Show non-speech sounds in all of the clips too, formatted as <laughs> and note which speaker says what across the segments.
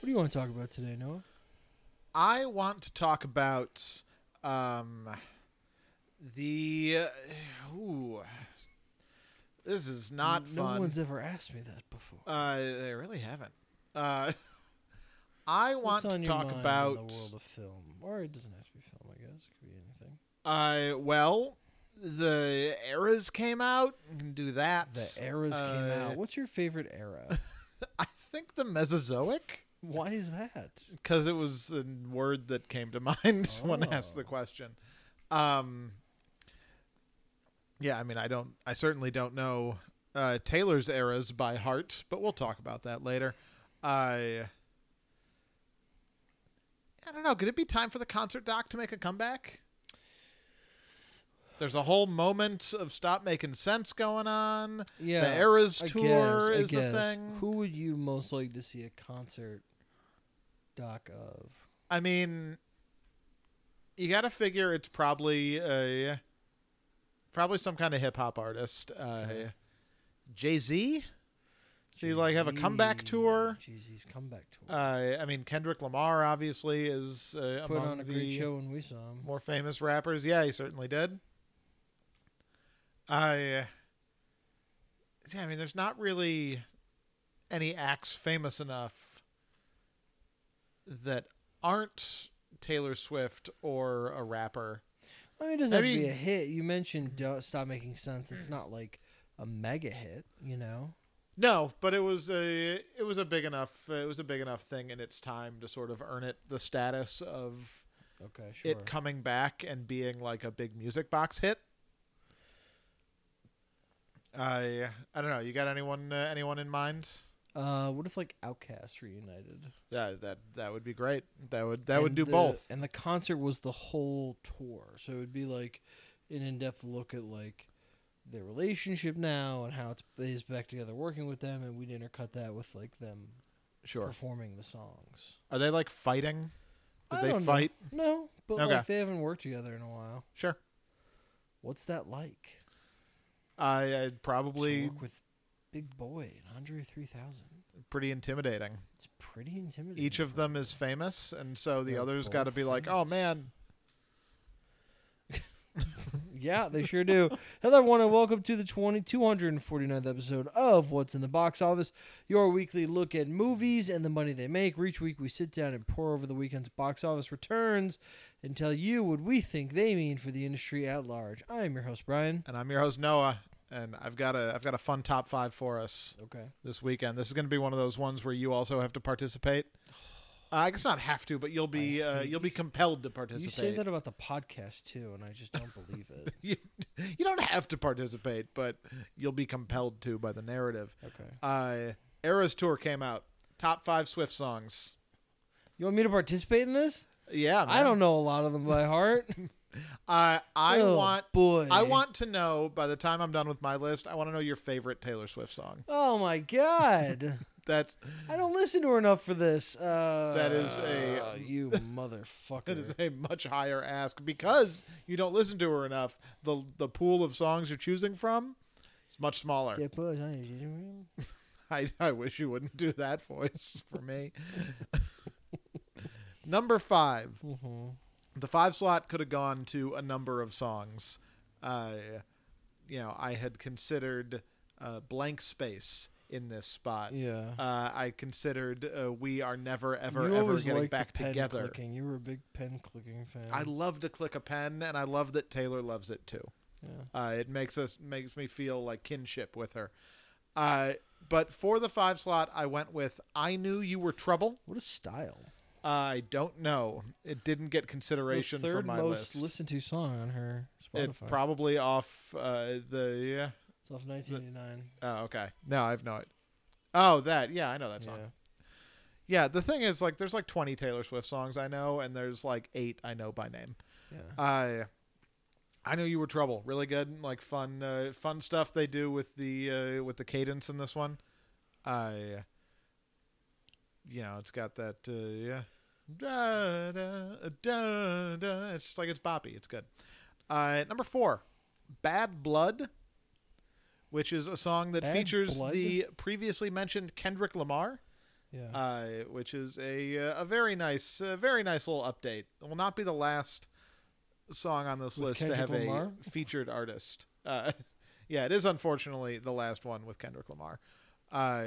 Speaker 1: What do you want to talk about today, Noah?
Speaker 2: I want to talk about um, the. Uh, ooh, this is not
Speaker 1: no
Speaker 2: fun.
Speaker 1: one's ever asked me that before.
Speaker 2: uh, they really haven't. Uh, <laughs> I want
Speaker 1: What's on
Speaker 2: to
Speaker 1: your
Speaker 2: talk
Speaker 1: mind
Speaker 2: about.
Speaker 1: in the world of film, or it doesn't have to be film. I guess it could be anything.
Speaker 2: Uh, well, the eras came out. You can do that.
Speaker 1: The eras came
Speaker 2: uh,
Speaker 1: out. What's your favorite
Speaker 2: <laughs>
Speaker 1: era?
Speaker 2: I think the Mesozoic,
Speaker 1: Why is that?
Speaker 2: because it was a word that came to <laughs> mind when asked the
Speaker 1: Oh.
Speaker 2: question. Um, yeah, I mean, I don't. I certainly don't know uh, Taylor's eras by heart, but we'll talk about that later. I. I don't know. Could it be time for the concert doc to make a comeback? There's a whole moment of stop making sense going on.
Speaker 1: Yeah,
Speaker 2: the Eras
Speaker 1: I
Speaker 2: tour
Speaker 1: guess,
Speaker 2: is
Speaker 1: I guess.
Speaker 2: a thing.
Speaker 1: Who would you most like to see a concert doc of?
Speaker 2: I mean, you got to figure it's probably a, probably some kind of hip hop artist. Uh,
Speaker 1: Okay.
Speaker 2: Jay Z. So you like have a comeback tour.
Speaker 1: Jay-Z's comeback tour.
Speaker 2: Uh, I mean, Kendrick Lamar obviously is uh,
Speaker 1: Put
Speaker 2: among
Speaker 1: on a
Speaker 2: the
Speaker 1: great show when we saw him.
Speaker 2: more famous rappers. Yeah, he certainly did. I. Yeah, I mean, there's not really any acts famous enough that aren't Taylor Swift or a rapper.
Speaker 1: I mean, it doesn't
Speaker 2: I
Speaker 1: have to be
Speaker 2: mean-
Speaker 1: a hit. You mentioned Don't Stop Making Sense. It's not like a mega hit, you know?
Speaker 2: No, but it was a it was a big enough it was a big enough thing in its time to sort of earn it the status of
Speaker 1: Okay, sure.
Speaker 2: it coming back and being like a big music box hit. I I don't know. You got anyone uh, anyone in mind?
Speaker 1: uh, what if, like, Outcast reunited?
Speaker 2: Yeah, that that would be great. That would that would
Speaker 1: And
Speaker 2: do
Speaker 1: the-
Speaker 2: both.
Speaker 1: And the concert was the whole tour, so it would be like an in-depth look at like their relationship now and how it's is back together working with them, and we'd intercut that with like them
Speaker 2: Sure.
Speaker 1: performing the songs.
Speaker 2: Are they like fighting? Did
Speaker 1: I
Speaker 2: they
Speaker 1: don't know.
Speaker 2: fight?
Speaker 1: No, but
Speaker 2: Okay.
Speaker 1: like they haven't worked together in a while.
Speaker 2: Sure.
Speaker 1: What's that like?
Speaker 2: I I'd
Speaker 1: to
Speaker 2: probably
Speaker 1: work with Big Boy and Andre 3000.
Speaker 2: pretty intimidating.
Speaker 1: It's pretty intimidating.
Speaker 2: Each of them is famous, and so the
Speaker 1: They're
Speaker 2: others
Speaker 1: both
Speaker 2: got to be like, oh
Speaker 1: famous.
Speaker 2: man,
Speaker 1: Yeah, they sure <laughs> do. Hello, everyone, and welcome to the 20, 249th episode of What's in the Box Office, your weekly look at movies and the money they make. Where Each week, we sit down and pour over the weekend's box office returns and tell you what we think they mean for the industry at large. I am your host, Brian.
Speaker 2: and I'm your host Noah, and I've got a I've got a fun top five for us.
Speaker 1: Okay.
Speaker 2: this weekend. This is going to be one of those ones where you also have to participate. Uh, I guess not have to, but you'll be
Speaker 1: I
Speaker 2: uh,
Speaker 1: hate
Speaker 2: you'll be compelled to
Speaker 1: You say
Speaker 2: participate.
Speaker 1: that about the podcast, too, and I just don't believe
Speaker 2: <laughs>
Speaker 1: it.
Speaker 2: you, <laughs> you don't have to participate, but you'll be compelled to by the narrative.
Speaker 1: Okay.
Speaker 2: Uh, Eras tour came out. Top five Swift songs.
Speaker 1: You want me to participate in this?
Speaker 2: Yeah,
Speaker 1: I don't know a lot of them by heart.
Speaker 2: I I
Speaker 1: Oh,
Speaker 2: want
Speaker 1: Boy.
Speaker 2: I want to know by the time I'm done with my list. I want to know your favorite Taylor Swift song.
Speaker 1: Oh, my <laughs> God.
Speaker 2: That's
Speaker 1: I don't listen to her enough for this. Uh,
Speaker 2: That is a-
Speaker 1: <laughs> you motherfucker.
Speaker 2: That is a much higher ask because you don't listen to her enough. The the pool of songs you're choosing from is much smaller.
Speaker 1: Get pushed on your ginger room.
Speaker 2: <laughs> I, I wish you wouldn't do that voice for me. <laughs> Number five.
Speaker 1: Mhm.
Speaker 2: The five slot could have gone to a number of songs. Uh, you know, I had considered uh, Blank Space in this spot.
Speaker 1: Yeah.
Speaker 2: Uh, I considered uh, We Are Never, Ever,
Speaker 1: You
Speaker 2: Ever
Speaker 1: always
Speaker 2: Getting
Speaker 1: liked the
Speaker 2: Back
Speaker 1: pen
Speaker 2: Together.
Speaker 1: Clicking. You were a big pen clicking fan.
Speaker 2: I love to click a pen, and I love that Taylor loves it too.
Speaker 1: yeah.
Speaker 2: Uh, it makes us makes me feel like kinship with her. Uh, but for the five slot, I went with "I Knew You Were Trouble." Uh,
Speaker 1: What a style.
Speaker 2: I don't know; it didn't get
Speaker 1: The
Speaker 2: consideration for
Speaker 1: third
Speaker 2: my
Speaker 1: most
Speaker 2: list.
Speaker 1: listened to song on her Spotify.
Speaker 2: it probably off uh, the.
Speaker 1: it's off 1989.
Speaker 2: Oh, okay. No, I've no. Oh, that yeah, I know that song.
Speaker 1: yeah.
Speaker 2: yeah, the thing is, like, there's like 20 Uh, Taylor Swift songs I know, and there's like eight I know by name.
Speaker 1: yeah.
Speaker 2: I I know you were trouble. Really good, like fun, uh, fun stuff they do with the uh, with the cadence in this one. I, you know, it's got that uh, yeah, da, da, da, da. It's just like it's boppy. It's good. Uh, number four, Bad Blood, which is a song that
Speaker 1: Bad
Speaker 2: features
Speaker 1: Blood?
Speaker 2: the previously mentioned Kendrick Lamar,
Speaker 1: Yeah.
Speaker 2: uh, which is a uh, a very nice, a very nice little update. It will not be the last song on this
Speaker 1: With
Speaker 2: list
Speaker 1: Kendrick
Speaker 2: to have
Speaker 1: Lamar?
Speaker 2: a featured artist. Uh, <laughs> yeah, it is unfortunately the last one with Kendrick Lamar. Uh,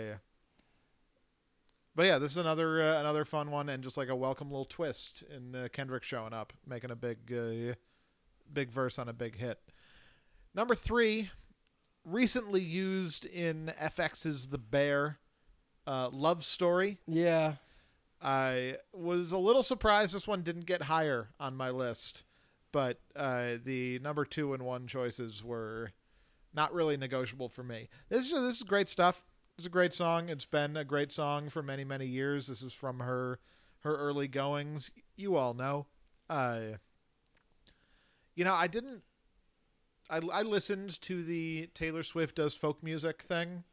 Speaker 2: but yeah, this is another uh, another fun one and just like a welcome little twist in uh, Kendrick showing up, making a big uh, big verse on a big hit. Number three, recently used in FX's The Bear, uh, Love Story.
Speaker 1: yeah.
Speaker 2: I was a little surprised this one didn't get higher on my list, but uh, the number two and one choices were not really negotiable for me. This is this is great stuff. It's a great song. It's been a great song for many many years. This is from her her early goings. You all know. Uh, you know, I didn't. I, I listened to the Taylor Swift does folk music thing.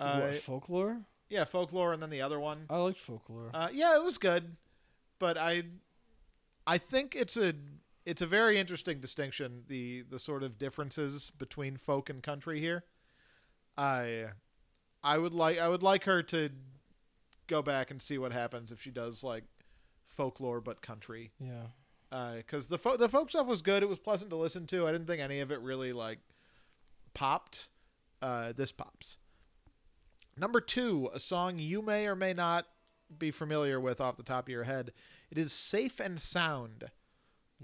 Speaker 2: Uh,
Speaker 1: what, folklore?
Speaker 2: yeah, folklore, and then the other one.
Speaker 1: I liked folklore.
Speaker 2: Uh, yeah, it was good, but I, I think it's a it's a very interesting distinction the the sort of differences between folk and country here. I, I would like I would like her to go back and see what happens if she does like folklore but country
Speaker 1: yeah.
Speaker 2: because Uh, the fo- the folk stuff was good. It was pleasant to listen to. I didn't think any of it really like popped. Uh, this pops. Number two, a song you may or may not be familiar with off the top of your head. It is "Safe and Sound,"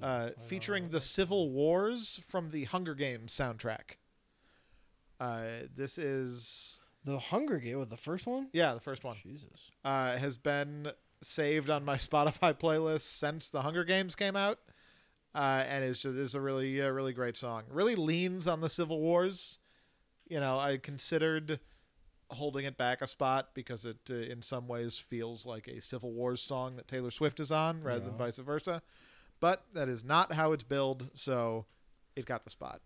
Speaker 2: uh,
Speaker 1: Hmm, don't
Speaker 2: featuring
Speaker 1: know
Speaker 2: the Civil Wars from the Hunger Games soundtrack. Uh, this is
Speaker 1: The Hunger Game with the first one?
Speaker 2: yeah, the first one
Speaker 1: Jesus.
Speaker 2: uh, has been saved on my <laughs> Spotify playlist since The Hunger Games came out, uh, and it's just is a really uh, really great song. Really leans on the Civil Wars. You know, I considered holding it back a spot because it uh, in some ways feels like a Civil Wars song that Taylor Swift is on rather than
Speaker 1: Yeah.
Speaker 2: vice versa, but that is not how it's billed, so it got the spot.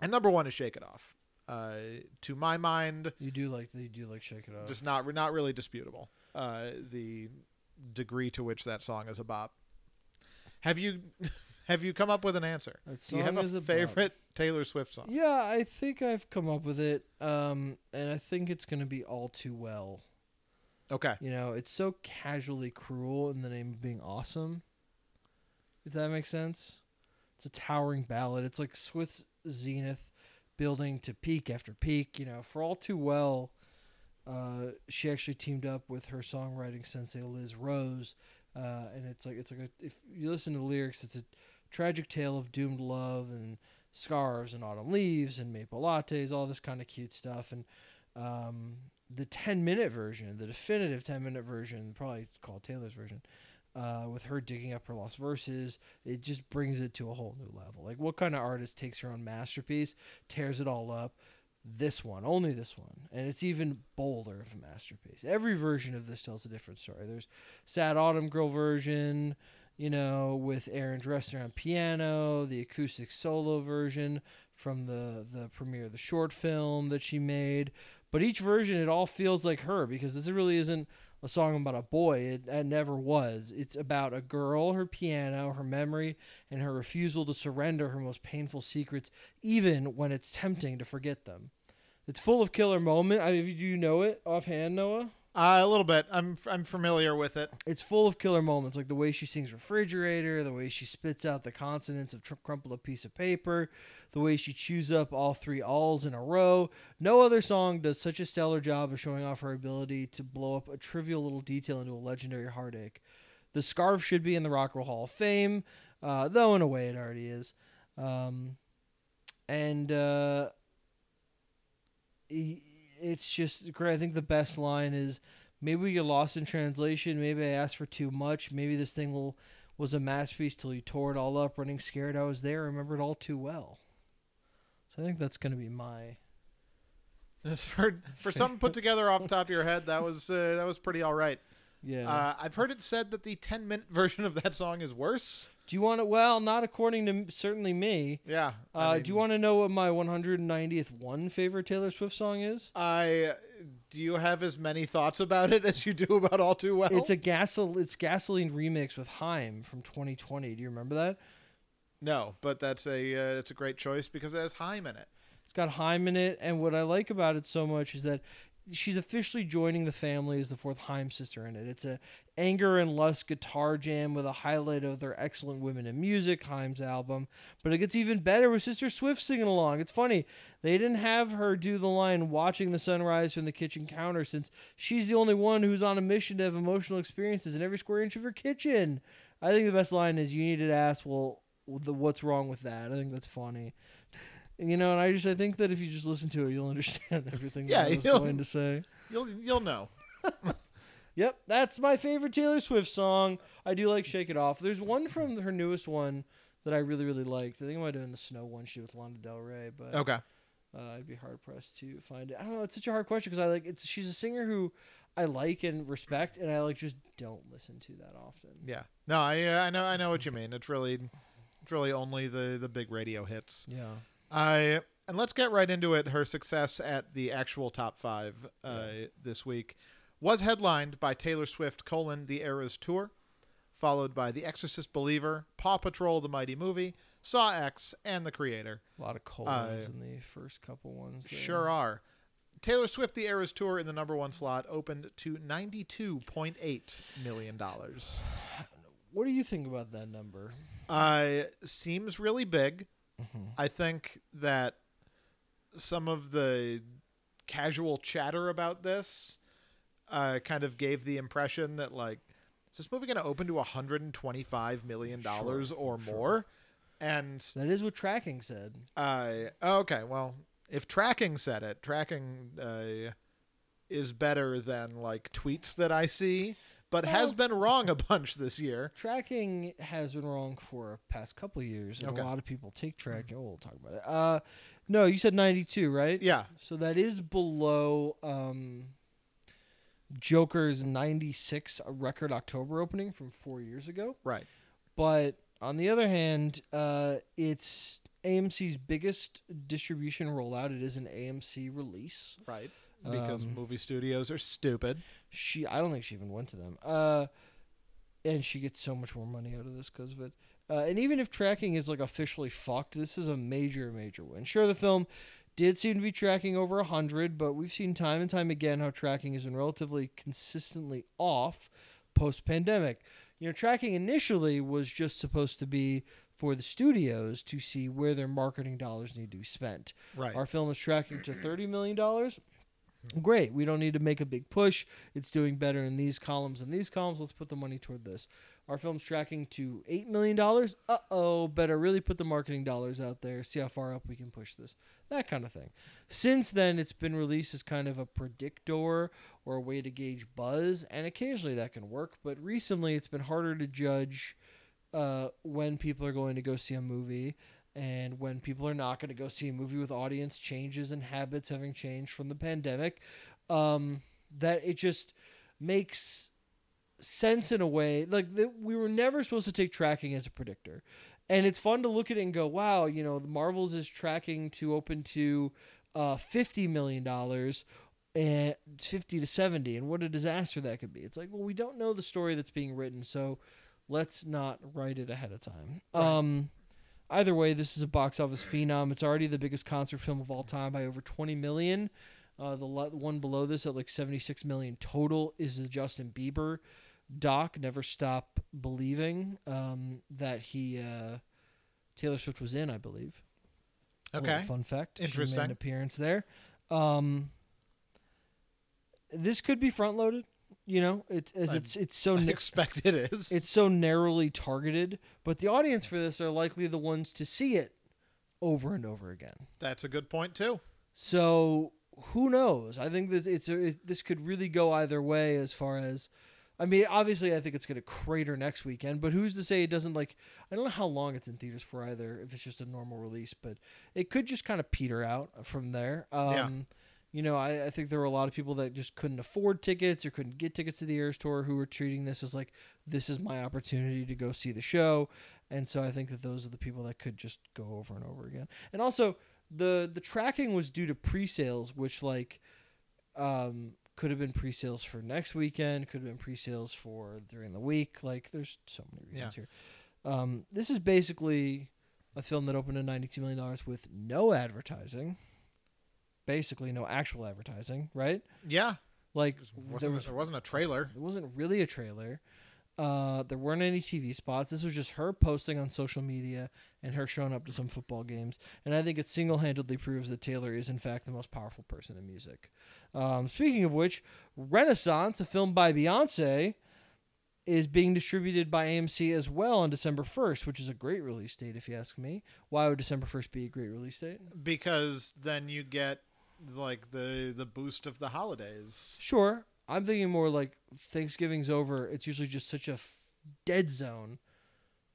Speaker 2: And number one is "Shake It Off." Uh, to my mind,
Speaker 1: You do like you do like Shake It Off.
Speaker 2: just not not really disputable. Uh, the degree to which that song is a bop. Have you <laughs> have you come up with an answer?
Speaker 1: That
Speaker 2: Do you have
Speaker 1: song is
Speaker 2: a
Speaker 1: a bop.
Speaker 2: favorite Taylor Swift song?
Speaker 1: Yeah, I think I've come up with it. Um and I think it's going to be all too well.
Speaker 2: Okay,
Speaker 1: You know, it's so casually cruel in the name of being awesome. If that makes sense. It's a towering ballad. It's like Swift's zenith building to peak after peak, you know, for all too well. Uh, she actually teamed up with her songwriting sensei Liz Rose, uh, and it's like it's like a, if you listen to the lyrics, it's a tragic tale of doomed love and scarves and autumn leaves and maple lattes, all this kind of cute stuff. And um, the ten minute version, the definitive ten minute version, probably called Taylor's version, uh, with her digging up her lost verses, it just brings it to a whole new level. Like what kind of artist takes her own masterpiece, tears it all up? This one, only this one, and it's even bolder of a masterpiece. Every version of this tells a different story. There's Sad Autumn Girl version, you know, with Aaron Dressner on piano, the acoustic solo version from the the premiere of the short film that she made. But each version, it all feels like her because this really isn't a song about a boy. It, it never was. It's about a girl, her piano, her memory, and her refusal to surrender her most painful secrets, even when it's tempting to forget them. It's full of killer moment. I mean, do you know it offhand, Noah?
Speaker 2: uh, a little bit. I'm I'm familiar with it. <laughs>
Speaker 1: it's full of killer moments, like the way she sings refrigerator, the way she spits out the consonants of tr- crumpled a piece of paper, the way she chews up all three alls in a row. No other song does such a stellar job of showing off her ability to blow up a trivial little detail into a legendary heartache. The scarf should be in the Rock and Roll Hall of Fame, uh, though in a way it already is. Um, and uh, i- it's just great. I think the best line is maybe we get lost in translation. Maybe I asked for too much. Maybe this thing will was a masterpiece till you tore it all up. Running scared, I was there. Remembered all too well. So I think that's gonna be my
Speaker 2: This- for for something put together off the top of your head, that was uh, that was pretty all right.
Speaker 1: yeah.
Speaker 2: <laughs> Uh, I've heard it said that the 10 minute version of that song is worse.
Speaker 1: Do you want to? Well, not according to m- certainly me.
Speaker 2: Yeah.
Speaker 1: Uh,
Speaker 2: I
Speaker 1: do you
Speaker 2: mean,
Speaker 1: want to know what my 190th one favorite Taylor Swift song is?
Speaker 2: I do you have as many thoughts about it <laughs> as you do about All Too Well?
Speaker 1: It's a gasol. It's gasoline remix with Haim from 2020. Do you remember that?
Speaker 2: no, but that's a uh, that's a great choice because it has Heim in it.
Speaker 1: It's got Haim in it, and what I like about it so much is that she's officially joining the family as the fourth Haim sister in it. It's a anger and lust guitar jam with a highlight of their excellent women in music Haim's album. But it gets even better with Sister Swift singing along. It's funny they didn't have her do the line "watching the sunrise from the kitchen counter" since she's the only one who's on a mission to have emotional experiences in every square inch of her kitchen. I think the best line is "You needed to ask, well, the, what's wrong with that?" I think that's funny. You know, and I just I think that if you just listen to it, you'll <laughs> understand everything
Speaker 2: Yeah,
Speaker 1: that I was
Speaker 2: you'll-
Speaker 1: going to say.
Speaker 2: You'll you'll know.
Speaker 1: Yep, that's my favorite Taylor Swift song. I do like "Shake It Off." There's one from her newest one that I really really liked. I think I might have been the Snow one she did with Lana Del Rey, but
Speaker 2: Okay.
Speaker 1: uh, I'd be hard pressed to find it. I don't know. It's such a hard question because I like it's. She's a singer who I like and respect, and I like just don't listen to that often.
Speaker 2: Yeah. No, I uh, I know I know what you mean. It's really it's really only the the big radio hits.
Speaker 1: Yeah.
Speaker 2: I and let's get right into it. Her success at the actual top five uh, this week was headlined by Taylor Swift: colon, The Eras Tour, followed by The Exorcist, Believer, Paw Patrol: The Mighty Movie, Saw X, and The Creator.
Speaker 1: A lot of colons in the first couple ones. there.
Speaker 2: Sure are. Taylor Swift: The Eras Tour in the number one slot opened to ninety-two point eight million dollars.
Speaker 1: What do you think about that number?
Speaker 2: Uh, seems really big. I think that some of the casual chatter about this uh, kind of gave the impression that like is this movie going to open to 125 million dollars or
Speaker 1: sure.
Speaker 2: more? And
Speaker 1: That is what tracking said.
Speaker 2: uh, oh, okay, well, if tracking said it, tracking uh, is better than like tweets that I see, but has
Speaker 1: Well-
Speaker 2: been wrong a bunch this year.
Speaker 1: Tracking has been wrong for a past couple years, and
Speaker 2: Okay.
Speaker 1: a lot of people take tracking. Oh, we'll talk about it. Uh, no, you said ninety-two, right?
Speaker 2: Yeah,
Speaker 1: So that is below um, Joker's 96 record October opening from four years ago.
Speaker 2: right.
Speaker 1: But on the other hand, uh, it's AMC's biggest distribution rollout. It is an AMC release.
Speaker 2: Right. Because
Speaker 1: Um,
Speaker 2: movie studios are stupid.
Speaker 1: She, I don't think she even went to them. Uh, and she gets so much more money out of this because of it. Uh, and even if tracking is like officially fucked, this is a major, major win. Sure, the film did seem to be tracking over 100, but we've seen time and time again how tracking has been relatively consistently off post pandemic. You know, tracking initially was just supposed to be for the studios to see where their marketing dollars need to be spent.
Speaker 2: Right.
Speaker 1: Our film is tracking to $30 million. Great. We don't need to make a big push. It's doing better in these columns and these columns. Let's put the money toward this. Our film's tracking to $8 million. Uh oh, better really put the marketing dollars out there, see how far up we can push this. That kind of thing. Since then, it's been released as kind of a predictor or a way to gauge buzz, and occasionally that can work, but recently it's been harder to judge uh, when people are going to go see a movie and when people are not going to go see a movie with audience changes and habits having changed from the pandemic um, that it just makes sense in a way like that we were never supposed to take tracking as a predictor and it's fun to look at it and go wow you know the marvels is tracking to open to uh, 50 million dollars and 50 to 70 and what a disaster that could be it's like well we don't know the story that's being written so let's not write it ahead of time um either way this is a box office phenom it's already the biggest concert film of all time by over 20 million uh, the le- one below this at like 76 million total is the justin bieber doc never stop believing um, that he uh, taylor swift was in i believe a little
Speaker 2: okay.
Speaker 1: Fun fact. She made
Speaker 2: Interesting.
Speaker 1: an appearance there. Um, this could be front loaded. You know, it's as
Speaker 2: I-
Speaker 1: it's it's so <laughs>
Speaker 2: I
Speaker 1: na-
Speaker 2: expect it is.
Speaker 1: it's so narrowly targeted, but the audience for this are likely the ones to see it over and over again.
Speaker 2: That's a good point too.
Speaker 1: So who knows? I think that it's a, it, this could really go either way as far as. I mean, obviously, I think it's going to crater next weekend, but who's to say it doesn't like? I don't know how long it's in theaters for either. If it's just a normal release, but it could just kind of peter out from there. Um, you know, I, I think there were a lot of people that just couldn't afford tickets or couldn't get tickets to the Eras tour who were treating this as like this is my opportunity to go see the show, and so I think that those are the people that could just go over and over again. And also the the tracking was due to pre-sales, which like um, could have been pre-sales for next weekend, could have been pre-sales for during the week. Like there's so many reasons here. Um, this is basically a film that opened at ninety-two million dollars with no advertising, basically no actual advertising, right?
Speaker 2: Yeah,
Speaker 1: Like
Speaker 2: there
Speaker 1: there
Speaker 2: wasn't,
Speaker 1: was
Speaker 2: there wasn't a trailer.
Speaker 1: it wasn't really a trailer. Uh, there weren't any TV spots. This was just her posting on social media and her showing up to some football games. And I think it single handedly proves that Taylor is, in fact, the most powerful person in music. Um, speaking of which, Renaissance, a film by Beyonce, is being distributed by AMC as well on December 1st, which is a great release date, if you ask me. Why would December 1st be a great release date?
Speaker 2: because then you get like the the boost of the holidays.
Speaker 1: Sure. I'm thinking more like Thanksgiving's over. It's usually just such a f- dead zone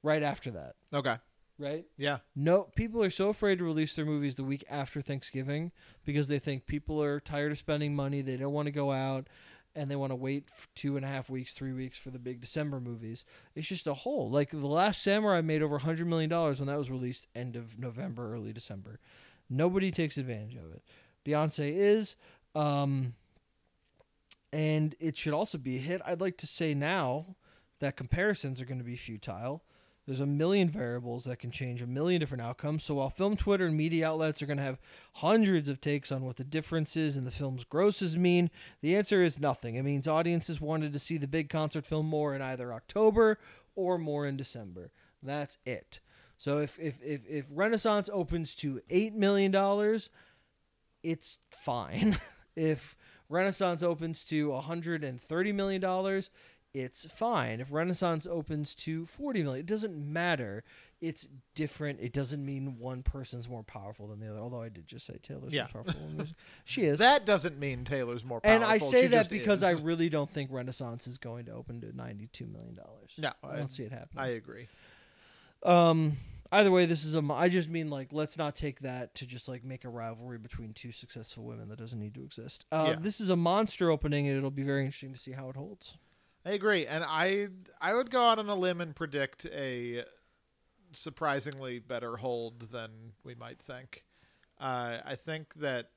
Speaker 1: right after that,
Speaker 2: Okay.
Speaker 1: right?
Speaker 2: Yeah.
Speaker 1: No, people are so afraid to release their movies the week after Thanksgiving because they think people are tired of spending money. They don't want to go out and they want to wait f- two and a half weeks, three weeks for the big December movies. It's just a hole. Like The Last Samurai made over $100 million when that was released end of November, early December. Nobody takes advantage of it. Beyonce is. Um, and it should also be a hit. I'd like to say now that comparisons are going to be futile. There's a million variables that can change a million different outcomes. So while film Twitter and media outlets are going to have hundreds of takes on what the differences in the film's grosses mean, the answer is nothing. It means audiences wanted to see the big concert film more in either October or more in December. That's it. So if if if, if Renaissance opens to eight million dollars, it's fine. <laughs> if Renaissance opens to 130 million dollars, it's fine. If Renaissance opens to 40 million, it doesn't matter. It's different. It doesn't mean one person's more powerful than the other. Although I did just say Taylor's
Speaker 2: Yeah.
Speaker 1: more powerful than
Speaker 2: <laughs>
Speaker 1: music. She is.
Speaker 2: That doesn't mean Taylor's more
Speaker 1: and
Speaker 2: powerful.
Speaker 1: I say
Speaker 2: She
Speaker 1: that
Speaker 2: just
Speaker 1: because I
Speaker 2: is.
Speaker 1: really don't think Renaissance is going to open to 92 million dollars.
Speaker 2: No,
Speaker 1: I
Speaker 2: I-
Speaker 1: don't see it happening.
Speaker 2: I agree.
Speaker 1: Um. Either way, this is a. mo- I just mean like let's not take that to just like make a rivalry between two successful women that doesn't need to exist. Uh,
Speaker 2: Yeah.
Speaker 1: This is a monster opening, and it'll be very interesting to see how it holds.
Speaker 2: I agree, and I I would go out on a limb and predict a surprisingly better hold than we might think. Uh, I think that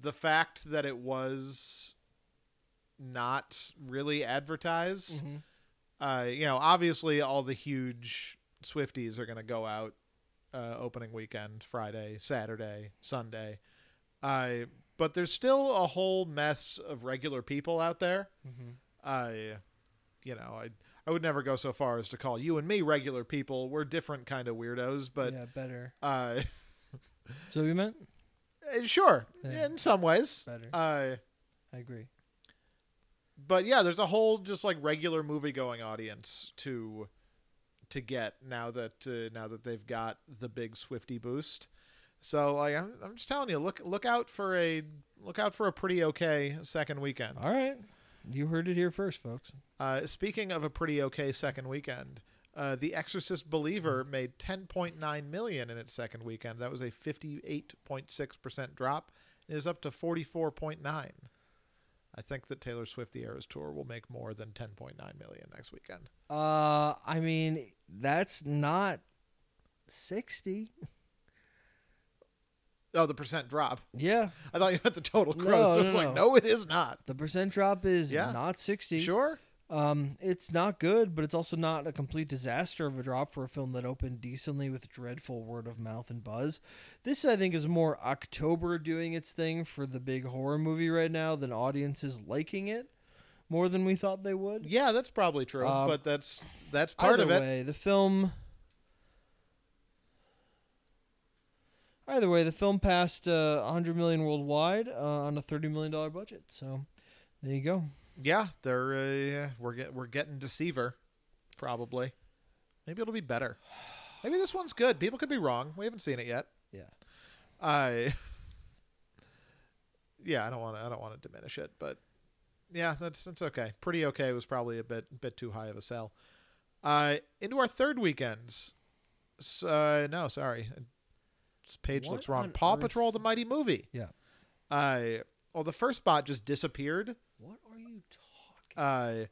Speaker 2: the fact that it was not really advertised uh, you know, obviously all the huge Swifties are going to go out uh, opening weekend, Friday, Saturday, Sunday. Uh, but there's still a whole mess of regular people out there. I, you know, I I would never go so far as to call you and me regular people. We're different kind of weirdos, but
Speaker 1: yeah, better.
Speaker 2: uh,
Speaker 1: So you meant
Speaker 2: eh, sure,
Speaker 1: Yeah.
Speaker 2: in some ways.
Speaker 1: better.
Speaker 2: Uh,
Speaker 1: I agree.
Speaker 2: but yeah, there's a whole just like regular movie going audience to to get now that uh, now that they've got the big Swifty boost. So like I'm, I'm just telling you, look look out for a look out for a pretty okay second weekend.
Speaker 1: All right, you heard it here first, folks.
Speaker 2: Uh, speaking of a pretty okay second weekend, uh, The Exorcist Believer
Speaker 1: Mm-hmm.
Speaker 2: made 10.9 million in its second weekend. That was a 58.6% drop. It is up to 44.9. I think that Taylor Swift the Eras Tour will make more than 10.9 million next weekend.
Speaker 1: Uh, I mean that's not sixty.
Speaker 2: Oh, the percent drop.
Speaker 1: Yeah,
Speaker 2: I thought you meant the total
Speaker 1: No,
Speaker 2: gross.
Speaker 1: no,
Speaker 2: it's like,
Speaker 1: no.
Speaker 2: no, it is not.
Speaker 1: the percent drop is
Speaker 2: Yeah.
Speaker 1: not sixty.
Speaker 2: Sure.
Speaker 1: Um, it's not good, but it's also not a complete disaster of a drop for a film that opened decently with dreadful word of mouth and buzz. This, I think, is more October doing its thing for the big horror movie right now than audiences liking it more than we thought they would.
Speaker 2: Yeah, that's probably true.
Speaker 1: Um,
Speaker 2: but that's that's part
Speaker 1: Either
Speaker 2: of it.
Speaker 1: way, the film. Either way, the film passed uh, 100 million worldwide uh, on a 30 million dollar budget. So, there you go.
Speaker 2: Yeah, they're uh, we're get, we're getting Deceiver, probably. Maybe it'll be better. Maybe this one's good. People could be wrong. We haven't seen it yet.
Speaker 1: Yeah.
Speaker 2: I. Yeah, I don't want to. I don't want to diminish it, but yeah, that's that's okay. Pretty okay was probably a bit bit too high of a sell. Uh, into our third weekends. So, uh, no, sorry, this page
Speaker 1: What
Speaker 2: looks wrong.
Speaker 1: on
Speaker 2: Paw
Speaker 1: earth?
Speaker 2: Patrol: The Mighty Movie.
Speaker 1: Yeah.
Speaker 2: Uh, well, the first spot just disappeared.
Speaker 1: What are you talking?
Speaker 2: Uh,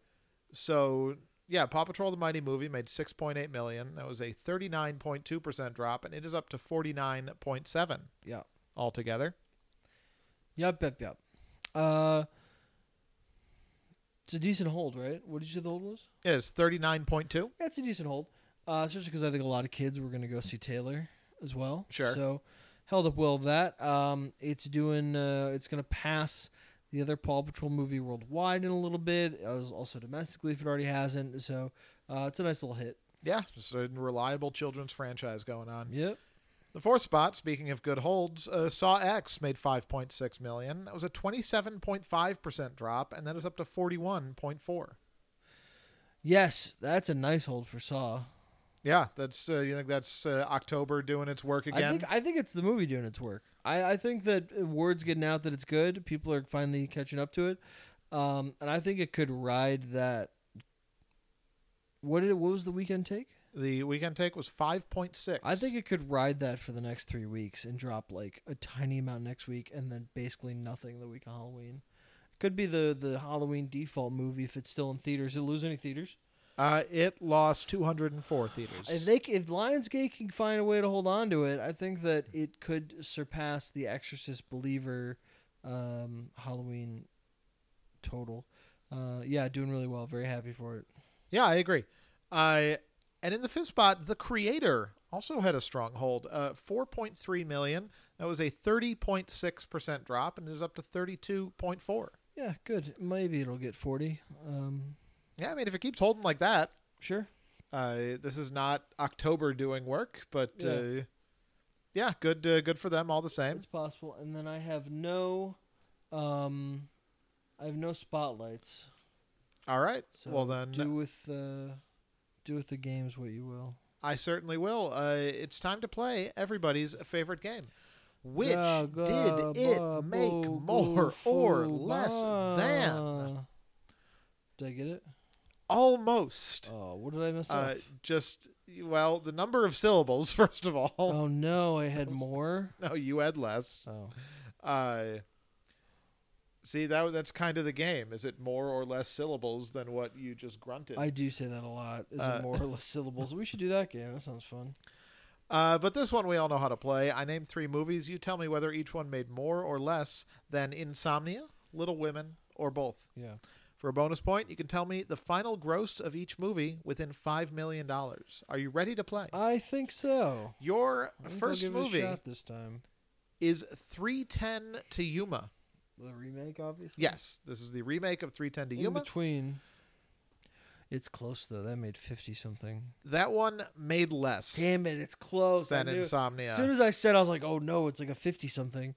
Speaker 2: so yeah, Paw Patrol: The Mighty Movie made 6.8 million. That was a 39.2 percent drop, and it is up to 49.7
Speaker 1: Yeah.
Speaker 2: altogether.
Speaker 1: Yup, yup, yup. Uh, it's a decent hold, right? What did you say the hold was?
Speaker 2: Yeah, it's 39.2.
Speaker 1: Yeah, it's a decent hold. Uh, especially because I think a lot of kids were going to go see Taylor as well.
Speaker 2: Sure.
Speaker 1: So held up well with that. Um, it's doing. Uh, it's going to pass the other Paw Patrol movie worldwide in a little bit. Uh, also domestically if it already hasn't. So uh, it's a nice little hit.
Speaker 2: Yeah, just a reliable children's franchise going on.
Speaker 1: Yep.
Speaker 2: The fourth spot, speaking of good holds, uh, Saw X made 5.6 million. That was a 27.5% drop, and that is up to 41.4.
Speaker 1: Yes, that's a nice hold for Saw.
Speaker 2: Yeah, that's uh, you think that's uh, October doing its work again?
Speaker 1: I think I think it's the movie doing its work. I, I think that word's getting out that it's good. People are finally catching up to it, um, and I think it could ride that. What did it, what was the weekend take?
Speaker 2: the weekend take was 5.6.
Speaker 1: I think it could ride that for the next three weeks and drop like a tiny amount next week, and then basically nothing the week of Halloween. Could be the the Halloween default movie if it's still in theaters. Did it lose any theaters?
Speaker 2: uh, it lost 204 theaters.
Speaker 1: If they c- if Lionsgate can find a way to hold on to it, I think that it could surpass the Exorcist Believer um, Halloween total. Uh, yeah, doing really well. Very happy for it.
Speaker 2: yeah, I agree. Uh, and in the fifth spot, The Creator also had a strong hold, uh, 4.3 million. That was a 30.6% drop, and it is up to 32.4.
Speaker 1: Yeah, good. Maybe it'll get forty. Um,
Speaker 2: Yeah, I mean, if it keeps holding like that,
Speaker 1: sure.
Speaker 2: uh, this is not October doing work, but
Speaker 1: Yeah.
Speaker 2: yeah, uh, yeah good, uh, good for them all the same.
Speaker 1: It's possible. And then I have no, um, I have no spotlights.
Speaker 2: All right,
Speaker 1: So
Speaker 2: well then,
Speaker 1: do with uh, do with the games what you will.
Speaker 2: I certainly will. Uh, it's time to play everybody's favorite game. Which
Speaker 1: Ga- ga-
Speaker 2: did it
Speaker 1: ba-
Speaker 2: make
Speaker 1: bo- bo-
Speaker 2: more or
Speaker 1: fo-
Speaker 2: less than?
Speaker 1: ba. Did I get it?
Speaker 2: Almost.
Speaker 1: Oh, what did I miss?
Speaker 2: Uh,
Speaker 1: out?
Speaker 2: just well, the number of syllables. <laughs> First of all,
Speaker 1: oh no, I
Speaker 2: <laughs>
Speaker 1: had more.
Speaker 2: no, you had less.
Speaker 1: Oh,
Speaker 2: Uh, see that that's kind of the game. Is it more or less syllables than what you just grunted?
Speaker 1: I do say that a lot. Is
Speaker 2: Uh,
Speaker 1: it more or
Speaker 2: <laughs>
Speaker 1: less syllables? We should do that game. That sounds fun.
Speaker 2: Uh, but this one we all know how to play. I name three movies. You tell me whether each one made more or less than Insomnia, Little Women, or both.
Speaker 1: Yeah.
Speaker 2: For a bonus point, you can tell me the final gross of each movie within five million dollars. Are you ready to play?
Speaker 1: I think so.
Speaker 2: Your
Speaker 1: I think I'll
Speaker 2: first
Speaker 1: give it a
Speaker 2: movie
Speaker 1: shot this time.
Speaker 2: is 310 to Yuma.
Speaker 1: The remake, obviously.
Speaker 2: Yes, this is the remake of 310 to
Speaker 1: In
Speaker 2: Yuma.
Speaker 1: between. It's close though. That made fifty something.
Speaker 2: That one made less
Speaker 1: Damn it! It's close. I
Speaker 2: than
Speaker 1: knew it.
Speaker 2: Insomnia.
Speaker 1: As soon as I said, I was like, "Oh no, it's like a fifty-something."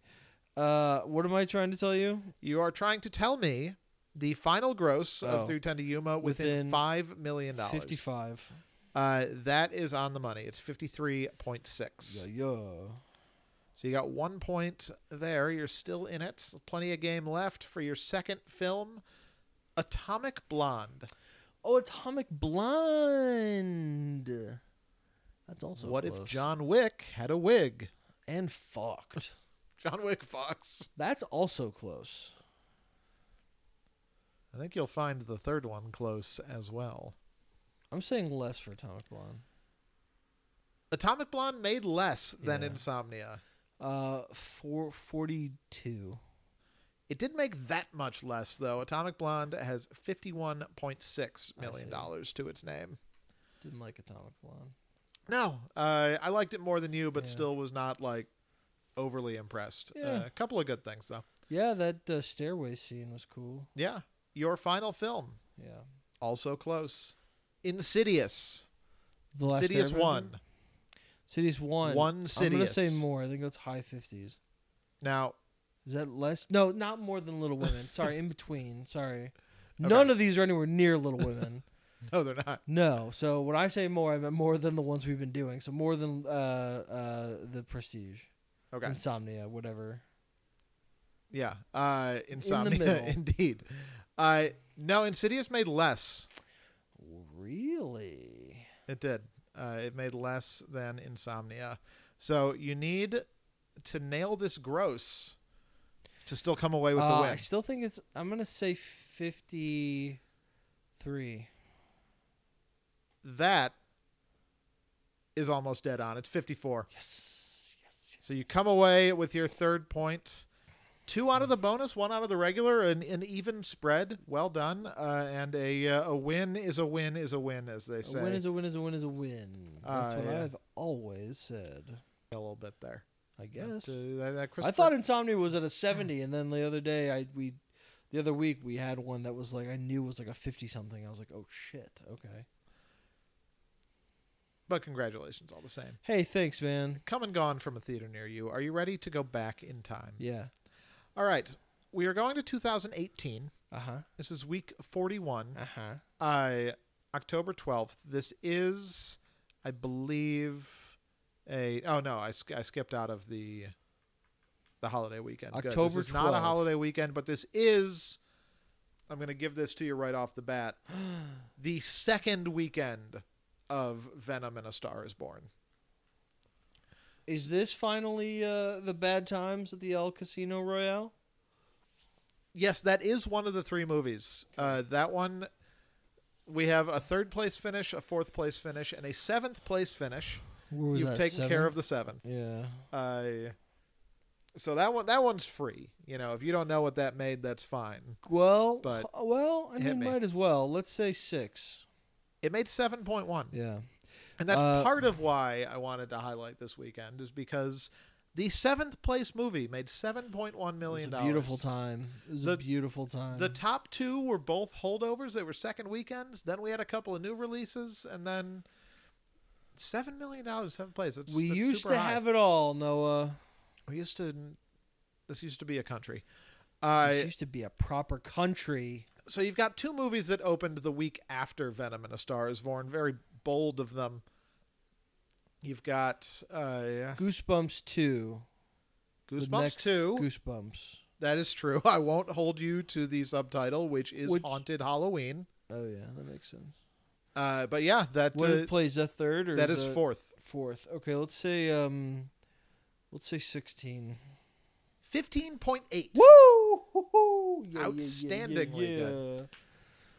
Speaker 1: Uh, what am I trying to tell you?
Speaker 2: You are trying to tell me the final gross
Speaker 1: Oh.
Speaker 2: of 310 to Yuma within,
Speaker 1: Within
Speaker 2: five million dollars.
Speaker 1: Fifty-five.
Speaker 2: Uh, that is on the money. It's 53.6.
Speaker 1: Yeah, yo.
Speaker 2: So you got one point there. You're still in it. Plenty of game left for your second film, Atomic Blonde.
Speaker 1: Oh, Atomic Blonde. That's also
Speaker 2: what if
Speaker 1: close.
Speaker 2: John Wick had a wig?
Speaker 1: and fucked?
Speaker 2: <laughs> John Wick Fox.
Speaker 1: That's also close.
Speaker 2: I think you'll find the third one close as well.
Speaker 1: I'm saying less for Atomic Blonde.
Speaker 2: Atomic Blonde made less than
Speaker 1: Yeah.
Speaker 2: Insomnia.
Speaker 1: Uh, four forty-two.
Speaker 2: It did make that much less though. Atomic Blonde has 51.6
Speaker 1: I
Speaker 2: million
Speaker 1: see.
Speaker 2: dollars to its name.
Speaker 1: Didn't like Atomic Blonde.
Speaker 2: No, uh, I liked it more than you, but
Speaker 1: Yeah.
Speaker 2: still was not like overly impressed.
Speaker 1: Yeah.
Speaker 2: Uh, a couple of good things though.
Speaker 1: Yeah, that uh, stairway scene was cool.
Speaker 2: Yeah, your final film
Speaker 1: Yeah.
Speaker 2: also close. Insidious.
Speaker 1: The
Speaker 2: Insidious
Speaker 1: Airbender?
Speaker 2: one.
Speaker 1: Cities one.
Speaker 2: One
Speaker 1: I'm gonna say
Speaker 2: Sidious.
Speaker 1: more. I think that's high fifties.
Speaker 2: Now,
Speaker 1: Is that less? No, not more than Little Women.
Speaker 2: <laughs>
Speaker 1: Sorry, in between. Sorry.
Speaker 2: Okay.
Speaker 1: None of these are anywhere near Little Women.
Speaker 2: no, they're not.
Speaker 1: no. So when I say more, I meant more than the ones we've been doing. So more than uh, uh, the Prestige,
Speaker 2: Okay.
Speaker 1: Insomnia, whatever.
Speaker 2: Yeah. Uh, insomnia.
Speaker 1: middle.
Speaker 2: <laughs> indeed. Uh, no, Insidious made less.
Speaker 1: Really?
Speaker 2: It did. Uh, it made less than Insomnia. So you need to nail this gross to still come away with
Speaker 1: Uh,
Speaker 2: the
Speaker 1: I
Speaker 2: win.
Speaker 1: still think it's. I'm gonna say fifty-three.
Speaker 2: That is almost dead on. It's 54.
Speaker 1: Yes. Yes.
Speaker 2: So you come away with your third point. Two out of the bonus, one out of the regular, an, an even spread. Well done. Uh, and a uh, a win is a win is a win, as they
Speaker 1: yes.
Speaker 2: say.
Speaker 1: A win is a win is a win is a win. That's
Speaker 2: Uh,
Speaker 1: what
Speaker 2: yeah.
Speaker 1: I've always said.
Speaker 2: a little bit there.
Speaker 1: I
Speaker 2: But,
Speaker 1: guess.
Speaker 2: uh, that, that
Speaker 1: I
Speaker 2: Christopher-
Speaker 1: thought Insomnia was at a 70, and then the other day, I we, the other week we had one that was like I knew was like a 50 something. I was like, oh shit, okay.
Speaker 2: But congratulations, all the same.
Speaker 1: Hey, thanks, man.
Speaker 2: Come and gone from a theater near you. Are you ready to go back in time?
Speaker 1: Yeah.
Speaker 2: All right. We are going to 2018.
Speaker 1: Uh huh.
Speaker 2: This is week 41.
Speaker 1: Uh huh.
Speaker 2: I October 12th. This is, I believe, a. Oh no, I, sk- I skipped out of the, the holiday weekend. Good.
Speaker 1: October
Speaker 2: This is not a
Speaker 1: 12th.
Speaker 2: holiday weekend, but this is. I'm going to give this to you right off the bat. The second weekend of Venom and A Star Is Born.
Speaker 1: Is this finally uh, the bad times at the El Casino Royale?
Speaker 2: Yes, that is one of the three movies. Uh, that one, we have a third place finish, a fourth place finish, and a seventh place finish.
Speaker 1: Where
Speaker 2: You've taken care of the seventh.
Speaker 1: Yeah.
Speaker 2: Uh, so that one, that one's free. You know, if you don't know what that made, that's fine.
Speaker 1: Well,
Speaker 2: But-
Speaker 1: h- well, I
Speaker 2: Hit
Speaker 1: mean,
Speaker 2: me.
Speaker 1: might as well. Let's say six.
Speaker 2: It made seven point one,
Speaker 1: Yeah.
Speaker 2: and that's
Speaker 1: Uh,
Speaker 2: part of why I wanted to highlight this weekend is because the seventh place movie made seven point one
Speaker 1: it
Speaker 2: million
Speaker 1: was
Speaker 2: dollars.
Speaker 1: a beautiful time. It was
Speaker 2: The-
Speaker 1: a beautiful time.
Speaker 2: The top two were both holdovers. They were second weekends. Then we had a couple of new releases, and then seven million dollars, seven plays. That's,
Speaker 1: we
Speaker 2: that's
Speaker 1: used
Speaker 2: super
Speaker 1: to
Speaker 2: high.
Speaker 1: have it all, Noah.
Speaker 2: We used to. This used to be a country.
Speaker 1: this
Speaker 2: Uh,
Speaker 1: used to be a proper country.
Speaker 2: so you've got two movies that opened the week after Venom and A Star Is Born. Very bold of them. You've got uh,
Speaker 1: Goosebumps two. The
Speaker 2: Goosebumps
Speaker 1: next
Speaker 2: Two.
Speaker 1: Goosebumps.
Speaker 2: that is true. <laughs> I won't hold you to the subtitle, which is
Speaker 1: Which-
Speaker 2: Haunted Halloween.
Speaker 1: Oh yeah, that makes sense.
Speaker 2: Uh, but yeah, that
Speaker 1: What
Speaker 2: uh,
Speaker 1: plays a third or
Speaker 2: that is
Speaker 1: a
Speaker 2: fourth.
Speaker 1: fourth? Okay, let's say um, let's say sixteen.
Speaker 2: Fifteen point eight.
Speaker 1: <laughs> Woo!
Speaker 2: yeah, yeah, yeah, Outstandingly good.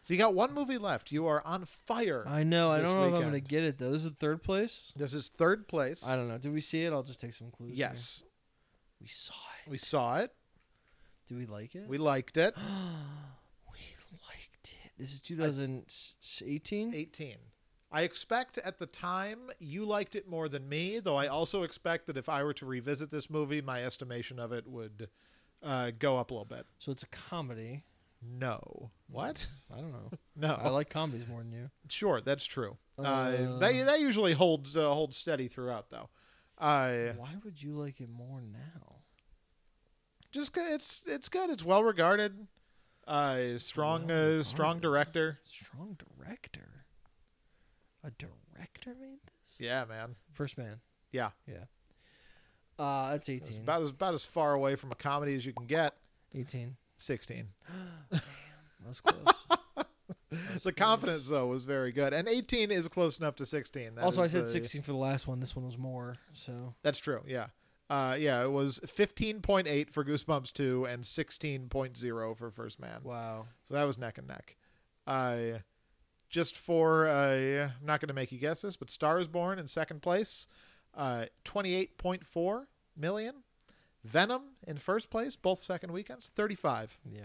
Speaker 2: So you got one movie left. You are on fire.
Speaker 1: I know. I
Speaker 2: This
Speaker 1: don't know if I'm gonna
Speaker 2: weekend.
Speaker 1: get it though. This is third place.
Speaker 2: this is third place.
Speaker 1: I don't know. Did we see it? I'll just take some clues. here.
Speaker 2: Yes,
Speaker 1: we saw it.
Speaker 2: we saw it.
Speaker 1: Did we like it? <gasps>
Speaker 2: We liked it.
Speaker 1: we liked it. This is 2018.
Speaker 2: Eighteen. I expect at the time you liked it more than me, though. I also expect that if I were to revisit this movie, my estimation of it would uh, go up a little bit.
Speaker 1: So it's a comedy.
Speaker 2: No. What?
Speaker 1: I don't
Speaker 2: <laughs>
Speaker 1: know.
Speaker 2: No.
Speaker 1: I like comedies more than you.
Speaker 2: sure, that's true. Uh,
Speaker 1: Uh,
Speaker 2: that that usually holds uh, holds steady throughout, though. Uh,
Speaker 1: Why would you like it more now?
Speaker 2: just good. It's it's good. It's well regarded. Uh, strong uh, strong
Speaker 1: Well-regarded.
Speaker 2: director.
Speaker 1: Strong director. A director made this.
Speaker 2: Yeah, man.
Speaker 1: First man.
Speaker 2: Yeah.
Speaker 1: Yeah. Uh, that's
Speaker 2: It's
Speaker 1: 18.
Speaker 2: about as about as far away from a comedy as you can get. <laughs>
Speaker 1: 18.
Speaker 2: Sixteen.
Speaker 1: That was close.
Speaker 2: The confidence though was very good, and eighteen is close enough to sixteen. That
Speaker 1: also, I
Speaker 2: is,
Speaker 1: said
Speaker 2: uh,
Speaker 1: 16 for the last one. This one was more. So
Speaker 2: That's true. Yeah. Uh, yeah, it was 15.8 for Goosebumps 2 and 16.0 for First Man.
Speaker 1: wow.
Speaker 2: So that was neck and neck. Uh, just for, uh, I'm not going to make you guess this, but Star is Born in second place, uh, 28.4 million. Venom in first place, both second weekends, 35.
Speaker 1: Yeah.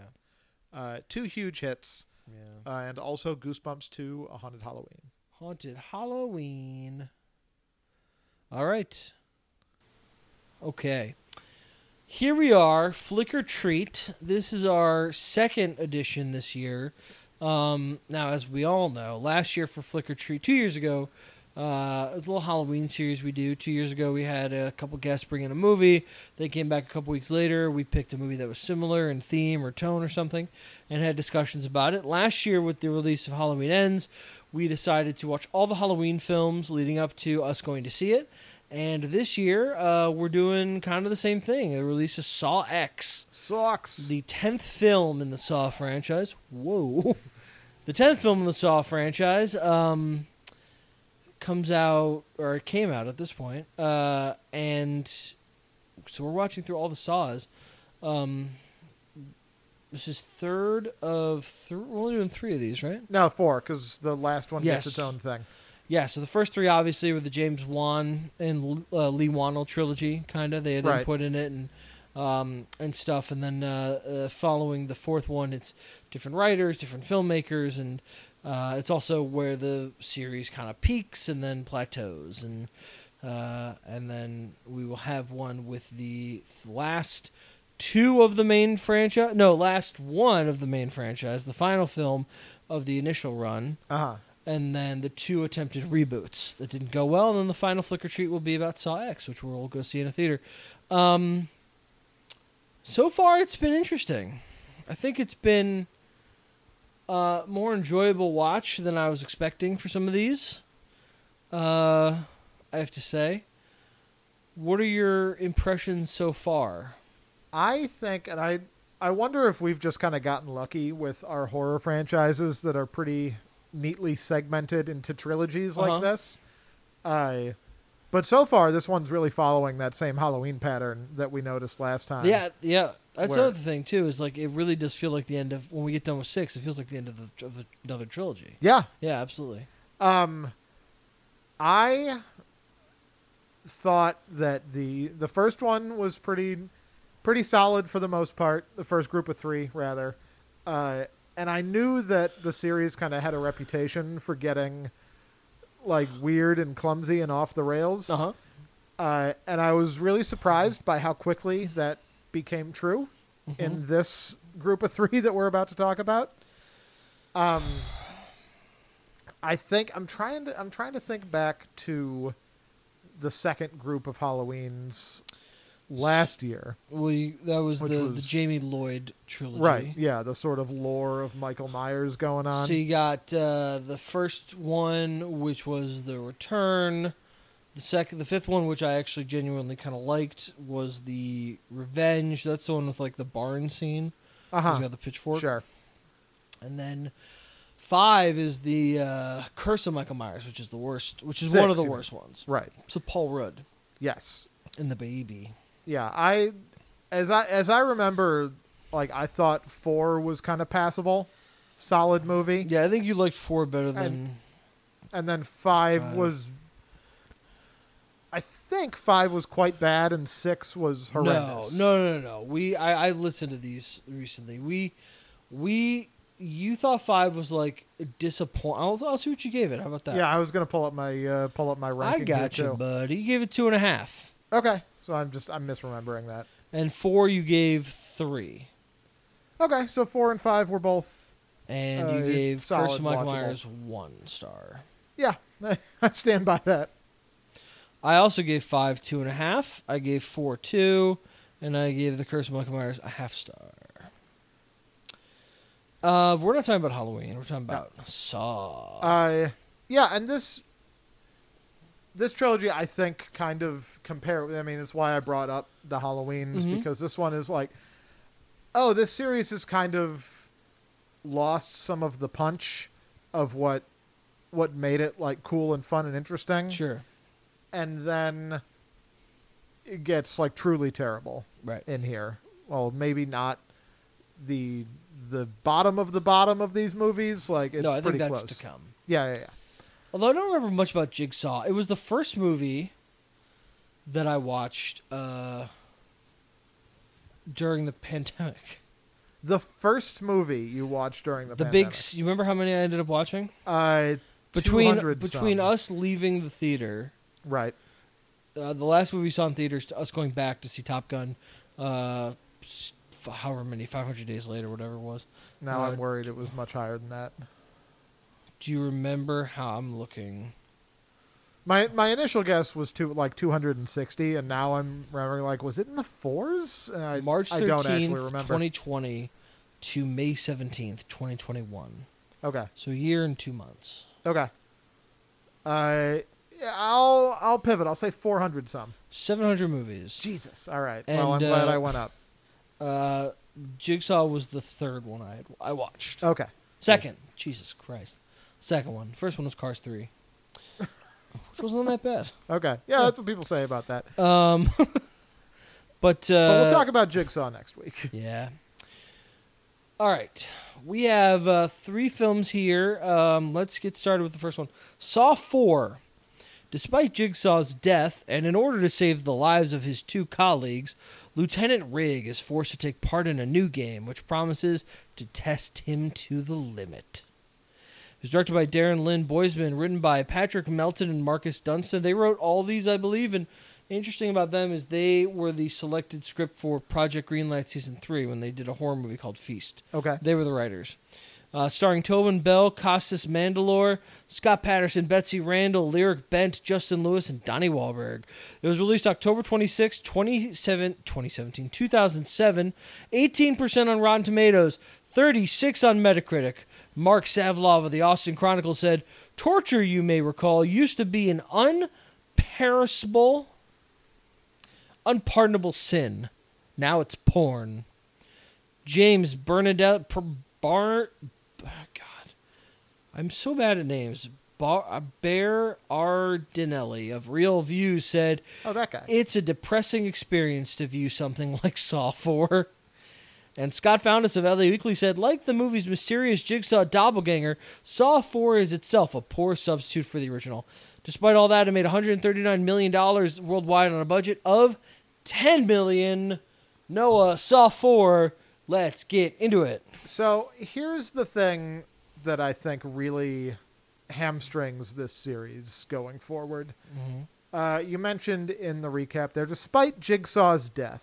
Speaker 2: Uh, two huge hits,
Speaker 1: Yeah.
Speaker 2: uh, and also Goosebumps 2, A Haunted Halloween.
Speaker 1: Haunted Halloween. All right. Okay. Here we are, Flicker Treat. This is our second edition this year. Um, now, as we all know, last year for Flicker Treat, two years ago, uh, it was a little Halloween series we do. Two years ago, we had a couple guests bring in a movie. They came back a couple weeks later. We picked a movie that was similar in theme or tone or something and had discussions about it. Last year, with the release of Halloween Ends, we decided to watch all the Halloween films leading up to us going to see it. And this year, uh, we're doing kind of the same thing. The release is Saw X.
Speaker 2: Socks.
Speaker 1: The tenth film in the Saw franchise. Whoa, <laughs> the tenth film in the Saw franchise um, comes out or it came out at this point, uh, and so we're watching through all the Saws. Um, This is third of three. We're only doing three of these, right?
Speaker 2: No, four, because the last one
Speaker 1: Yes.
Speaker 2: gets its own thing.
Speaker 1: Yeah. So the first three, obviously, were the James Wan and uh, Lee Wannell trilogy, kind of. They had
Speaker 2: Right.
Speaker 1: input in it and um, and stuff. And then uh, uh, following the fourth one, it's different writers, different filmmakers, and uh, it's also where the series kind of peaks and then plateaus. And uh, and then we will have one with the last two of the main franchise. No, last one of the main franchise, the final film of the initial run
Speaker 2: Uh huh.
Speaker 1: and then the two attempted reboots that didn't go well, and then the final flicker treat will be about Saw X, which we'll all go see in a theater. Um, so far, it's been interesting. I think it's been uh, more enjoyable watch than I was expecting for some of these. Uh, I have to say, what are your impressions so far?
Speaker 2: I think, and I, I wonder if we've just kind of gotten lucky with our horror franchises that are pretty neatly segmented into trilogies
Speaker 1: Uh-huh.
Speaker 2: like this. I, but so far, this one's really following that same Halloween pattern that we noticed last time.
Speaker 1: yeah, yeah. That's
Speaker 2: where-
Speaker 1: another thing too. Is like it really does feel like the end of when we get done with six. It feels like the end of, the, of the, another trilogy.
Speaker 2: Yeah.
Speaker 1: Yeah, absolutely.
Speaker 2: Um, I thought that the the first one was pretty pretty solid for the most part. The first group of three, rather, uh, and I knew that the series kind of had a reputation for getting like weird and clumsy and off the rails.
Speaker 1: Uh huh.
Speaker 2: Uh, and I was really surprised by how quickly that became true
Speaker 1: Mm-hmm.
Speaker 2: in this group of three <laughs> that we're about to talk about. Um, I think I'm trying to I'm trying to think back to the second group of Halloweens last year.
Speaker 1: Well, you, that was the,
Speaker 2: Uh-huh. Which
Speaker 1: the
Speaker 2: was-
Speaker 1: Jamie Lloyd trilogy.
Speaker 2: Right. Yeah, the sort of lore of Michael Myers going on.
Speaker 1: So you got uh, the first one, which was the return. The second, the fifth one, which I actually genuinely kind of liked, was the revenge. That's the one with like the barn scene. He's
Speaker 2: uh-huh.
Speaker 1: got the pitchfork,
Speaker 2: Sure.
Speaker 1: and then five is the uh, Curse of Michael Myers, which is the worst, which is one
Speaker 2: Six,
Speaker 1: of the
Speaker 2: you mean.
Speaker 1: worst ones.
Speaker 2: Right.
Speaker 1: So Paul Rudd
Speaker 2: Yes.
Speaker 1: and the baby.
Speaker 2: yeah i as i as i remember like i thought four was kind of passable solid movie
Speaker 1: Yeah, I think you liked four better than.
Speaker 2: and then five
Speaker 1: Got it.
Speaker 2: was i think five was quite bad and six was horrendous
Speaker 1: No, no, no, no. We I, I listened to these recently. We we you thought five was like disappoint. I'll, I'll see what you gave it. How about that?
Speaker 2: yeah i was gonna pull up my uh, pull up my
Speaker 1: I
Speaker 2: ranking
Speaker 1: got
Speaker 2: here,
Speaker 1: you,
Speaker 2: too.
Speaker 1: buddy. You gave it two and a half,
Speaker 2: okay so i'm just i'm misremembering that
Speaker 1: and four you gave three,
Speaker 2: okay so four and five were both
Speaker 1: and
Speaker 2: Uh,
Speaker 1: you gave
Speaker 2: solid,
Speaker 1: Curse of Michael
Speaker 2: watchable.
Speaker 1: Myers one star.
Speaker 2: yeah <laughs> i stand by that
Speaker 1: I also gave five two and a half. I gave four two, and I gave the Curse of Michael Myers a half star. Uh, we're not talking about Halloween. We're talking about Saw.
Speaker 2: Uh, yeah, and this this trilogy, I think, kind of compare. I mean, it's why I brought up the Halloweens
Speaker 1: Mhm.
Speaker 2: because this one is like, oh, this series has kind of lost some of the punch of what what made it like cool and fun and interesting,
Speaker 1: sure.
Speaker 2: and then it gets like truly terrible
Speaker 1: Right.
Speaker 2: in here. Well, maybe not the the bottom of the bottom of these movies. Like it's
Speaker 1: no, I
Speaker 2: pretty
Speaker 1: think that's
Speaker 2: close.
Speaker 1: to come.
Speaker 2: Yeah, yeah, yeah.
Speaker 1: Although I don't remember much about Jigsaw. It was the first movie that I watched uh, during the pandemic.
Speaker 2: The first movie you watched during the
Speaker 1: The big.
Speaker 2: pandemic.
Speaker 1: s- You remember how many I ended up watching
Speaker 2: uh,
Speaker 1: between
Speaker 2: 200
Speaker 1: between
Speaker 2: some.
Speaker 1: us leaving the theater,
Speaker 2: right?
Speaker 1: uh, the last movie we saw in theaters, to us going back to see Top Gun, uh, s- f- however many five hundred days later, whatever it was.
Speaker 2: Now
Speaker 1: Uh,
Speaker 2: I'm worried it was much higher than that.
Speaker 1: Do you remember how I'm looking?
Speaker 2: My my initial guess was to like 260, and now I'm remembering like was it in the fours? And I,
Speaker 1: March
Speaker 2: I don't actually
Speaker 1: thirteenth,
Speaker 2: remember.
Speaker 1: twenty twenty, to May seventeenth, twenty twenty one.
Speaker 2: Okay,
Speaker 1: So a year and two months.
Speaker 2: okay. Uh, yeah, I'll I'll pivot. I'll say 400 some.
Speaker 1: 700 movies.
Speaker 2: Jesus. All right. well, I'm
Speaker 1: And,
Speaker 2: glad
Speaker 1: uh,
Speaker 2: I went up.
Speaker 1: Uh, Jigsaw was the third one I had, I watched.
Speaker 2: Okay.
Speaker 1: Second, Jesus Christ. Second one. First one was Cars 3. <laughs> Which wasn't that bad.
Speaker 2: Okay. Yeah, that's what people say about that.
Speaker 1: Um, but, uh,
Speaker 2: but we'll talk about Jigsaw next week.
Speaker 1: Yeah. All right, we have uh, three films here. Um, let's get started with the first one. Saw four. Despite Jigsaw's death, and in order to save the lives of his two colleagues, Lieutenant Rigg is forced to take part in a new game, which promises to test him to the limit. It was directed by Darren Lynn Boisman, written by Patrick Melton and Marcus Dunstan. They wrote all these, I believe, and interesting about them is they were the selected script for Project Greenlight season three when they did a horror movie called Feast.
Speaker 2: <laughs> Okay.
Speaker 1: They were the writers. Uh, starring Tobin Bell, Costas Mandalore, Scott Patterson, Betsy Randall, Lyric Bent, Justin Lewis, and Donnie Wahlberg. It was released October 26, 27, 2017, 2007. 18% on Rotten Tomatoes, 36 on Metacritic. Mark Savlov of the Austin Chronicle said, Torture, you may recall, used to be an unperishable, unpardonable sin. Now it's porn. James Bernadette per, Bar, God, I'm so bad at names. Bar, uh, Bear Ardinelli of Real View said,
Speaker 2: Oh, that guy.
Speaker 1: "It's a depressing experience to view something <laughs> like Saw 4." And Scott Foundas of LA Weekly said, "Like the movie's mysterious jigsaw doppelganger, Saw 4 is itself a poor substitute for the original. Despite all that, it made 139 million dollars worldwide on a budget of 10 million. Noah, Saw 4, let's get into it."
Speaker 2: So here's the thing that I think really hamstrings this series going forward. Uh, you mentioned in the recap there, despite Jigsaw's death,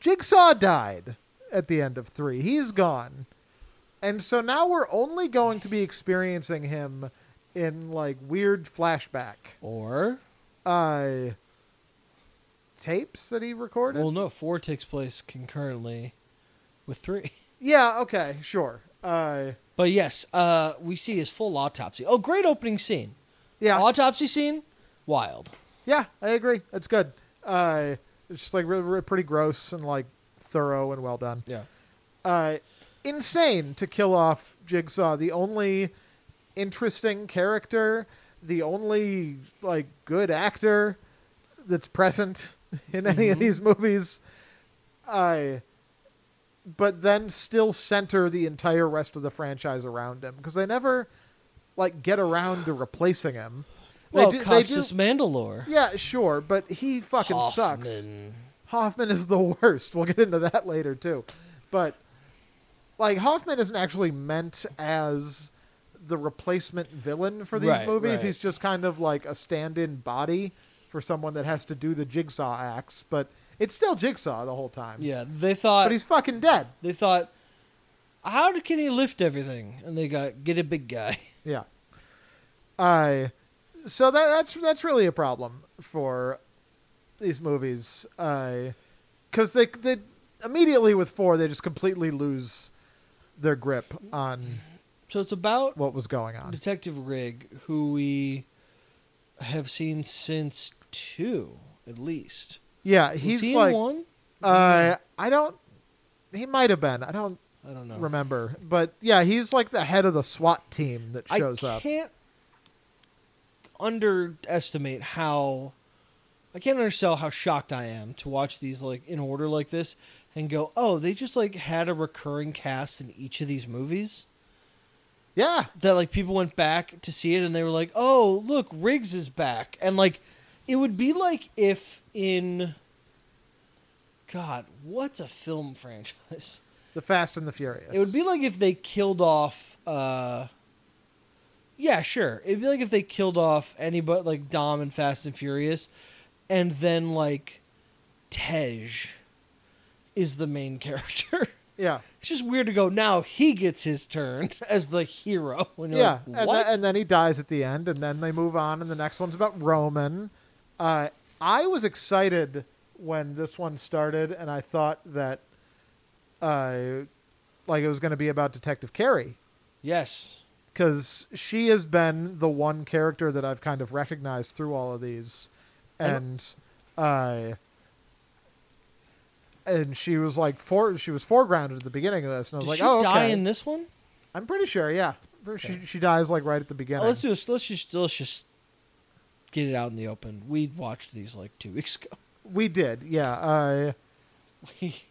Speaker 2: Jigsaw died at the end of three. He's gone. And so now we're only going to be experiencing him in like weird flashback
Speaker 1: Or
Speaker 2: uh, tapes that he recorded.
Speaker 1: well, no, four takes place concurrently with three.
Speaker 2: yeah, okay, sure. Uh,
Speaker 1: But yes, uh, we see his full autopsy. Oh, great opening scene.
Speaker 2: yeah.
Speaker 1: Autopsy scene, wild.
Speaker 2: Yeah, I agree. It's good. Uh, it's just like re- re- pretty gross and like thorough and well done.
Speaker 1: Yeah.
Speaker 2: Uh, insane to kill off Jigsaw, the only interesting character, the only like good actor that's present in any
Speaker 1: Mm-hmm.
Speaker 2: of these movies. I. but then still center the entire rest of the franchise around him because they never like get around to replacing him. They
Speaker 1: Well,
Speaker 2: do- they do-
Speaker 1: Costas Mandalore.
Speaker 2: yeah, sure, but he fucking sucks.
Speaker 1: Hoffman.
Speaker 2: Hoffman is the <laughs> worst. We'll get into that later too. But like Hoffman isn't actually meant as the replacement villain for these
Speaker 1: Right,
Speaker 2: movies.
Speaker 1: right.
Speaker 2: He's just kind of like a stand-in body for someone that has to do the jigsaw acts, but it's still jigsaw the whole time.
Speaker 1: Yeah, they thought
Speaker 2: But he's fucking dead.
Speaker 1: they thought, how did- can he lift everything? And they got get a big guy.
Speaker 2: Yeah. I so that that's that's really a problem for these movies. I cuz they they immediately with 4 they just completely lose their grip on
Speaker 1: So it's about
Speaker 2: what was going on.
Speaker 1: Detective Rigg, who we have seen since two at least.
Speaker 2: Yeah,
Speaker 1: Was
Speaker 2: he's
Speaker 1: he in
Speaker 2: like
Speaker 1: one.
Speaker 2: uh I don't he might have been. I don't
Speaker 1: I don't know.
Speaker 2: remember. But yeah, he's like the head of the SWAT team that shows
Speaker 1: I
Speaker 2: up.
Speaker 1: can't underestimate how I can't undersell how shocked I am to watch these like in order like this and go, oh, they just like had a recurring cast in each of these movies
Speaker 2: Yeah.
Speaker 1: that like people went back to see it and they were like, oh, look, Riggs is back, and like it would be like if in God, what's a film franchise?
Speaker 2: The Fast and the Furious.
Speaker 1: It would be like if they killed off. Uh, yeah, sure. It'd be like if they killed off anybody like Dom and Fast and Furious, and then like Tej is the main <laughs> character.
Speaker 2: Yeah.
Speaker 1: it's just weird to go now. He gets his turn <laughs> as the hero. <laughs> When you're
Speaker 2: Yeah,
Speaker 1: like,
Speaker 2: and,
Speaker 1: what?
Speaker 2: th- and then he dies at the end, and then they move on, and the next one's about Roman. Uh, I was excited when this one started, and I thought that, uh, like it was going to be about Detective Carey,
Speaker 1: yes,
Speaker 2: because she has been the one character that I've kind of recognized through all of these, and, uh, and she was like for she was foregrounded at the beginning of this, and I was
Speaker 1: did
Speaker 2: like,
Speaker 1: she
Speaker 2: oh, okay.
Speaker 1: die in this one?
Speaker 2: I'm pretty sure, yeah. She, she dies like right at the beginning.
Speaker 1: Oh, let's do this. Let's just let's just get it out in the open. We watched these like two weeks ago.
Speaker 2: We did, yeah. Uh,
Speaker 1: We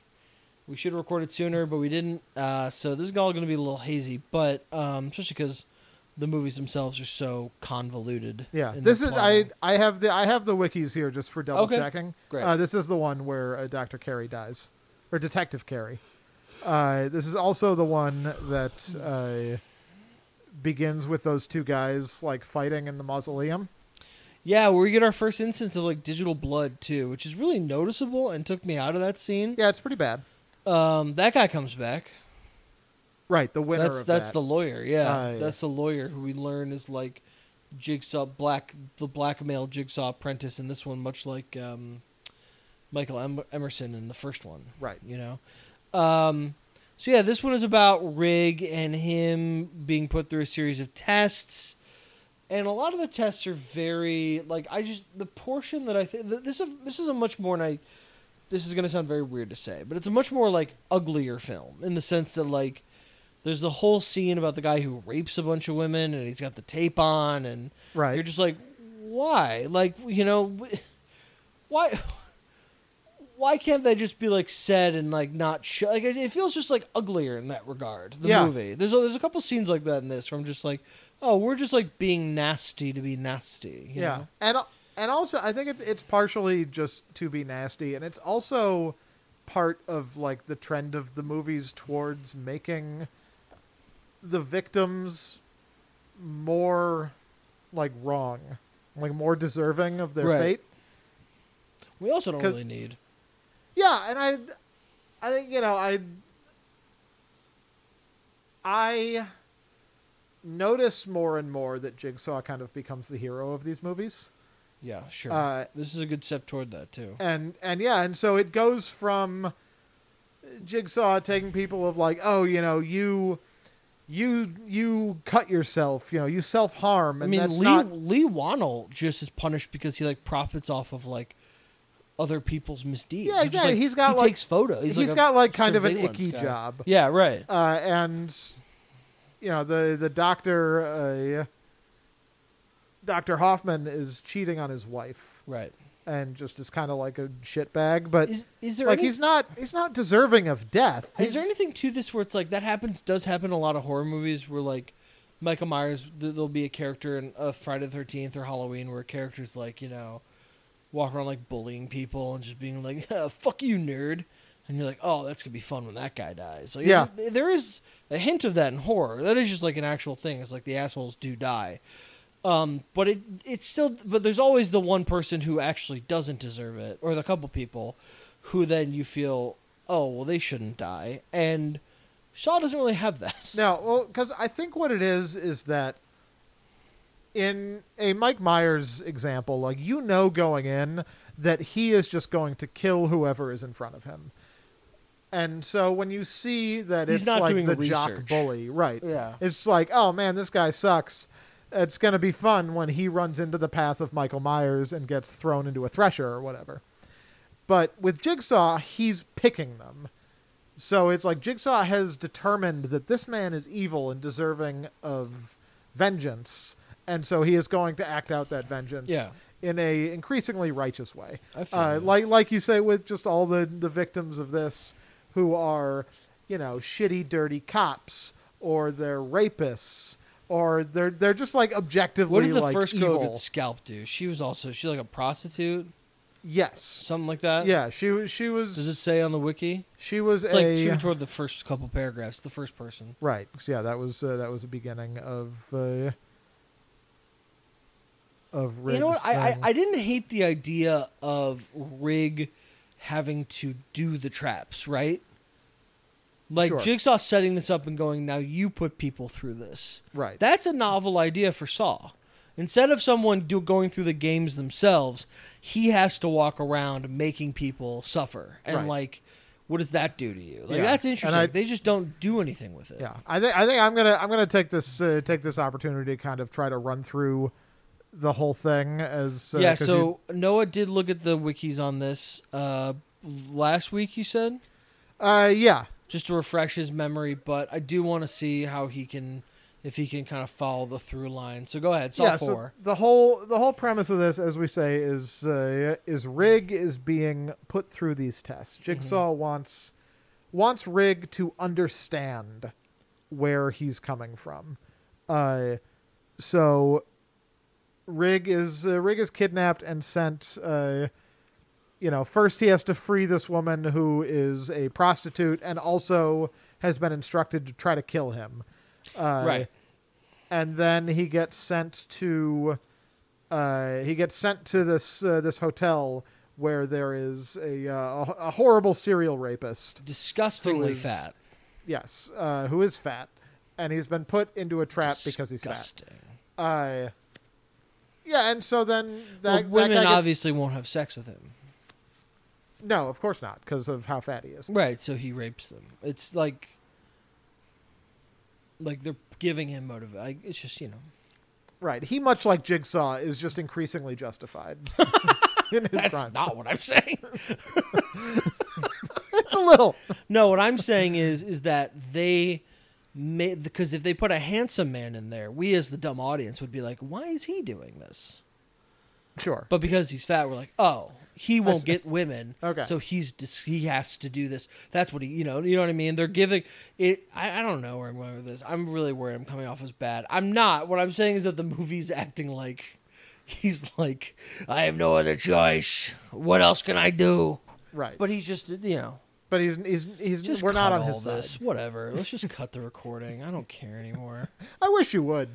Speaker 1: We should have recorded sooner, but we didn't. Uh, so this is all going to be a little hazy, but um, especially because the movies themselves are so convoluted.
Speaker 2: Yeah,
Speaker 1: in
Speaker 2: this
Speaker 1: their
Speaker 2: is I.
Speaker 1: plotting.
Speaker 2: I have the I have the wikis here just for double
Speaker 1: Okay,
Speaker 2: checking.
Speaker 1: great.
Speaker 2: Uh, this is the one where uh, Doctor Carey dies, or Detective Carey. Uh, this is also the one that uh, begins with those two guys like fighting in the mausoleum.
Speaker 1: Yeah, where we get our first instance of like digital blood too, which is really noticeable and took me out of that scene.
Speaker 2: Yeah, it's pretty bad.
Speaker 1: Um, that guy comes back.
Speaker 2: Right, the winner.
Speaker 1: that's
Speaker 2: of
Speaker 1: that's
Speaker 2: that.
Speaker 1: the lawyer. Yeah,
Speaker 2: Ah, yeah.
Speaker 1: that's the lawyer who we learn is like Jigsaw Black, the blackmail Jigsaw apprentice in this one, much like um, Michael em- Emerson in the first one.
Speaker 2: right.
Speaker 1: You know, um, so yeah, this one is about Rig and him being put through a series of tests. And a lot of the tests are very like I just the portion that I think this is this is a much more and I this is going to sound very weird to say, but it's a much more like uglier film in the sense that like there's the whole scene about the guy who rapes a bunch of women and he's got the tape on and
Speaker 2: Right.
Speaker 1: you're just like why? Like, you know, w- why <laughs> why can't they just be like said and like not show? Like it, it feels just like uglier in that regard. The
Speaker 2: Yeah.
Speaker 1: movie. There's a, there's a couple scenes like that in this where I'm just like, oh, we're just like being nasty to be nasty. you
Speaker 2: yeah
Speaker 1: know?
Speaker 2: and and also i think it's it's partially just to be nasty and it's also part of like the trend of the movies towards making the victims more like wrong like more deserving of their
Speaker 1: Right.
Speaker 2: fate
Speaker 1: We also don't
Speaker 2: 'Cause-
Speaker 1: really need.
Speaker 2: yeah and i i think you know i i notice more and more that jigsaw kind of becomes the hero of these movies
Speaker 1: Yeah, sure.
Speaker 2: uh
Speaker 1: this is a good step toward that too.
Speaker 2: and and yeah and so it goes from jigsaw taking people of like oh you know you you you cut yourself you know you self-harm and
Speaker 1: I mean,
Speaker 2: that's
Speaker 1: Lee
Speaker 2: not
Speaker 1: Lee Wannell just is punished because he like profits off of like other people's misdeeds.
Speaker 2: Yeah,
Speaker 1: He just,
Speaker 2: yeah,
Speaker 1: like,
Speaker 2: he's got,
Speaker 1: he
Speaker 2: like-
Speaker 1: takes photos. He's
Speaker 2: he's
Speaker 1: a
Speaker 2: got, like, kind of an
Speaker 1: surveillance
Speaker 2: icky
Speaker 1: guy.
Speaker 2: job.
Speaker 1: Yeah, right.
Speaker 2: uh, and you know the the doctor uh, dr hoffman is cheating on his wife
Speaker 1: Right.
Speaker 2: and just is kind of like a shitbag but
Speaker 1: Is is there
Speaker 2: like
Speaker 1: any-
Speaker 2: he's not he's not deserving of death
Speaker 1: Is there
Speaker 2: He's-
Speaker 1: anything to this where it's like that happens? Does happen in a lot of horror movies where like Michael Myers, th- there'll be a character in uh, Friday the Thirteenth or Halloween where a character's like you know, walk around like bullying people and just being like <laughs> "fuck you, nerd," and you're like, oh, that's gonna be fun when that guy dies. Like, is
Speaker 2: Yeah.
Speaker 1: it- there is a hint of that in horror. That is just like an actual thing. It's like the assholes do die. Um, but it it's still but there's always the one person who actually doesn't deserve it, or the couple people, who then you feel, oh well, they shouldn't die, and Shaw doesn't really have that.
Speaker 2: No, well, because I think what it is is that in a Mike Myers example, like you know going in that he is just going to kill whoever is in front of him, and so when you see that
Speaker 1: He's
Speaker 2: it's
Speaker 1: not
Speaker 2: like
Speaker 1: doing
Speaker 2: the
Speaker 1: research.
Speaker 2: jock bully, right?
Speaker 1: Yeah.
Speaker 2: it's like oh man, this guy sucks. It's gonna be fun when he runs into the path of Michael Myers and gets thrown into a thresher or whatever. But with Jigsaw, he's picking them. So it's like Jigsaw has determined that this man is evil and deserving of vengeance, and so he is going to act out that vengeance
Speaker 1: Yeah.
Speaker 2: in a increasingly righteous way.
Speaker 1: I feel
Speaker 2: Uh,
Speaker 1: you.
Speaker 2: like like you say with just all the the victims of this who are, you know, shitty dirty cops or they're rapists or they're they're just like objectively
Speaker 1: What did the
Speaker 2: like
Speaker 1: first girl
Speaker 2: evil.
Speaker 1: get scalped do? She was also she's like a prostitute,
Speaker 2: yes.
Speaker 1: something like that.
Speaker 2: Yeah, she was she was
Speaker 1: Does it say on the wiki?
Speaker 2: she was
Speaker 1: It's
Speaker 2: a uh,
Speaker 1: like she toward the first couple paragraphs, the first person.
Speaker 2: Right. 'cause, Yeah, that was uh, that was the beginning of uh, of Riggs
Speaker 1: you know what? I, I
Speaker 2: thing.
Speaker 1: I didn't hate the idea of Rig having to do the traps, right? Like
Speaker 2: Sure.
Speaker 1: Jigsaw setting this up and going, now you put people through this.
Speaker 2: right.
Speaker 1: That's a novel idea for Saw. Instead of someone do, going through the games themselves, he has to walk around making people suffer. And
Speaker 2: Right.
Speaker 1: like, what does that do to you? Like
Speaker 2: Yeah.
Speaker 1: that's
Speaker 2: And
Speaker 1: interesting.
Speaker 2: I-
Speaker 1: they just don't do anything with it.
Speaker 2: yeah. I think I think I'm gonna I'm gonna take this uh, take this opportunity to kind of try to run through the whole thing as uh,
Speaker 1: yeah.
Speaker 2: 'cause
Speaker 1: So Noah did look at the wikis on this uh, last week. You said
Speaker 2: you, uh yeah
Speaker 1: just to refresh his memory, but I do want to see how he can, if he can kind of follow the through line. So go ahead. Saw
Speaker 2: yeah so
Speaker 1: four.
Speaker 2: the whole the whole premise of this as we say
Speaker 1: Mm-hmm.
Speaker 2: is uh, is Rig is being put through these tests. Jigsaw wants wants Rig to understand where he's coming from. Uh, so Rig is uh, Rig is kidnapped and sent. Uh, you know, first he has to free this woman who is a prostitute and also has been instructed to try to kill him. Uh,
Speaker 1: right.
Speaker 2: and then he gets sent to uh, he gets sent to this uh, this hotel where there is a uh, a, a horrible serial rapist.
Speaker 1: Disgustingly
Speaker 2: is
Speaker 1: fat.
Speaker 2: Yes, uh, who is fat, and he's been put into a trap because he's fat.
Speaker 1: Disgusting.
Speaker 2: Uh, yeah, and so then
Speaker 1: Well,
Speaker 2: that, that
Speaker 1: women
Speaker 2: guy gets-
Speaker 1: obviously won't have sex with him.
Speaker 2: no, of course not, because of how fat he is.
Speaker 1: Right, so he rapes them. It's like like they're giving him motive. I, it's just, you know.
Speaker 2: Right, he much like Jigsaw is just
Speaker 1: <laughs>
Speaker 2: increasingly justified in his
Speaker 1: That's
Speaker 2: crimes.
Speaker 1: not what I'm <laughs> saying.
Speaker 2: it's a little
Speaker 1: No, what I'm saying is is that they made because if they put a handsome man in there, we as the dumb audience would be like, "Why is he doing this?"
Speaker 2: sure.
Speaker 1: But because he's fat, we're like, "Oh, he won't
Speaker 2: see.
Speaker 1: get women,
Speaker 2: Okay.
Speaker 1: so he's dis- he has to do this." That's what he, you know, you know what I mean. They're giving it. I, I don't know where I'm going with this. I'm really worried. I'm coming off as bad. I'm not. What I'm saying is that the movie's acting like he's like, "I have no other choice. What else can I do?"
Speaker 2: Right, but,
Speaker 1: But he's just, you know.
Speaker 2: he's he's he's
Speaker 1: Just
Speaker 2: we're not
Speaker 1: cut
Speaker 2: on his
Speaker 1: all
Speaker 2: side.
Speaker 1: this.
Speaker 2: <laughs>
Speaker 1: Whatever. Let's just cut the recording. I don't care anymore.
Speaker 2: I wish you would.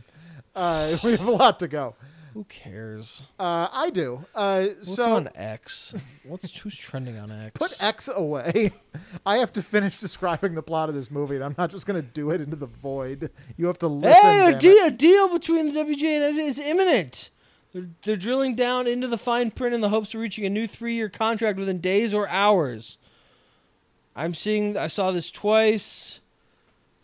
Speaker 2: Uh, <laughs> we have a lot to go.
Speaker 1: Who cares?
Speaker 2: Uh, I do. Uh,
Speaker 1: What's
Speaker 2: so
Speaker 1: on X? What's who's trending on X?
Speaker 2: put X away. <laughs> I have to finish describing the plot of this movie, and I'm not just going to do it into the void. You have to listen.
Speaker 1: Hey, a
Speaker 2: damn
Speaker 1: deal, a deal between the WJ and is imminent. They're, they're drilling down into the fine print in the hopes of reaching a new three-year contract within days or hours. I'm seeing. I saw this twice.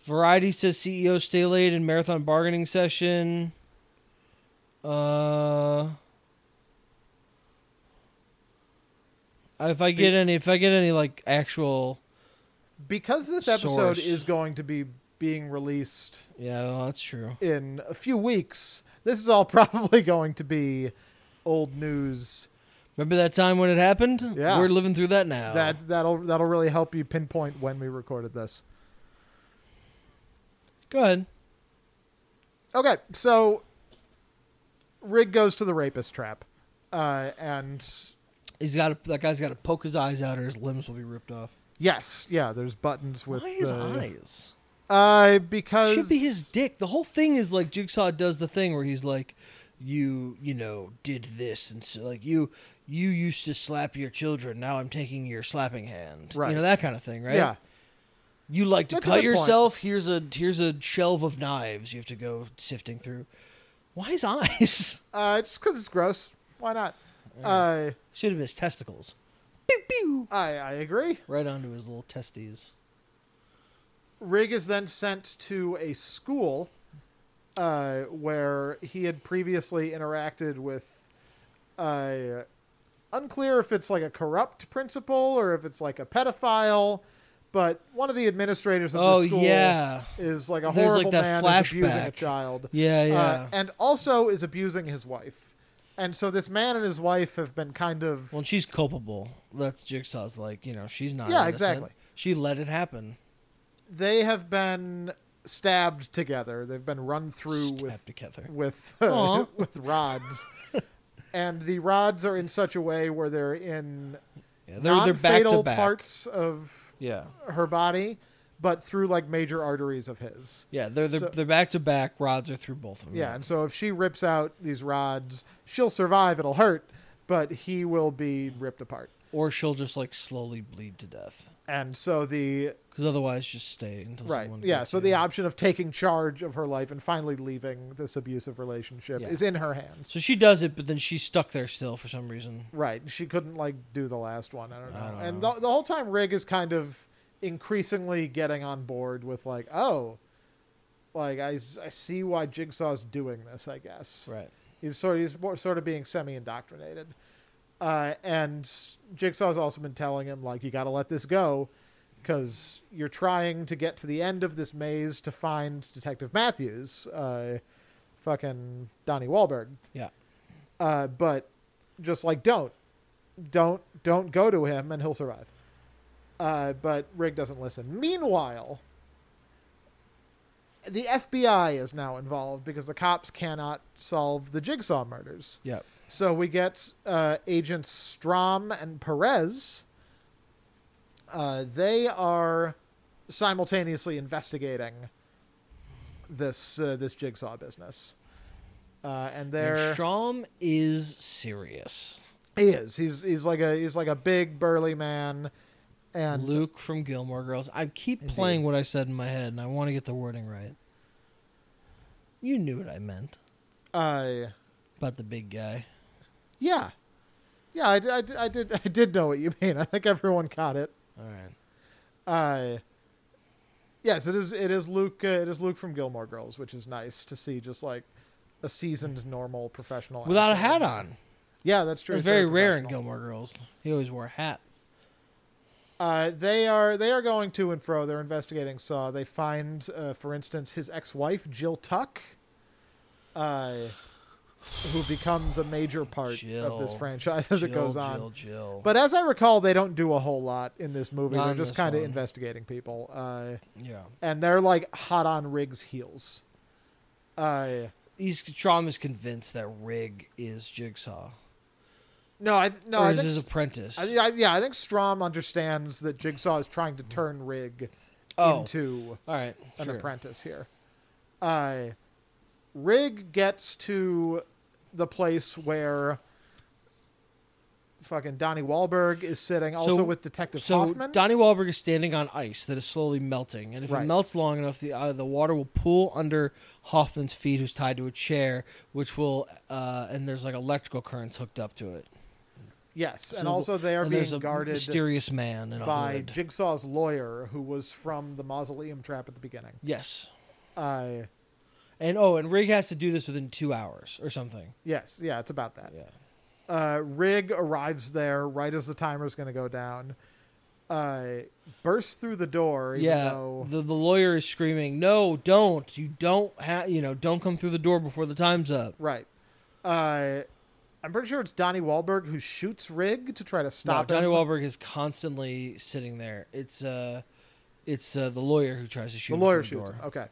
Speaker 1: Variety says CEO stay late in marathon bargaining session. Uh, if I get any, if I get any like actual,
Speaker 2: it. Because this episode
Speaker 1: Source.
Speaker 2: is going to be being released
Speaker 1: yeah, well, that's true.
Speaker 2: in a few weeks, this is all <laughs> probably going to be old news.
Speaker 1: Remember that time when it happened?
Speaker 2: Yeah.
Speaker 1: we're living through that now.
Speaker 2: That that'll that'll really help you pinpoint when we recorded this.
Speaker 1: Go ahead.
Speaker 2: Okay, so Rig goes to the rapist trap, uh, and
Speaker 1: He's got to, that guy's got to poke his eyes out, or his limbs will be ripped off.
Speaker 2: Yes, yeah. There's buttons with
Speaker 1: Why his
Speaker 2: the-
Speaker 1: eyes?
Speaker 2: Uh, because
Speaker 1: Should be his dick. The whole thing is like Jigsaw does the thing where he's like, "You, you know, did this, and so like you, you used to slap your children. Now I'm taking your slapping hand.
Speaker 2: Right.
Speaker 1: You know that kind of thing, right?
Speaker 2: Yeah,
Speaker 1: You like to
Speaker 2: That's a
Speaker 1: cut
Speaker 2: good point.
Speaker 1: yourself. Here's a here's a shelf of knives you have to go sifting through. Why his <laughs> eyes?
Speaker 2: uh, just because it's gross. Why not? Uh,
Speaker 1: Should have been his testicles.
Speaker 2: I I agree.
Speaker 1: Right onto his little testes.
Speaker 2: Rig is then sent to a school, uh, where he had previously interacted with, uh, unclear if it's like a corrupt principal or if it's like a pedophile, but one of the administrators of
Speaker 1: Oh
Speaker 2: the school
Speaker 1: yeah,
Speaker 2: is like a
Speaker 1: There's, like,
Speaker 2: horrible
Speaker 1: that
Speaker 2: man who's abusing a
Speaker 1: flashback.
Speaker 2: child.
Speaker 1: yeah, yeah.
Speaker 2: uh, and also is abusing his wife. And so this man and his wife have been kind of
Speaker 1: Well, she's culpable. That's Jigsaw's like, you know, she's not.
Speaker 2: Yeah,
Speaker 1: innocent.
Speaker 2: exactly.
Speaker 1: She let it happen.
Speaker 2: they have been stabbed together. They've been run through
Speaker 1: Stabbed together.
Speaker 2: with <laughs> with
Speaker 1: Aw. <laughs>
Speaker 2: with rods. and the rods are in such a way where they're in
Speaker 1: Yeah, they're, they're back to
Speaker 2: non-fatal
Speaker 1: back.
Speaker 2: parts of
Speaker 1: Yeah,
Speaker 2: her body, but through like major arteries of his.
Speaker 1: yeah, they're they're,
Speaker 2: So-
Speaker 1: they're back to back. Rods are through both of them.
Speaker 2: Yeah, and so if she rips out these rods, she'll survive, it'll hurt, but he will be ripped apart.
Speaker 1: or she'll just like slowly bleed to death.
Speaker 2: And so the
Speaker 1: Because otherwise, just stay until
Speaker 2: right
Speaker 1: someone.
Speaker 2: yeah
Speaker 1: gets
Speaker 2: so
Speaker 1: you.
Speaker 2: the option of taking charge of her life and finally leaving this abusive relationship
Speaker 1: Yeah.
Speaker 2: is in her hands
Speaker 1: So she does it, but then she's stuck there still for some reason.
Speaker 2: right she couldn't like do the last one i don't know
Speaker 1: I don't
Speaker 2: and
Speaker 1: know.
Speaker 2: The, the whole time rig is kind of increasingly getting on board with like oh like i, s- I see why jigsaw's doing this i guess
Speaker 1: Right.
Speaker 2: he's sort of he's more, sort of being semi indoctrinated uh, and jigsaw's also been telling him like you got to let this go because you're trying to get to the end of this maze to find detective matthews uh, fucking donnie Wahlberg.
Speaker 1: Yeah.
Speaker 2: uh, but just like don't don't don't go to him and he'll survive Uh, but Rig doesn't listen. Meanwhile, the FBI is now involved because the cops cannot solve the Jigsaw murders.
Speaker 1: Yep.
Speaker 2: So we get uh, agents Strom and Perez. Uh, they are simultaneously investigating this uh, this jigsaw business, uh, and
Speaker 1: And
Speaker 2: they're
Speaker 1: Strom is serious.
Speaker 2: he is he's he's like a he's like a big burly man, and
Speaker 1: Luke from Gilmore Girls. I keep playing what I said in my head, and I want to get the wording right. You knew what I meant
Speaker 2: uh,
Speaker 1: about the big guy.
Speaker 2: yeah, yeah, I, di- I, di- I did <laughs> I did know what you mean. I think everyone caught it.
Speaker 1: All right.
Speaker 2: Uh, yes, it is. It is Luke. Uh, it is Luke from Gilmore Girls, which is nice to see. Just like a seasoned, normal professional
Speaker 1: Without a
Speaker 2: actor.
Speaker 1: hat on.
Speaker 2: Yeah, that's true.
Speaker 1: It's
Speaker 2: He's very
Speaker 1: very rare in
Speaker 2: professional.
Speaker 1: Gilmore Girls. He always wore a hat.
Speaker 2: Uh, they are they are going to and fro. They're investigating Saw. They find, uh, for instance, his ex-wife Jill Tuck, uh, who becomes a major part of this
Speaker 1: Jill.
Speaker 2: franchise as it
Speaker 1: Jill,
Speaker 2: goes on.
Speaker 1: Jill, Jill.
Speaker 2: But as I recall, they don't do a whole lot in this movie.
Speaker 1: Not
Speaker 2: they're
Speaker 1: in
Speaker 2: just
Speaker 1: this
Speaker 2: kind of
Speaker 1: one.
Speaker 2: investigating people, uh,
Speaker 1: yeah,
Speaker 2: and they're like hot on Riggs' heels. Uh,
Speaker 1: he's Strom is convinced that Rig is Jigsaw
Speaker 2: no, I no,
Speaker 1: or
Speaker 2: I
Speaker 1: is
Speaker 2: think,
Speaker 1: his apprentice.
Speaker 2: I, I- yeah, I think Strom understands that Jigsaw is trying to turn Rig
Speaker 1: oh,
Speaker 2: into
Speaker 1: all right,
Speaker 2: an
Speaker 1: sure.
Speaker 2: apprentice here. Uh, Rig gets to the place where fucking Donnie Wahlberg is sitting, also
Speaker 1: So-
Speaker 2: with Detective
Speaker 1: So
Speaker 2: Hoffman.
Speaker 1: Donnie Wahlberg is standing on ice that is slowly melting, and if
Speaker 2: Right.
Speaker 1: it melts long enough, the uh, the water will pool under Hoffman's feet, who's tied to a chair, which will uh, and there's like electrical currents hooked up to it.
Speaker 2: yes, and
Speaker 1: so-
Speaker 2: also they are
Speaker 1: and
Speaker 2: being
Speaker 1: there's a
Speaker 2: guarded
Speaker 1: mysterious man in a
Speaker 2: by
Speaker 1: hood.
Speaker 2: Jigsaw's lawyer, who was from the mausoleum trap at the beginning.
Speaker 1: yes,
Speaker 2: Uh,
Speaker 1: and oh, and Rig has to do this within two hours or something.
Speaker 2: yes, yeah, it's about that.
Speaker 1: Yeah,
Speaker 2: Uh, Rig arrives there right as the timer's going to go down. Uh, bursts through the door. Even
Speaker 1: yeah.
Speaker 2: though,
Speaker 1: The the lawyer is screaming, "No, don't! You don't have you know don't come through the door before the time's up."
Speaker 2: Right. Uh, I'm pretty sure it's Donnie Wahlberg who shoots Rig to try to stop
Speaker 1: no,
Speaker 2: him.
Speaker 1: Donnie Wahlberg is constantly sitting there. It's uh, it's uh, the lawyer who tries to shoot.
Speaker 2: the
Speaker 1: him
Speaker 2: lawyer
Speaker 1: through
Speaker 2: shoots
Speaker 1: door.
Speaker 2: him. Okay.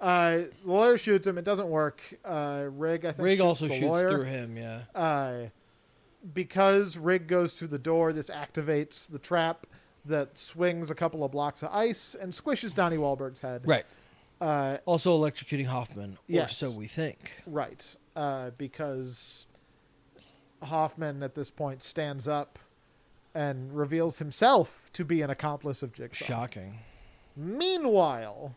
Speaker 2: Uh, the lawyer shoots him. It doesn't work. Uh, Rig, I think.
Speaker 1: Rig
Speaker 2: shoots
Speaker 1: also
Speaker 2: the
Speaker 1: shoots
Speaker 2: lawyer.
Speaker 1: through him. Yeah.
Speaker 2: Uh, because Rig goes through the door, this activates the trap that swings a couple of blocks of ice and squishes Donnie Wahlberg's head.
Speaker 1: Right.
Speaker 2: Uh,
Speaker 1: Also electrocuting Hoffman, or
Speaker 2: Yes.
Speaker 1: so we think.
Speaker 2: right. Uh, because Hoffman at this point stands up and reveals himself to be an accomplice of Jigsaw.
Speaker 1: Shocking.
Speaker 2: Meanwhile,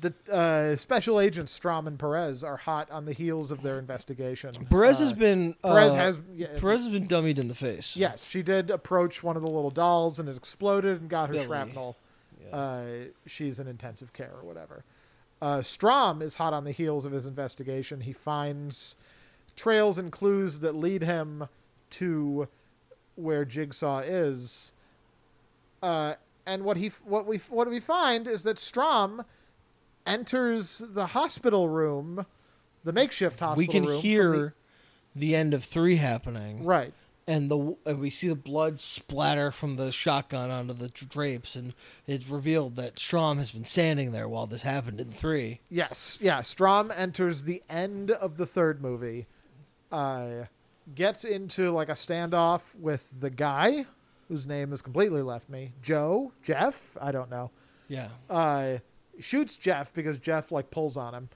Speaker 2: the uh, special agents Strom and Perez are hot on the heels of their investigation.
Speaker 1: Perez
Speaker 2: Uh,
Speaker 1: has been. Uh,
Speaker 2: Perez has yeah,
Speaker 1: Perez has been dummied in the face.
Speaker 2: Yes, she did approach one of the little dolls, and it exploded and got her
Speaker 1: Billy.
Speaker 2: shrapnel.
Speaker 1: Yeah.
Speaker 2: Uh, she's in intensive care or whatever. Uh, Strom is hot on the heels of his investigation. He finds trails and clues that lead him to where Jigsaw is. Uh, and what he what we what we find is that Strom enters the hospital room, the makeshift hospital
Speaker 1: we can
Speaker 2: room. from
Speaker 1: hear the... end of three happening,
Speaker 2: the, right.
Speaker 1: and the and we see the blood splatter from the shotgun onto the drapes, and it's revealed that Strom has been standing there while this happened in three.
Speaker 2: Yes, yeah. Strom enters the end of the third movie, uh, gets into like a standoff with the guy whose name has completely left me. Joe, Jeff, I don't know.
Speaker 1: Yeah.
Speaker 2: Uh, shoots Jeff because Jeff like pulls on him,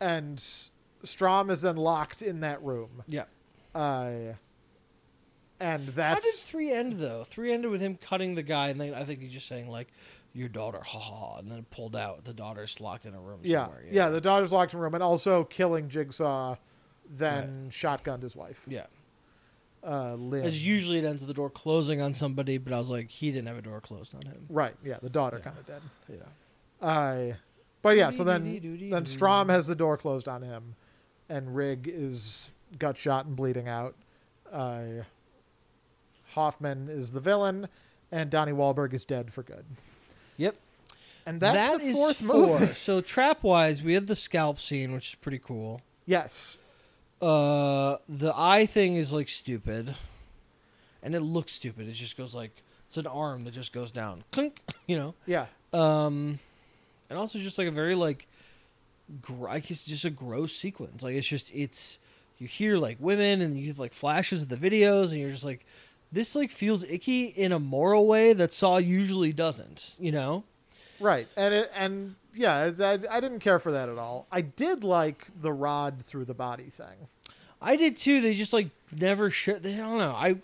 Speaker 2: and Strom is then locked in that room.
Speaker 1: Yeah.
Speaker 2: Uh, and
Speaker 1: How
Speaker 2: that's
Speaker 1: did three end though? Three ended with him cutting the guy, and then I think he's just saying like, "Your daughter, ha ha," and then it pulled out. The daughter's locked in a room.
Speaker 2: yeah,
Speaker 1: somewhere.
Speaker 2: yeah. The daughter's locked in a room, and also killing Jigsaw, then shotgunned his wife.
Speaker 1: yeah.
Speaker 2: Uh, Lynn.
Speaker 1: As usually, it ends with the door closing on somebody, but I was like, he didn't have a door closed on him.
Speaker 2: Right. Yeah, the daughter
Speaker 1: Yeah.
Speaker 2: kind of did.
Speaker 1: Yeah.
Speaker 2: Uh, but yeah, so then then Strom has the door closed on him, and Rig is gut shot and bleeding out. Uh, Hoffman is the villain, and Donnie Wahlberg is dead for good.
Speaker 1: Yep.
Speaker 2: And that's
Speaker 1: That
Speaker 2: the
Speaker 1: is
Speaker 2: fourth
Speaker 1: four. <laughs>
Speaker 2: movie.
Speaker 1: So trap wise, we had the scalp scene, which is pretty cool.
Speaker 2: Yes.
Speaker 1: Uh, the eye thing is like stupid, and it looks stupid. It just goes like It's an arm that just goes down, clink, <laughs> you know.
Speaker 2: Yeah.
Speaker 1: Um, and also just like a very like, gr- like it's just a gross sequence. Like it's just it's you hear like women and you have like flashes of the videos and you're just like, this like feels icky in a moral way that Saw usually doesn't. You know?
Speaker 2: Right. And it, and yeah, it's- I, I didn't care for that at all. I did like the rod through the body thing.
Speaker 1: I did too. They just like never should. They, I don't know. I.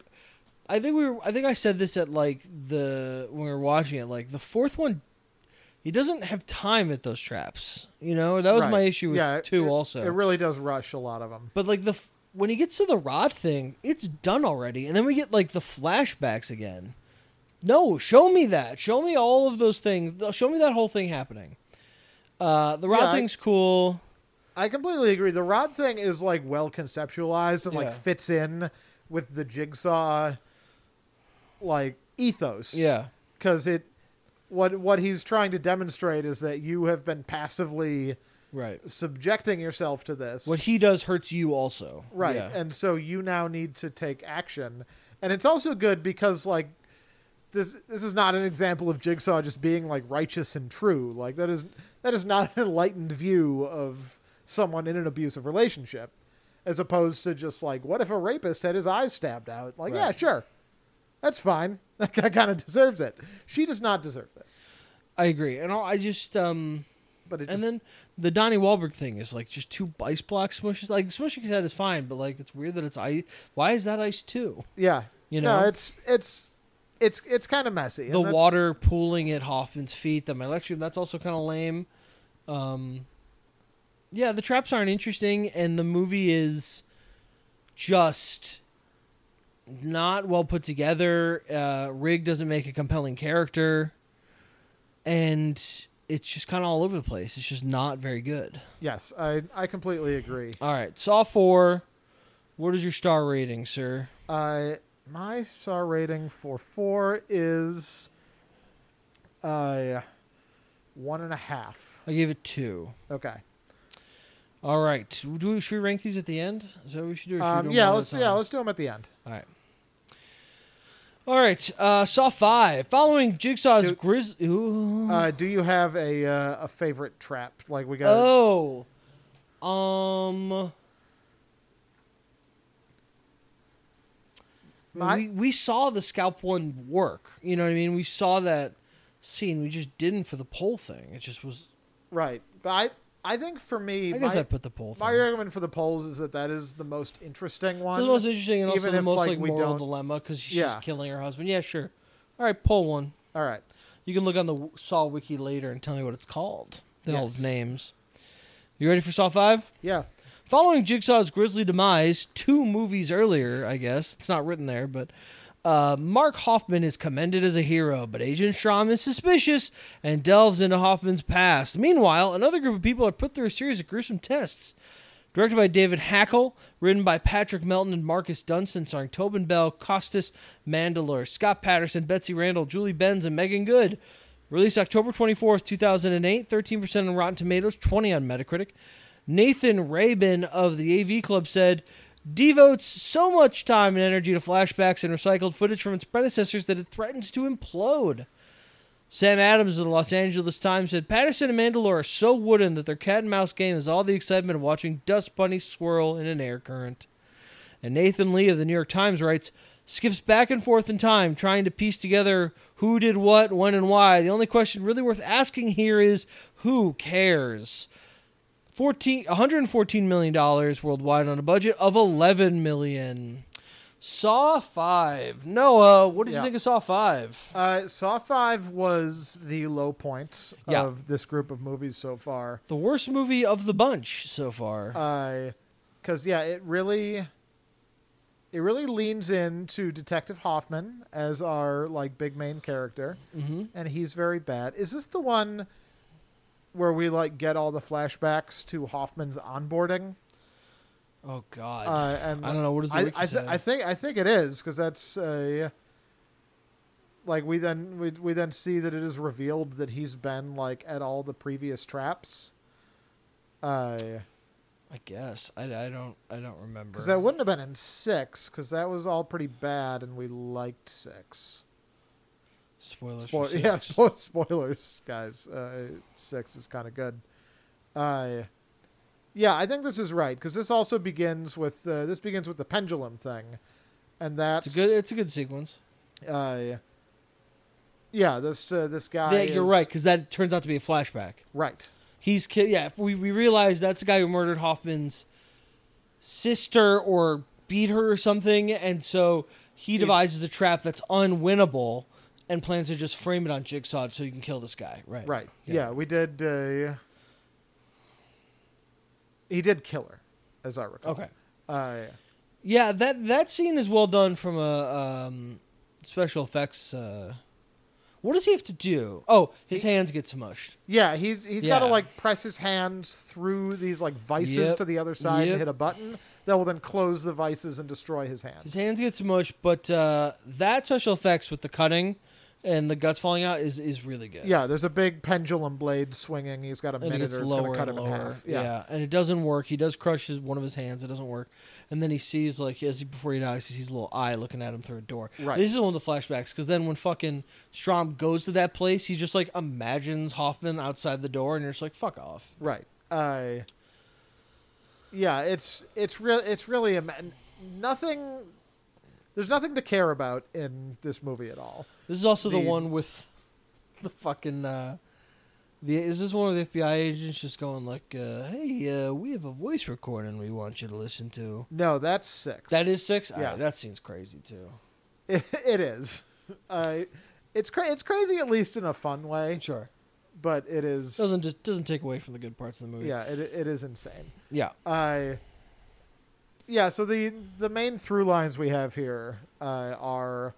Speaker 1: I think we were. I think I said this at like the when we were watching it. Like the fourth one, he doesn't have time at those traps. You know that was
Speaker 2: Right.
Speaker 1: my issue with
Speaker 2: Yeah, it-
Speaker 1: two.
Speaker 2: it-
Speaker 1: also,
Speaker 2: It really does rush a lot of them.
Speaker 1: But like the f- when he gets to the rod thing, it's done already, and then we get like the flashbacks again. No, show me that. Show me all of those things. Th- Show me that whole thing happening. Uh, the rod
Speaker 2: Yeah, I-
Speaker 1: thing's cool.
Speaker 2: I completely agree. The rod thing is like well conceptualized and
Speaker 1: Yeah.
Speaker 2: like fits in with the jigsaw like ethos.
Speaker 1: Yeah,
Speaker 2: Cuz it what what he's trying to demonstrate is that you have been passively
Speaker 1: right.
Speaker 2: subjecting yourself to this.
Speaker 1: What he does hurts you also.
Speaker 2: right.
Speaker 1: Yeah.
Speaker 2: And so you now need to take action. And it's also good because like this this is not an example of Jigsaw just being like righteous and true. Like that is that is not an enlightened view of someone in an abusive relationship as opposed to just like what if a rapist had his eyes stabbed out? Like yeah,
Speaker 1: Right.
Speaker 2: sure. That's fine. <laughs> That guy kind of deserves it. She does not deserve this.
Speaker 1: I agree. And I'll- I just um
Speaker 2: But it just,
Speaker 1: and then the Donnie Wahlberg thing is like just two ice block smushes. Like smushing his head is fine, but like it's weird that it's ice. Why is that ice too?
Speaker 2: yeah,
Speaker 1: You
Speaker 2: no,
Speaker 1: know?
Speaker 2: it's it's it's it's kind of messy. and
Speaker 1: the
Speaker 2: that's-
Speaker 1: water pooling at Hoffman's feet, the Electrium, that's also kind of lame. Um, yeah, the traps aren't interesting, and the movie is just not well put together. Uh, Rig doesn't make a compelling character, and it's just kind of all over the place. It's just not very good.
Speaker 2: Yes, I I completely agree.
Speaker 1: All right, Saw 4. What is your star rating, sir?
Speaker 2: Uh, my star rating for four is uh, one and a half.
Speaker 1: I gave it 2.
Speaker 2: Okay.
Speaker 1: All right. Do we, should we rank these at the end? Is that what we should do? or should we do
Speaker 2: Um,
Speaker 1: 'em
Speaker 2: yeah,
Speaker 1: one at a
Speaker 2: let's
Speaker 1: time?
Speaker 2: yeah let's do them at the end.
Speaker 1: All right. All right. Uh, Saw five. Following Jigsaw's
Speaker 2: Dude.
Speaker 1: Grizz. Ooh.
Speaker 2: Uh, do you have a uh, a favorite trap? Like we got.
Speaker 1: oh. Um.
Speaker 2: My-
Speaker 1: we we saw the scalp one work. You know what I mean? We saw that scene. We just didn't for the pole thing. It just was.
Speaker 2: right, but I I think for me,
Speaker 1: I guess
Speaker 2: my,
Speaker 1: I put the pole thing.
Speaker 2: my argument for the polls is that that is the most interesting one.
Speaker 1: It's the most interesting and
Speaker 2: even
Speaker 1: also the
Speaker 2: if,
Speaker 1: most
Speaker 2: like,
Speaker 1: like,
Speaker 2: we
Speaker 1: moral
Speaker 2: don't-
Speaker 1: dilemma because she's
Speaker 2: Yeah.
Speaker 1: just killing her husband. Yeah, sure. All right, pull one.
Speaker 2: All right.
Speaker 1: You can look on the w- Saw wiki later and tell me what it's called. The old
Speaker 2: Yes.
Speaker 1: names. You ready for Saw 5?
Speaker 2: Yeah.
Speaker 1: Following Jigsaw's grisly demise, two movies earlier, I guess, it's not written there, but uh, Mark Hoffman is commended as a hero, but Agent Strom is suspicious and delves into Hoffman's past. Meanwhile, another group of people are put through a series of gruesome tests. Directed by David Hackle, written by Patrick Melton and Marcus Dunstan, starring Tobin Bell, Costas Mandalore, Scott Patterson, Betsy Randall, Julie Benz, and Megan Good. Released October 24th, 2008, 13% on Rotten Tomatoes, 20 on Metacritic. Nathan Rabin of the AV Club said, devotes so much time and energy to flashbacks and recycled footage from its predecessors that it threatens to implode. Sam Adams of the Los Angeles Times said, Patterson and Mandalore are so wooden that their cat and mouse game is all the excitement of watching dust bunnies swirl in an air current. And Nathan Lee of the New York Times writes, skips back and forth in time trying to piece together who did what, when, and why. The only question really worth asking here is who cares? 14, $114 million worldwide on a budget of $11 million. Saw 5. Noah, what did
Speaker 2: Yeah.
Speaker 1: you think of Saw 5?
Speaker 2: Uh, Saw Five was the low point
Speaker 1: Yeah.
Speaker 2: of this group of movies so far.
Speaker 1: The worst movie of the bunch so far.
Speaker 2: Uh, because yeah, it really, it really leans into Detective Hoffman as our like big main character,
Speaker 1: mm-hmm.
Speaker 2: and he's very bad. Is this the one where we like get all the flashbacks to Hoffman's onboarding?
Speaker 1: Oh God,
Speaker 2: Uh, and
Speaker 1: I don't know what is the
Speaker 2: I,
Speaker 1: wiki
Speaker 2: I, th-
Speaker 1: say?
Speaker 2: I think I think it is because that's uh, like we then we, we then see that it is revealed that he's been like at all the previous traps. Uh,
Speaker 1: I guess I, I don't I don't remember.
Speaker 2: Because that wouldn't have been in six, because that was all pretty bad, and we liked six.
Speaker 1: Spoilers. for
Speaker 2: Spoil-
Speaker 1: six.
Speaker 2: yeah, spo- <laughs> spoilers, guys. Uh, six is kind of good. Uh, yeah, I think this is right because this also begins with uh, this begins with the pendulum thing, and that's
Speaker 1: It's a good. It's a good sequence.
Speaker 2: Uh, yeah, this uh, this guy.
Speaker 1: Yeah, you're
Speaker 2: is-
Speaker 1: right because that turns out to be a flashback.
Speaker 2: Right.
Speaker 1: He's ki- yeah. If we we realize that's the guy who murdered Hoffman's sister or beat her or something, and so he devises a trap that's unwinnable and plans to just frame it on Jigsaw so you can kill this guy. Right.
Speaker 2: Right.
Speaker 1: Yeah.
Speaker 2: Yeah, we did. Uh, he did kill her, as I recall.
Speaker 1: Okay.
Speaker 2: Uh,
Speaker 1: Yeah, that that scene is well done from a um, special effects. Uh, what does he have to do? Oh, his hands get smushed.
Speaker 2: yeah, he's he's got to
Speaker 1: Yeah.
Speaker 2: like press his hands through these like vices
Speaker 1: Yep.
Speaker 2: to the other side
Speaker 1: Yep.
Speaker 2: and hit a button that will then close the vices and destroy his hands.
Speaker 1: His hands get smushed, but uh, that special effects with the cutting and the guts falling out is is really good.
Speaker 2: Yeah, there's a big pendulum blade swinging. He's got a
Speaker 1: and it
Speaker 2: minute
Speaker 1: gets
Speaker 2: or it's
Speaker 1: lower
Speaker 2: going to cut
Speaker 1: and
Speaker 2: him in
Speaker 1: lower.
Speaker 2: half.
Speaker 1: Yeah. and it doesn't work. He does crush his one of his hands. It doesn't work, and then he sees like as he, before he dies, he sees a little eye looking at him through a door.
Speaker 2: Right.
Speaker 1: This is one of the flashbacks because then when fucking Strom goes to that place, he just like imagines Hoffman outside the door, and you're just like, fuck off.
Speaker 2: Right. Uh, yeah, it's it's real. It's really a, ma- nothing. There's nothing to care about in this movie at all.
Speaker 1: This is also the,
Speaker 2: The-
Speaker 1: one with the fucking. Uh, the, is this one of the FBI agents just going like, uh, "Hey, uh, we have a voice recording we want you to listen to."
Speaker 2: No, that's six.
Speaker 1: That is six. Yeah,
Speaker 2: Yeah.
Speaker 1: that seems crazy too.
Speaker 2: It, <laughs> it is. Uh, it's cra- it's crazy at least in a fun way,
Speaker 1: Sure,
Speaker 2: but it is-
Speaker 1: doesn't just doesn't take away from the good parts of the movie.
Speaker 2: Yeah, it it is insane.
Speaker 1: yeah.
Speaker 2: Uh, yeah, so the the main through lines we have here uh, are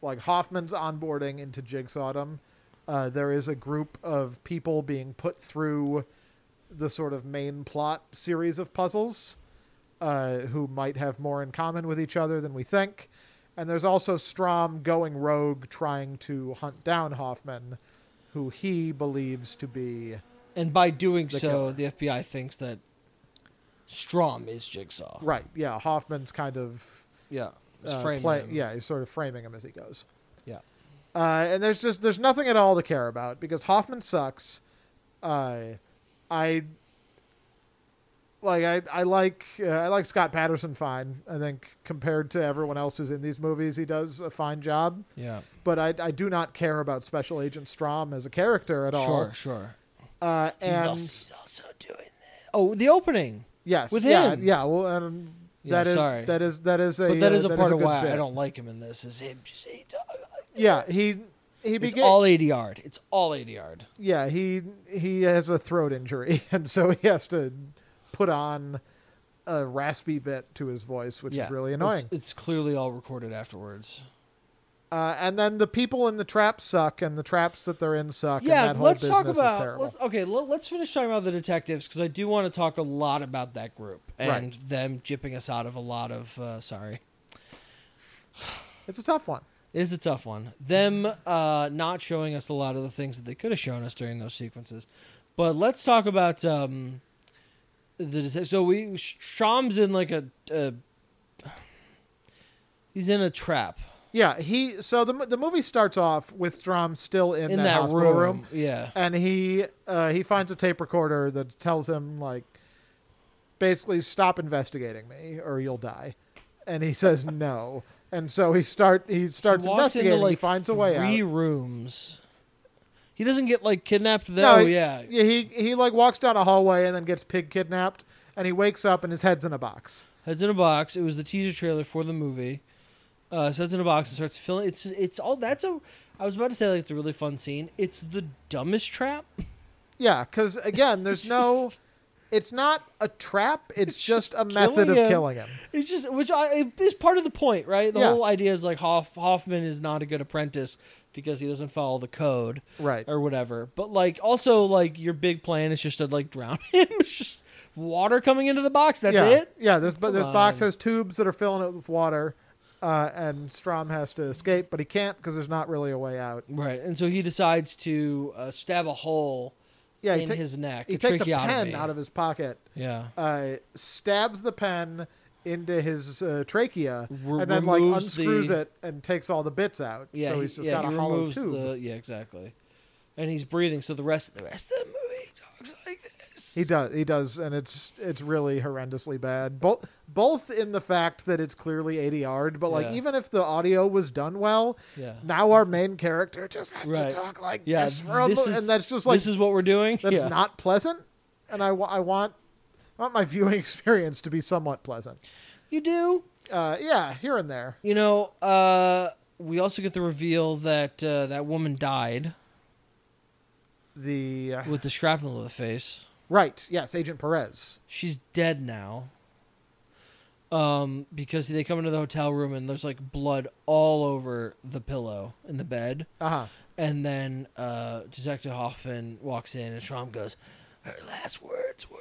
Speaker 2: like Hoffman's onboarding into Jigsawdom. Uh, there is a group of people being put through the sort of main plot series of puzzles uh, who might have more in common with each other than we think. And there's also Strom going rogue trying to hunt down Hoffman, who he believes to be.
Speaker 1: And by doing
Speaker 2: The
Speaker 1: so,
Speaker 2: killer.
Speaker 1: the FBI thinks that Strom is Jigsaw.
Speaker 2: Right, yeah, Hoffman's kind of
Speaker 1: Yeah. It's
Speaker 2: uh,
Speaker 1: framing
Speaker 2: play-
Speaker 1: him.
Speaker 2: Yeah, he's sort of framing him as he goes.
Speaker 1: Yeah.
Speaker 2: Uh, and there's just there's nothing at all to care about because Hoffman sucks. Uh, I like I I like uh, I like Scott Patterson fine. I think compared to everyone else who's in these movies, he does a fine job.
Speaker 1: Yeah.
Speaker 2: But I I do not care about Special Agent Strom as a character at all.
Speaker 1: Sure, sure.
Speaker 2: Uh,
Speaker 1: he's,
Speaker 2: and
Speaker 1: also, he's also doing that. Oh, the opening.
Speaker 2: yes,
Speaker 1: with
Speaker 2: yeah,
Speaker 1: him.
Speaker 2: yeah. Well, and
Speaker 1: Yeah,
Speaker 2: that is-
Speaker 1: sorry.
Speaker 2: that is that is a
Speaker 1: But that
Speaker 2: uh,
Speaker 1: is a part of
Speaker 2: good
Speaker 1: why I
Speaker 2: bit.
Speaker 1: don't like him in this. Is him just he,
Speaker 2: Yeah, he he
Speaker 1: It's
Speaker 2: began.
Speaker 1: all 80 yard. It's all 80 yard.
Speaker 2: yeah, he he has a throat injury, <laughs> and so he has to put on a raspy bit to his voice, which
Speaker 1: yeah.
Speaker 2: is really
Speaker 1: It's-
Speaker 2: annoying.
Speaker 1: It's, clearly all recorded afterwards.
Speaker 2: Uh, and then the people in the trap suck, and the traps that they're in suck.
Speaker 1: yeah,
Speaker 2: and that whole
Speaker 1: let's
Speaker 2: business
Speaker 1: talk
Speaker 2: Is
Speaker 1: about.
Speaker 2: terrible.
Speaker 1: Let's, okay, let, let's finish talking about the detectives because I do want to talk a lot about that group and them jipping us out of a lot of. Uh, sorry.
Speaker 2: It's a tough one.
Speaker 1: It is a tough one. Them uh, not showing us a lot of the things that they could have shown us during those sequences. But let's talk about um, the det- so we Strom's in like a, a he's in a trap
Speaker 2: Yeah, he. So the mo- the movie starts off with Strom still in,
Speaker 1: in,
Speaker 2: that,
Speaker 1: that,
Speaker 2: hospital
Speaker 1: room.
Speaker 2: room.
Speaker 1: Yeah,
Speaker 2: and he uh, he finds a tape recorder that tells him like basically stop investigating me or you'll die and he <laughs> says no and so he start he starts
Speaker 1: he walks into
Speaker 2: investigating
Speaker 1: like
Speaker 2: he finds
Speaker 1: three
Speaker 2: a way out
Speaker 1: rooms. He doesn't get like kidnapped though.
Speaker 2: No, he-
Speaker 1: yeah,
Speaker 2: yeah he he like walks down a hallway and then gets pig kidnapped and he wakes up and his head's in a box
Speaker 1: Heads in a box. It was the teaser trailer for the movie. Uh, so heads in a box and starts filling. It's it's all that's a. I was about to say like it's a really fun scene. It's the dumbest trap. <laughs>
Speaker 2: yeah because again there's no it's not a trap it's,
Speaker 1: It's
Speaker 2: just,
Speaker 1: just
Speaker 2: a method
Speaker 1: killing
Speaker 2: of
Speaker 1: him.
Speaker 2: killing him
Speaker 1: It's just which I is part of the point, right? The
Speaker 2: Yeah.
Speaker 1: whole idea is like Hoff, Hoffman is not a good apprentice because he doesn't follow the code
Speaker 2: right
Speaker 1: or whatever. But like also like your big plan is just to like drown <laughs> him. It's just water coming into the box. That's
Speaker 2: yeah.
Speaker 1: it.
Speaker 2: Yeah, this but
Speaker 1: Come
Speaker 2: this box
Speaker 1: on.
Speaker 2: has tubes that are filling it with water, uh, and Strom has to escape, but he can't because there's not really a way out.
Speaker 1: Right. And so he decides to uh, stab a hole
Speaker 2: Yeah, he,
Speaker 1: in
Speaker 2: ta-
Speaker 1: his neck.
Speaker 2: he
Speaker 1: a
Speaker 2: takes a pen
Speaker 1: tracheotomy.
Speaker 2: out of his pocket,
Speaker 1: yeah.
Speaker 2: uh, stabs the pen into his uh, trachea
Speaker 1: Re-
Speaker 2: and then like
Speaker 1: removes
Speaker 2: unscrews
Speaker 1: the-
Speaker 2: it and takes all the bits out.
Speaker 1: Yeah,
Speaker 2: so
Speaker 1: he-
Speaker 2: he's just
Speaker 1: yeah,
Speaker 2: got
Speaker 1: he
Speaker 2: a hollow
Speaker 1: removes
Speaker 2: tube.
Speaker 1: the- yeah, exactly. And he's breathing. So the rest, the rest of the movie talks like this.
Speaker 2: He does. He does, and it's it's really horrendously bad. Both both in the fact that it's clearly ADR'd, but like
Speaker 1: Yeah.
Speaker 2: even if the audio was done well,
Speaker 1: yeah,
Speaker 2: now our main character just has
Speaker 1: Right.
Speaker 2: to talk like
Speaker 1: yeah.
Speaker 2: this for a mo-
Speaker 1: is-
Speaker 2: and that's just like
Speaker 1: this is what we're doing.
Speaker 2: that's
Speaker 1: yeah.
Speaker 2: not pleasant. And I, wa- I want I want my viewing <laughs> experience to be somewhat pleasant.
Speaker 1: you do.
Speaker 2: Uh, yeah, here and there.
Speaker 1: You know, uh, we also get the reveal that uh, that woman died
Speaker 2: The uh,
Speaker 1: with the shrapnel to the face.
Speaker 2: right, yes, Agent Perez.
Speaker 1: She's dead now. Um, because they come into the hotel room and there's like blood all over the pillow in the bed.
Speaker 2: Uh huh.
Speaker 1: And then uh, Detective Hoffman walks in and Schramm goes, Her last words were,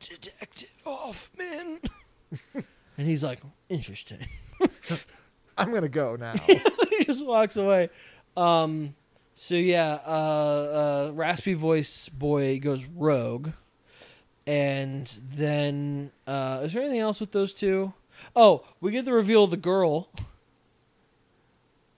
Speaker 1: Detective Hoffman. <laughs> and he's like, Interesting.
Speaker 2: I'm gonna go
Speaker 1: <laughs>
Speaker 2: now.
Speaker 1: Uh, he just walks away. Um, so yeah, uh, uh, raspy voice boy goes rogue, and then uh, is there anything else with those two? Oh, we get the reveal of the girl.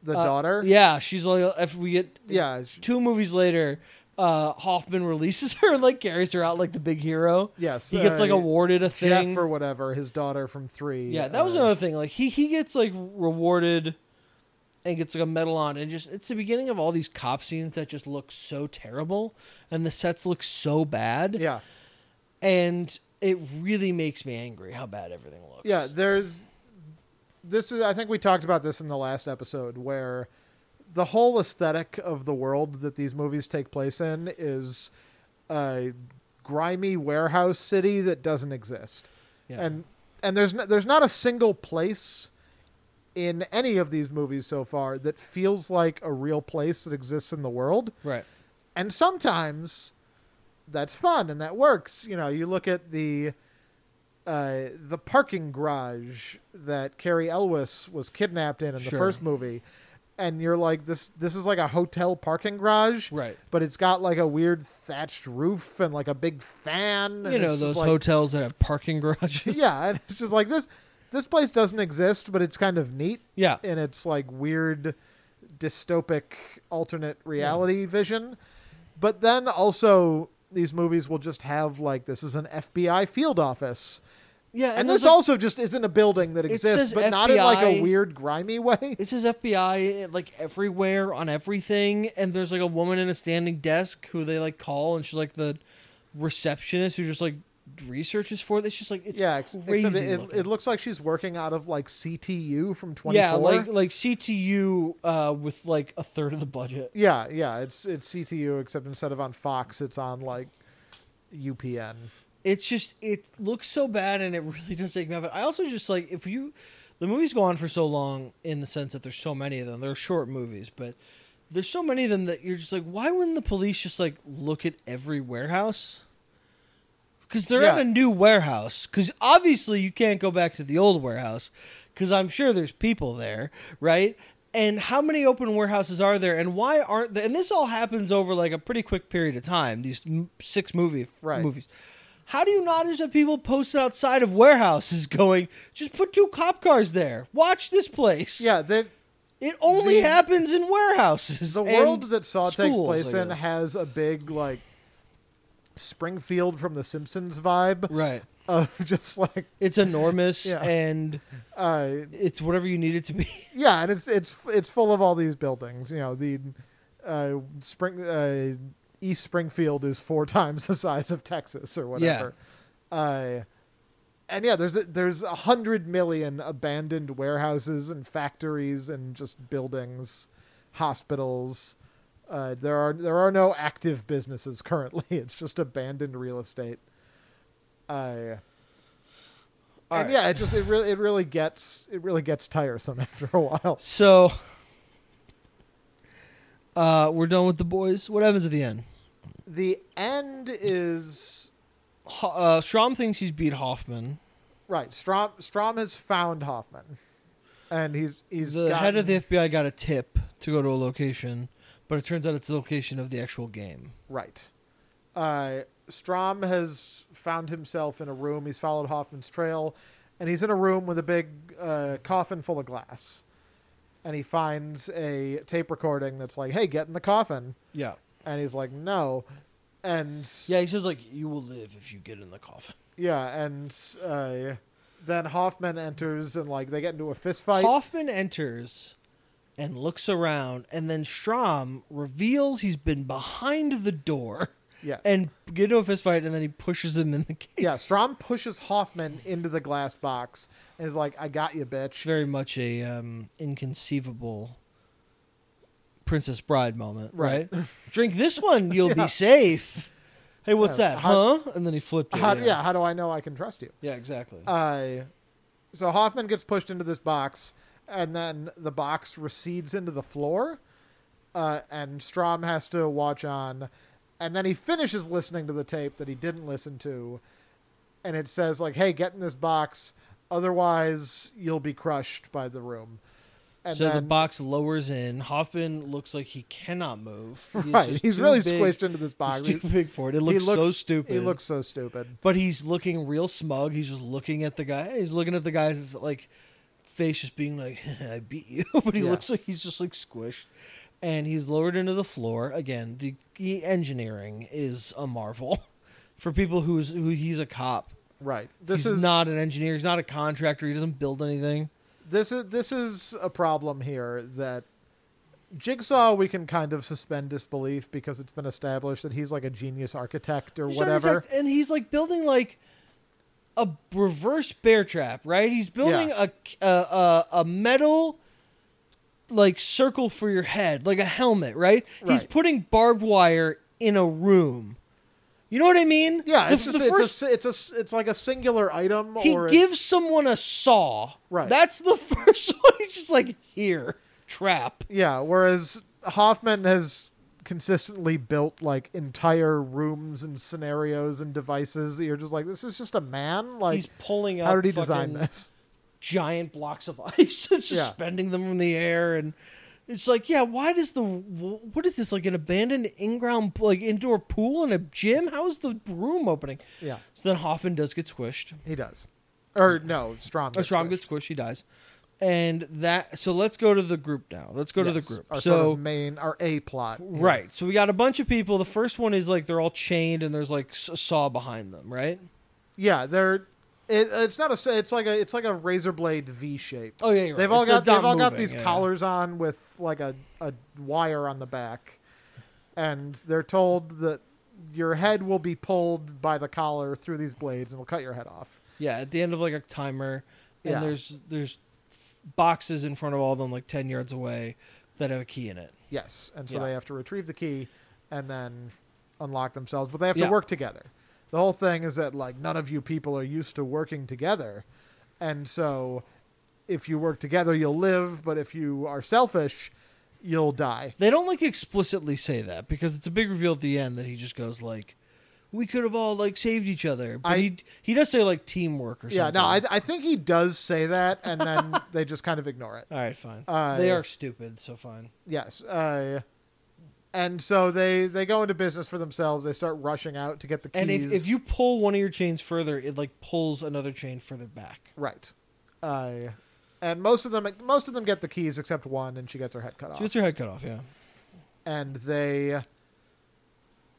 Speaker 2: the
Speaker 1: Uh,
Speaker 2: daughter.
Speaker 1: Yeah, she's like if we get
Speaker 2: Yeah. sh-
Speaker 1: two movies later, uh, Hoffman releases <laughs> her and like carries her out like the big hero.
Speaker 2: Yes.
Speaker 1: He gets like
Speaker 2: uh,
Speaker 1: awarded a
Speaker 2: Jeff
Speaker 1: thing.
Speaker 2: or whatever, his daughter from three.
Speaker 1: Yeah, that was
Speaker 2: uh,
Speaker 1: another thing. Like he he gets like rewarded and gets like a medal on and just it's the beginning of all these cop scenes that just look so terrible and the sets look so bad
Speaker 2: Yeah,
Speaker 1: and it really makes me angry how bad everything looks.
Speaker 2: yeah. There's this is. I think we talked about this in the last episode where the whole aesthetic of the world that these movies take place in is a grimy warehouse city that doesn't exist,
Speaker 1: Yeah.
Speaker 2: and and there's no, there's not a single place in any of these movies so far that feels like a real place that exists in the world.
Speaker 1: right.
Speaker 2: and sometimes that's fun and that works. You know, you look at the uh, the parking garage that Carrie Elwes was kidnapped in in the
Speaker 1: Sure.
Speaker 2: first movie, and you're like, this this is like a hotel parking garage,
Speaker 1: Right.
Speaker 2: but it's got like a weird thatched roof and like a big fan. and
Speaker 1: You
Speaker 2: it's
Speaker 1: know
Speaker 2: just
Speaker 1: those
Speaker 2: like-
Speaker 1: hotels that have parking garages.
Speaker 2: <laughs> Yeah, and it's just like this. This place doesn't exist, but it's kind of neat
Speaker 1: Yeah.
Speaker 2: in its like weird dystopic alternate reality vision. But then also these movies will just have like this is an FBI field office.
Speaker 1: Yeah,
Speaker 2: And,
Speaker 1: there's,
Speaker 2: this
Speaker 1: like,
Speaker 2: also just isn't a building that
Speaker 1: It
Speaker 2: exists,
Speaker 1: says
Speaker 2: but not in like a
Speaker 1: FBI.
Speaker 2: weird grimy way. <laughs>
Speaker 1: it says FBI like everywhere on everything, and there's like a woman in a standing desk who they like call, and she's like the receptionist who just like researches for it. It's just like it's
Speaker 2: yeah, ex-
Speaker 1: crazy
Speaker 2: except it, it,
Speaker 1: looking.
Speaker 2: it looks like she's working out of like CTU from 24.
Speaker 1: yeah, like like CTU uh, with like a third of the budget.
Speaker 2: yeah, yeah, it's it's CTU except instead of on Fox, it's on like UPN.
Speaker 1: It's just it looks so bad, and it really <laughs> does take me out. of it. I also just like if you, the movies go on for so long in the sense that there's so many of them. They're short movies, but there's so many of them that you're just like, why wouldn't the police just like look at every warehouse? Because they're at
Speaker 2: Yeah.
Speaker 1: a new warehouse. Because obviously you can't go back to the old warehouse. Because I'm sure there's people there, right? And how many open warehouses are there? And why aren't? The, and this all happens over like a pretty quick period of time. These m- six movie
Speaker 2: Right.
Speaker 1: movies. How do you not just have people posted outside of warehouses going? Just put two cop cars there. Watch this place.
Speaker 2: Yeah, they
Speaker 1: It only
Speaker 2: The-
Speaker 1: happens in warehouses.
Speaker 2: The
Speaker 1: and-
Speaker 2: world that Saw takes
Speaker 1: schools,
Speaker 2: place
Speaker 1: I
Speaker 2: in
Speaker 1: guess.
Speaker 2: has a big like Springfield from The Simpsons vibe
Speaker 1: right.
Speaker 2: of <laughs> just like
Speaker 1: It's enormous
Speaker 2: Yeah.
Speaker 1: and
Speaker 2: uh,
Speaker 1: it's whatever you need it to be.
Speaker 2: yeah, and it's it's it's full of all these buildings. You know, the uh, spring uh, East Springfield is four <laughs> times the size of Texas or whatever. Uh, and yeah, there's a, there's a hundred million abandoned warehouses and factories and just buildings, hospitals. Uh, there are there are no active businesses <laughs> currently. It's just abandoned real estate. Uh,
Speaker 1: All
Speaker 2: and
Speaker 1: right.
Speaker 2: yeah, it just it really it really gets it really gets tiresome <laughs> after a while.
Speaker 1: So uh we're done with the boys. What happens at the end?
Speaker 2: The end is
Speaker 1: Ho- uh Strom thinks he's beat Hoffman.
Speaker 2: right. Strom Strom has found Hoffman, and he's he's
Speaker 1: the head of the
Speaker 2: gotten-
Speaker 1: FBI got a tip to go to a location, but it turns out it's the location of the actual game.
Speaker 2: right. Uh, Strom has found himself in a room. He's followed Hoffman's trail, and he's in a room with a big uh, coffin full of glass. And he finds a tape recording that's like, "Hey, get in the coffin,"
Speaker 1: Yeah.
Speaker 2: and he's like, "No," and
Speaker 1: Yeah, he says, like, you will live if you get in the coffin.
Speaker 2: yeah, and uh, then Hoffman enters, and like they get into a fist fight.
Speaker 1: Hoffman enters and looks around, and then Strom reveals he's been behind the door <laughs>
Speaker 2: yeah,
Speaker 1: and get into a fist fight, and then he pushes him in the case.
Speaker 2: yeah. Strom pushes Hoffman into the glass box, and is like, "I got you,
Speaker 1: It's
Speaker 2: bitch."
Speaker 1: very much a um, inconceivable Princess Bride moment, right?
Speaker 2: Right. <laughs>
Speaker 1: Drink this one, you'll
Speaker 2: Yeah.
Speaker 1: be safe. Hey, what's
Speaker 2: Yeah,
Speaker 1: that,
Speaker 2: how-
Speaker 1: huh? And then he flipped it.
Speaker 2: How, yeah, how do I know I can trust you?
Speaker 1: Yeah, exactly.
Speaker 2: Uh, so Hoffman gets pushed into this box, and then the box recedes into the floor, uh, and Strom has to watch on, and then he finishes listening to the tape that he didn't listen to, and it says like, "Hey, get in this box, otherwise you'll be crushed by the room." And
Speaker 1: so the <laughs>
Speaker 2: then,
Speaker 1: box lowers in. Hoffman looks like he cannot
Speaker 2: <laughs>
Speaker 1: move. He's
Speaker 2: right,
Speaker 1: just
Speaker 2: he's
Speaker 1: too
Speaker 2: really
Speaker 1: big-
Speaker 2: squished into this box.
Speaker 1: He's too big for it. It
Speaker 2: he
Speaker 1: looks, so stupid.
Speaker 2: He looks so stupid.
Speaker 1: but he's looking real smug. He's just looking at the guy. He's looking at the guy's like face, just being like, <laughs> "I beat you." But he
Speaker 2: Yeah.
Speaker 1: looks like he's just like squished, and he's lowered into the floor again. The, the engineering is a marvel <laughs> for people who's who he's a cop.
Speaker 2: Right. This
Speaker 1: he's
Speaker 2: is
Speaker 1: not an engineer. He's not a contractor. He doesn't build anything.
Speaker 2: this is this is a problem here that Jigsaw we can kind of suspend disbelief because it's been established that he's like a genius architect or
Speaker 1: He's an
Speaker 2: whatever.
Speaker 1: architect, and he's like building like a reverse bear trap, right? He's building a, a a a metal like circle for your head, like a helmet, right? He's
Speaker 2: Right.
Speaker 1: putting barbed wire in a room. You know what I mean?
Speaker 2: Yeah,
Speaker 1: The-
Speaker 2: it's just
Speaker 1: the first-
Speaker 2: it's, a, it's a s- it's like a singular item
Speaker 1: he
Speaker 2: or
Speaker 1: gives someone a saw.
Speaker 2: Right.
Speaker 1: That's the <laughs> first one. He's just like here, trap.
Speaker 2: yeah, whereas Hoffman has consistently built like entire rooms and scenarios and devices that you're just like this is just a man like
Speaker 1: he's pulling out.
Speaker 2: how did he design
Speaker 1: fucking-
Speaker 2: this?
Speaker 1: <laughs> giant blocks of <laughs> ice and
Speaker 2: Yeah.
Speaker 1: suspending them from the air and it's like yeah why does the wh- what is this like an abandoned in-ground like indoor pool in a gym how is the room opening
Speaker 2: Yeah,
Speaker 1: so then hoffman does get squished
Speaker 2: he does. Or no, Strom.
Speaker 1: or
Speaker 2: Gets
Speaker 1: strom
Speaker 2: squished.
Speaker 1: gets squished he dies and that so let's go to the group now let's go to the
Speaker 2: Yes,
Speaker 1: group
Speaker 2: Our
Speaker 1: so
Speaker 2: sort of main our A plot. here.
Speaker 1: right so we got a bunch of people the first one is like they're all chained and there's like s- a saw behind them right
Speaker 2: Yeah, they're. It, it's not a. s- It's like a. It's like a razor blade V shape.
Speaker 1: oh yeah you're right.
Speaker 2: they've all
Speaker 1: It's, uh,
Speaker 2: got. They've
Speaker 1: not
Speaker 2: all got
Speaker 1: moving,
Speaker 2: these
Speaker 1: yeah.
Speaker 2: collars on with like a a wire on the back, and they're told that your head will be pulled by the collar through these blades and will cut your head off.
Speaker 1: Yeah, at the end of like a timer, and
Speaker 2: Yeah.
Speaker 1: there's there's f- boxes in front of all of them, like ten yards away, that have a key in it.
Speaker 2: Yes, and so
Speaker 1: Yeah.
Speaker 2: they have to retrieve the key, and then unlock themselves. But they have to
Speaker 1: Yeah.
Speaker 2: work together. The whole thing is that like none of you people are used to working together, and so if you work together, you'll live. But if you are selfish, you'll die.
Speaker 1: They don't like explicitly say that because it's a big reveal at the end that he just goes like, "We could have all like saved each other." But
Speaker 2: I-
Speaker 1: he he does say like teamwork or
Speaker 2: Yeah,
Speaker 1: something.
Speaker 2: no, I, I think he does say that, and then <laughs> they just kind of ignore it.
Speaker 1: all right, fine.
Speaker 2: I-
Speaker 1: they are stupid, so fine.
Speaker 2: Yes. Uh, and so they they go into business for themselves. They start rushing out to get the keys.
Speaker 1: And if, if you pull one of your chains further, it like pulls another chain further back.
Speaker 2: right, uh, and most of them most of them get the keys except one, and she gets her head cut off.
Speaker 1: She gets her head cut off. Yeah.
Speaker 2: and they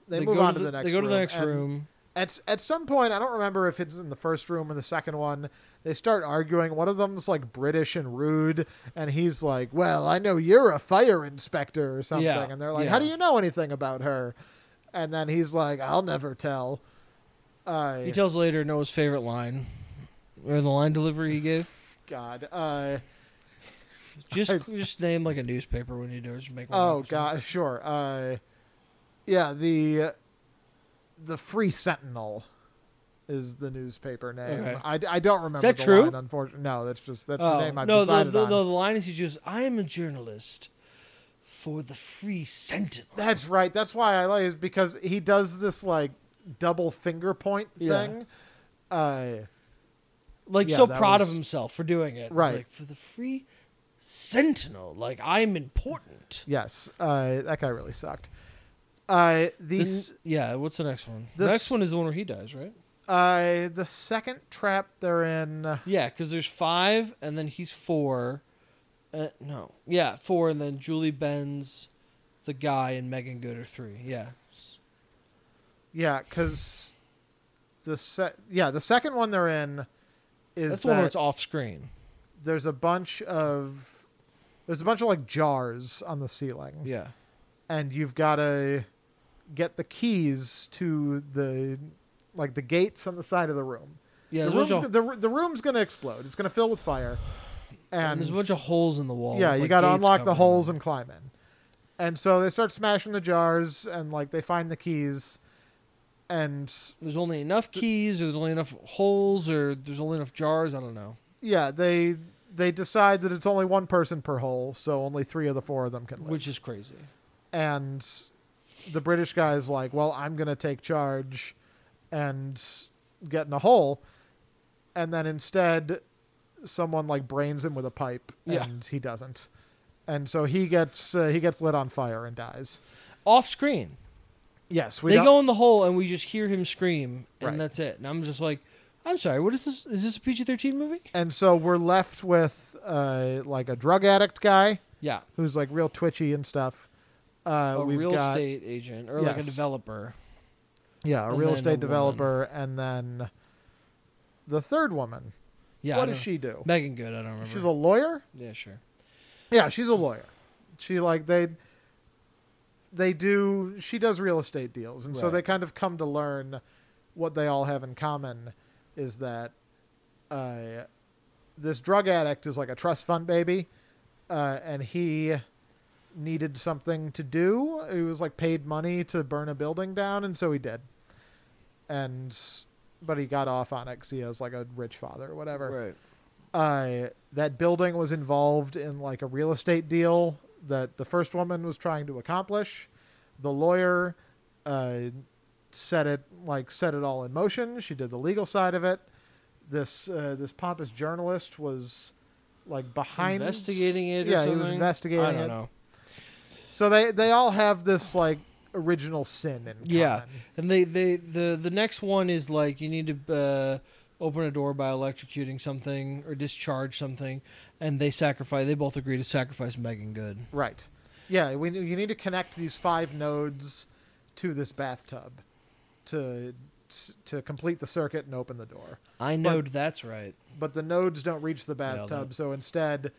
Speaker 2: they,
Speaker 1: They
Speaker 2: move
Speaker 1: go
Speaker 2: on
Speaker 1: to
Speaker 2: to
Speaker 1: the-
Speaker 2: the, next.
Speaker 1: They go to the next
Speaker 2: and
Speaker 1: room.
Speaker 2: At at some point, I don't remember if it's in the first room or the second one. They start arguing. One of them's like British and rude, and he's like, "Well, I know you're a fire inspector or something."
Speaker 1: Yeah,
Speaker 2: And they're like, "How do
Speaker 1: yeah.
Speaker 2: you know anything about her?" And then he's like, "I'll never tell." Uh,
Speaker 1: He tells later Noah's favorite line, or the line delivery he gave.
Speaker 2: God. Uh,
Speaker 1: Just
Speaker 2: I-
Speaker 1: just name like a newspaper when you do it. Just make. one up or
Speaker 2: oh
Speaker 1: something.
Speaker 2: God. Sure. Uh, yeah. The the Free Sentinel is the newspaper name.
Speaker 1: Okay.
Speaker 2: I, I don't remember.
Speaker 1: that
Speaker 2: the
Speaker 1: true?
Speaker 2: Line, unfortunately, no. That's just that's
Speaker 1: Oh,
Speaker 2: the name I've
Speaker 1: no, the,
Speaker 2: decided
Speaker 1: the,
Speaker 2: on.
Speaker 1: the line is he just. I am a journalist for the Free Sentinel.
Speaker 2: That's right. That's why I like it is because he does this like double finger point
Speaker 1: Yeah.
Speaker 2: thing. Uh,
Speaker 1: like
Speaker 2: yeah,
Speaker 1: so
Speaker 2: that
Speaker 1: proud of
Speaker 2: was-
Speaker 1: himself for doing it. It's
Speaker 2: Right.
Speaker 1: like for the Free Sentinel. Like I'm important.
Speaker 2: yes. Uh, that guy really sucked. Uh,
Speaker 1: This,
Speaker 2: these
Speaker 1: yeah, what's the next one? The
Speaker 2: this-
Speaker 1: next one is the one where he dies, right?
Speaker 2: uh, the second trap they're in. uh,
Speaker 1: Yeah, because there's five, and then he's four. Uh, no, yeah, four, and then Julie Benz, the guy, and Megan Good are three. Yeah,
Speaker 2: Yeah, because the se- yeah the second one they're in is
Speaker 1: that's the one where
Speaker 2: that
Speaker 1: it's off screen.
Speaker 2: there's a bunch of there's a bunch of like jars on the ceiling,
Speaker 1: Yeah,
Speaker 2: and you've got to get the keys to the like the gates on the side of the room.
Speaker 1: yeah.
Speaker 2: the,
Speaker 1: There's,
Speaker 2: room's,
Speaker 1: a,
Speaker 2: go- the, r- the room's gonna explode. It's gonna fill with fire, and
Speaker 1: and there's a bunch of holes in the wall.
Speaker 2: yeah,
Speaker 1: with,
Speaker 2: you
Speaker 1: like,
Speaker 2: got to
Speaker 1: gates
Speaker 2: unlock the
Speaker 1: covering
Speaker 2: holes
Speaker 1: them.
Speaker 2: and climb in. And so they start smashing the jars, and like they find the keys, and
Speaker 1: There's only enough keys, or there's only enough holes, or there's only enough jars. I don't know.
Speaker 2: yeah, they they decide that it's only one person per hole, so only three of the four of them can live.
Speaker 1: Which is crazy.
Speaker 2: and the British guy's like, "Well, I'm gonna take charge," and get in a hole, and then instead, someone like brains him with a pipe,
Speaker 1: Yeah.
Speaker 2: and he doesn't, and so he gets uh, he gets lit on fire and dies.
Speaker 1: Off screen.
Speaker 2: Yes, we
Speaker 1: they
Speaker 2: don't-
Speaker 1: go in the hole and we just hear him scream and
Speaker 2: Right.
Speaker 1: that's it. And I'm just like, I'm sorry, what is this? Is this a PG thirteen movie?
Speaker 2: and so we're left with uh, like a drug addict guy
Speaker 1: Yeah,
Speaker 2: who's like real twitchy and stuff. Uh,
Speaker 1: a
Speaker 2: we've
Speaker 1: real
Speaker 2: got,
Speaker 1: estate agent or like a
Speaker 2: Yes.
Speaker 1: developer.
Speaker 2: yeah, a
Speaker 1: and
Speaker 2: real
Speaker 1: then a
Speaker 2: estate
Speaker 1: woman.
Speaker 2: developer, and then the third woman.
Speaker 1: Yeah,
Speaker 2: what
Speaker 1: I
Speaker 2: does
Speaker 1: don't-
Speaker 2: she do?
Speaker 1: Megan Good, I don't remember.
Speaker 2: She's a lawyer.
Speaker 1: yeah, sure.
Speaker 2: Yeah, she's a lawyer. She like they they do she does real estate deals and so
Speaker 1: Right.
Speaker 2: they kind of come to learn what they all have in common is that uh, this drug addict is like a trust fund baby uh, and he needed something to do he was like paid money to burn a building down and so he did and but he got off on it 'cause he has like a rich father or whatever
Speaker 1: Right.
Speaker 2: uh, that building was involved in like a real estate deal that the first woman was trying to accomplish. The lawyer uh, set it like set it all in motion. She did the legal side of it. This uh, this pompous journalist was like behind
Speaker 1: Investigating it or
Speaker 2: yeah,
Speaker 1: something.
Speaker 2: he was investigating
Speaker 1: I don't
Speaker 2: it.
Speaker 1: know.
Speaker 2: So they they all have this like original sin in
Speaker 1: Yeah.
Speaker 2: common.
Speaker 1: And they, they the the next one is like you need to uh, open a door by electrocuting something or discharge something, and they sacrifice. They both agree to sacrifice Megan Good.
Speaker 2: Right. Yeah, we you need to connect these five nodes to this bathtub to to complete the circuit and open the door.
Speaker 1: I know that's right.
Speaker 2: But the nodes don't reach the
Speaker 1: Nailed
Speaker 2: bathtub, so instead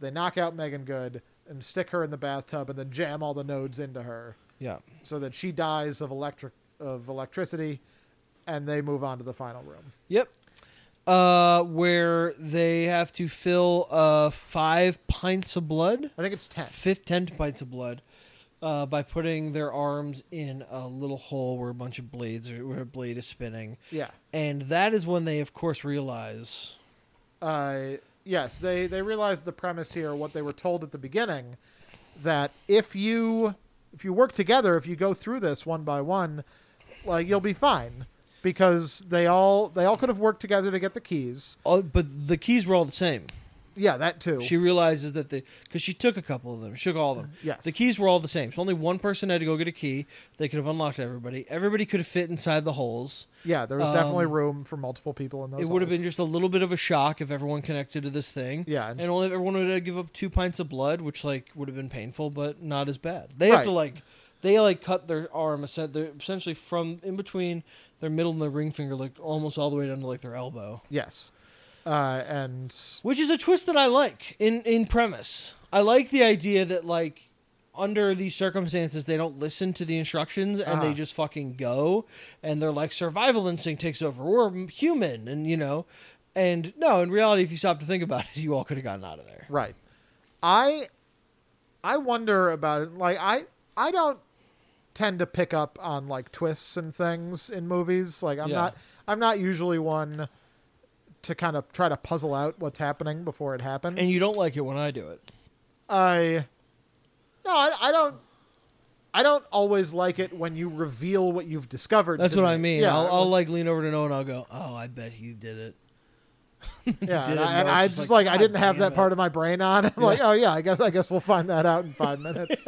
Speaker 2: they knock out Megan Good and stick her in the bathtub and then jam all the nodes into her
Speaker 1: Yeah.
Speaker 2: so that she dies of electric of electricity and they move on to the final room.
Speaker 1: Yep. Uh, where they have to fill uh five pints of blood,
Speaker 2: I think it's 10.
Speaker 1: fifth ten pints of blood, uh, by putting their arms in a little hole where a bunch of blades are, where a blade is spinning,
Speaker 2: Yeah.
Speaker 1: and that is when they, of course, realize.
Speaker 2: uh, yes, they they realized the premise here, what they were told at the beginning, that if you if you work together, if you go through this one by one, like you'll be fine, because they all they all could have worked together to get the keys.
Speaker 1: Oh, but the keys were all the same.
Speaker 2: Yeah, that too.
Speaker 1: She realizes that the because she took a couple of them, she took all of them.
Speaker 2: yes,
Speaker 1: The keys were all the same. So only one person had to go get a key. They could have unlocked everybody. Everybody could have fit inside the holes.
Speaker 2: Yeah, there was definitely
Speaker 1: um,
Speaker 2: room for multiple people in those.
Speaker 1: it would have
Speaker 2: holes.
Speaker 1: been just a little bit of a shock if everyone connected to this thing.
Speaker 2: Yeah, and,
Speaker 1: And only everyone would have to give up two pints of blood, which like would have been painful, but not as bad. They have to
Speaker 2: Right.
Speaker 1: like they like cut their arm essen- they're essentially from in between their middle and their ring finger, like almost all the way down to like their elbow,
Speaker 2: yes, uh, and
Speaker 1: which is a twist that I like in in premise. I like the idea that like under these circumstances they don't listen to the instructions and
Speaker 2: Uh-huh.
Speaker 1: they just fucking go and they're like survival instinct takes over we're m- human and you know and no in reality if you stop to think about it <laughs> you all could have gotten out of there
Speaker 2: Right. I I wonder about it. Like I I don't tend to pick up on like twists and things in movies. Like I'm
Speaker 1: Yeah.
Speaker 2: not I'm not usually one to kind of try to puzzle out what's happening before it happens.
Speaker 1: and you don't like it when i do it
Speaker 2: I No, I, I don't I don't always like it when you reveal what you've discovered.
Speaker 1: That's
Speaker 2: to
Speaker 1: what
Speaker 2: me.
Speaker 1: I mean.
Speaker 2: Yeah,
Speaker 1: I'll, I'll like lean over to Noah and I'll go, "Oh, I bet he did it." <laughs>
Speaker 2: yeah.
Speaker 1: did
Speaker 2: And
Speaker 1: it,
Speaker 2: I,
Speaker 1: and
Speaker 2: and
Speaker 1: I was
Speaker 2: I
Speaker 1: just
Speaker 2: just
Speaker 1: like,
Speaker 2: like, I
Speaker 1: "God
Speaker 2: didn't have
Speaker 1: damn
Speaker 2: that
Speaker 1: it."
Speaker 2: part of my brain on. <laughs> I'm
Speaker 1: <laughs>
Speaker 2: like, oh yeah, I guess I guess we'll find that out in five minutes.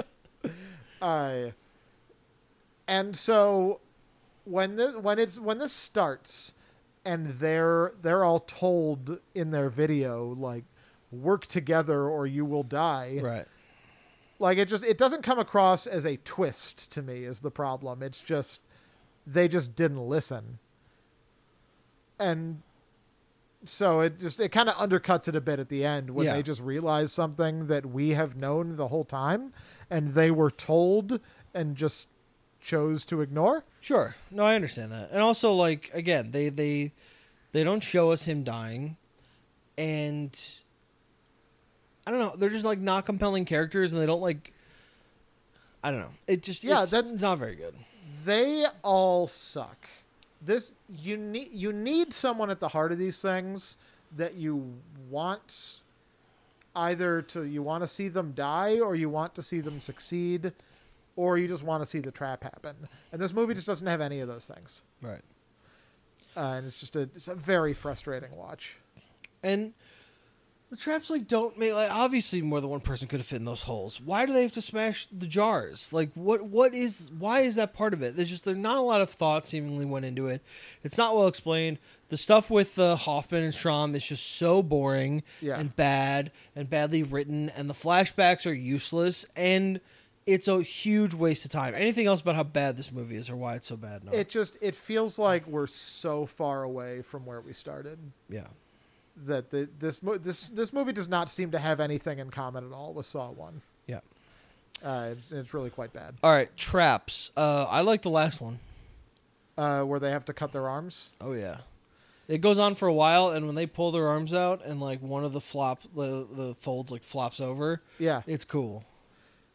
Speaker 2: I And so when the when it's when this starts and they're they're all told in their video like work together or you will die.
Speaker 1: Right.
Speaker 2: Like it just it doesn't come across as a twist to me is the problem. It's just they just didn't listen. And so it just it kind of undercuts it a bit at the end when
Speaker 1: Yeah.
Speaker 2: they just realize something that we have known the whole time and they were told and just chose to ignore.
Speaker 1: Sure. No, I understand that. And also like again, they they they don't show us him dying and I don't know, they're just like not compelling characters and they don't like I don't know. It just
Speaker 2: Yeah,
Speaker 1: yeah, that's
Speaker 2: that's-
Speaker 1: not very good.
Speaker 2: They all suck. This you need you need someone at the heart of these things that you want either to you want to see them die or you want to see them succeed or you just want to see the trap happen. And this movie just doesn't have any of those things.
Speaker 1: Right.
Speaker 2: Uh, and it's just a it's a very frustrating watch.
Speaker 1: And the traps like don't make like obviously more than one person could have fit in those holes. Why do they have to smash the jars? Like what what is why is that part of it? There's just there's not a lot of thought seemingly went into it. It's not well explained. The stuff with uh, Hoffman and Strom is just so boring
Speaker 2: Yeah.
Speaker 1: and bad and badly written, and the flashbacks are useless and it's a huge waste of time. Anything else about how bad this movie is or why it's so bad? No.
Speaker 2: It just it feels like we're so far away from where we started
Speaker 1: yeah.
Speaker 2: that the, this mo- this this movie does not seem to have anything in common at all with Saw One.
Speaker 1: Yeah.
Speaker 2: Uh, it's, it's really quite bad.
Speaker 1: All right, traps. Uh, I like the last one.
Speaker 2: Uh, where they have to cut their arms.
Speaker 1: Oh yeah. It goes on for a while, and when they pull their arms out, and like one of the flop, the, the folds like flops over,
Speaker 2: Yeah.
Speaker 1: it's cool.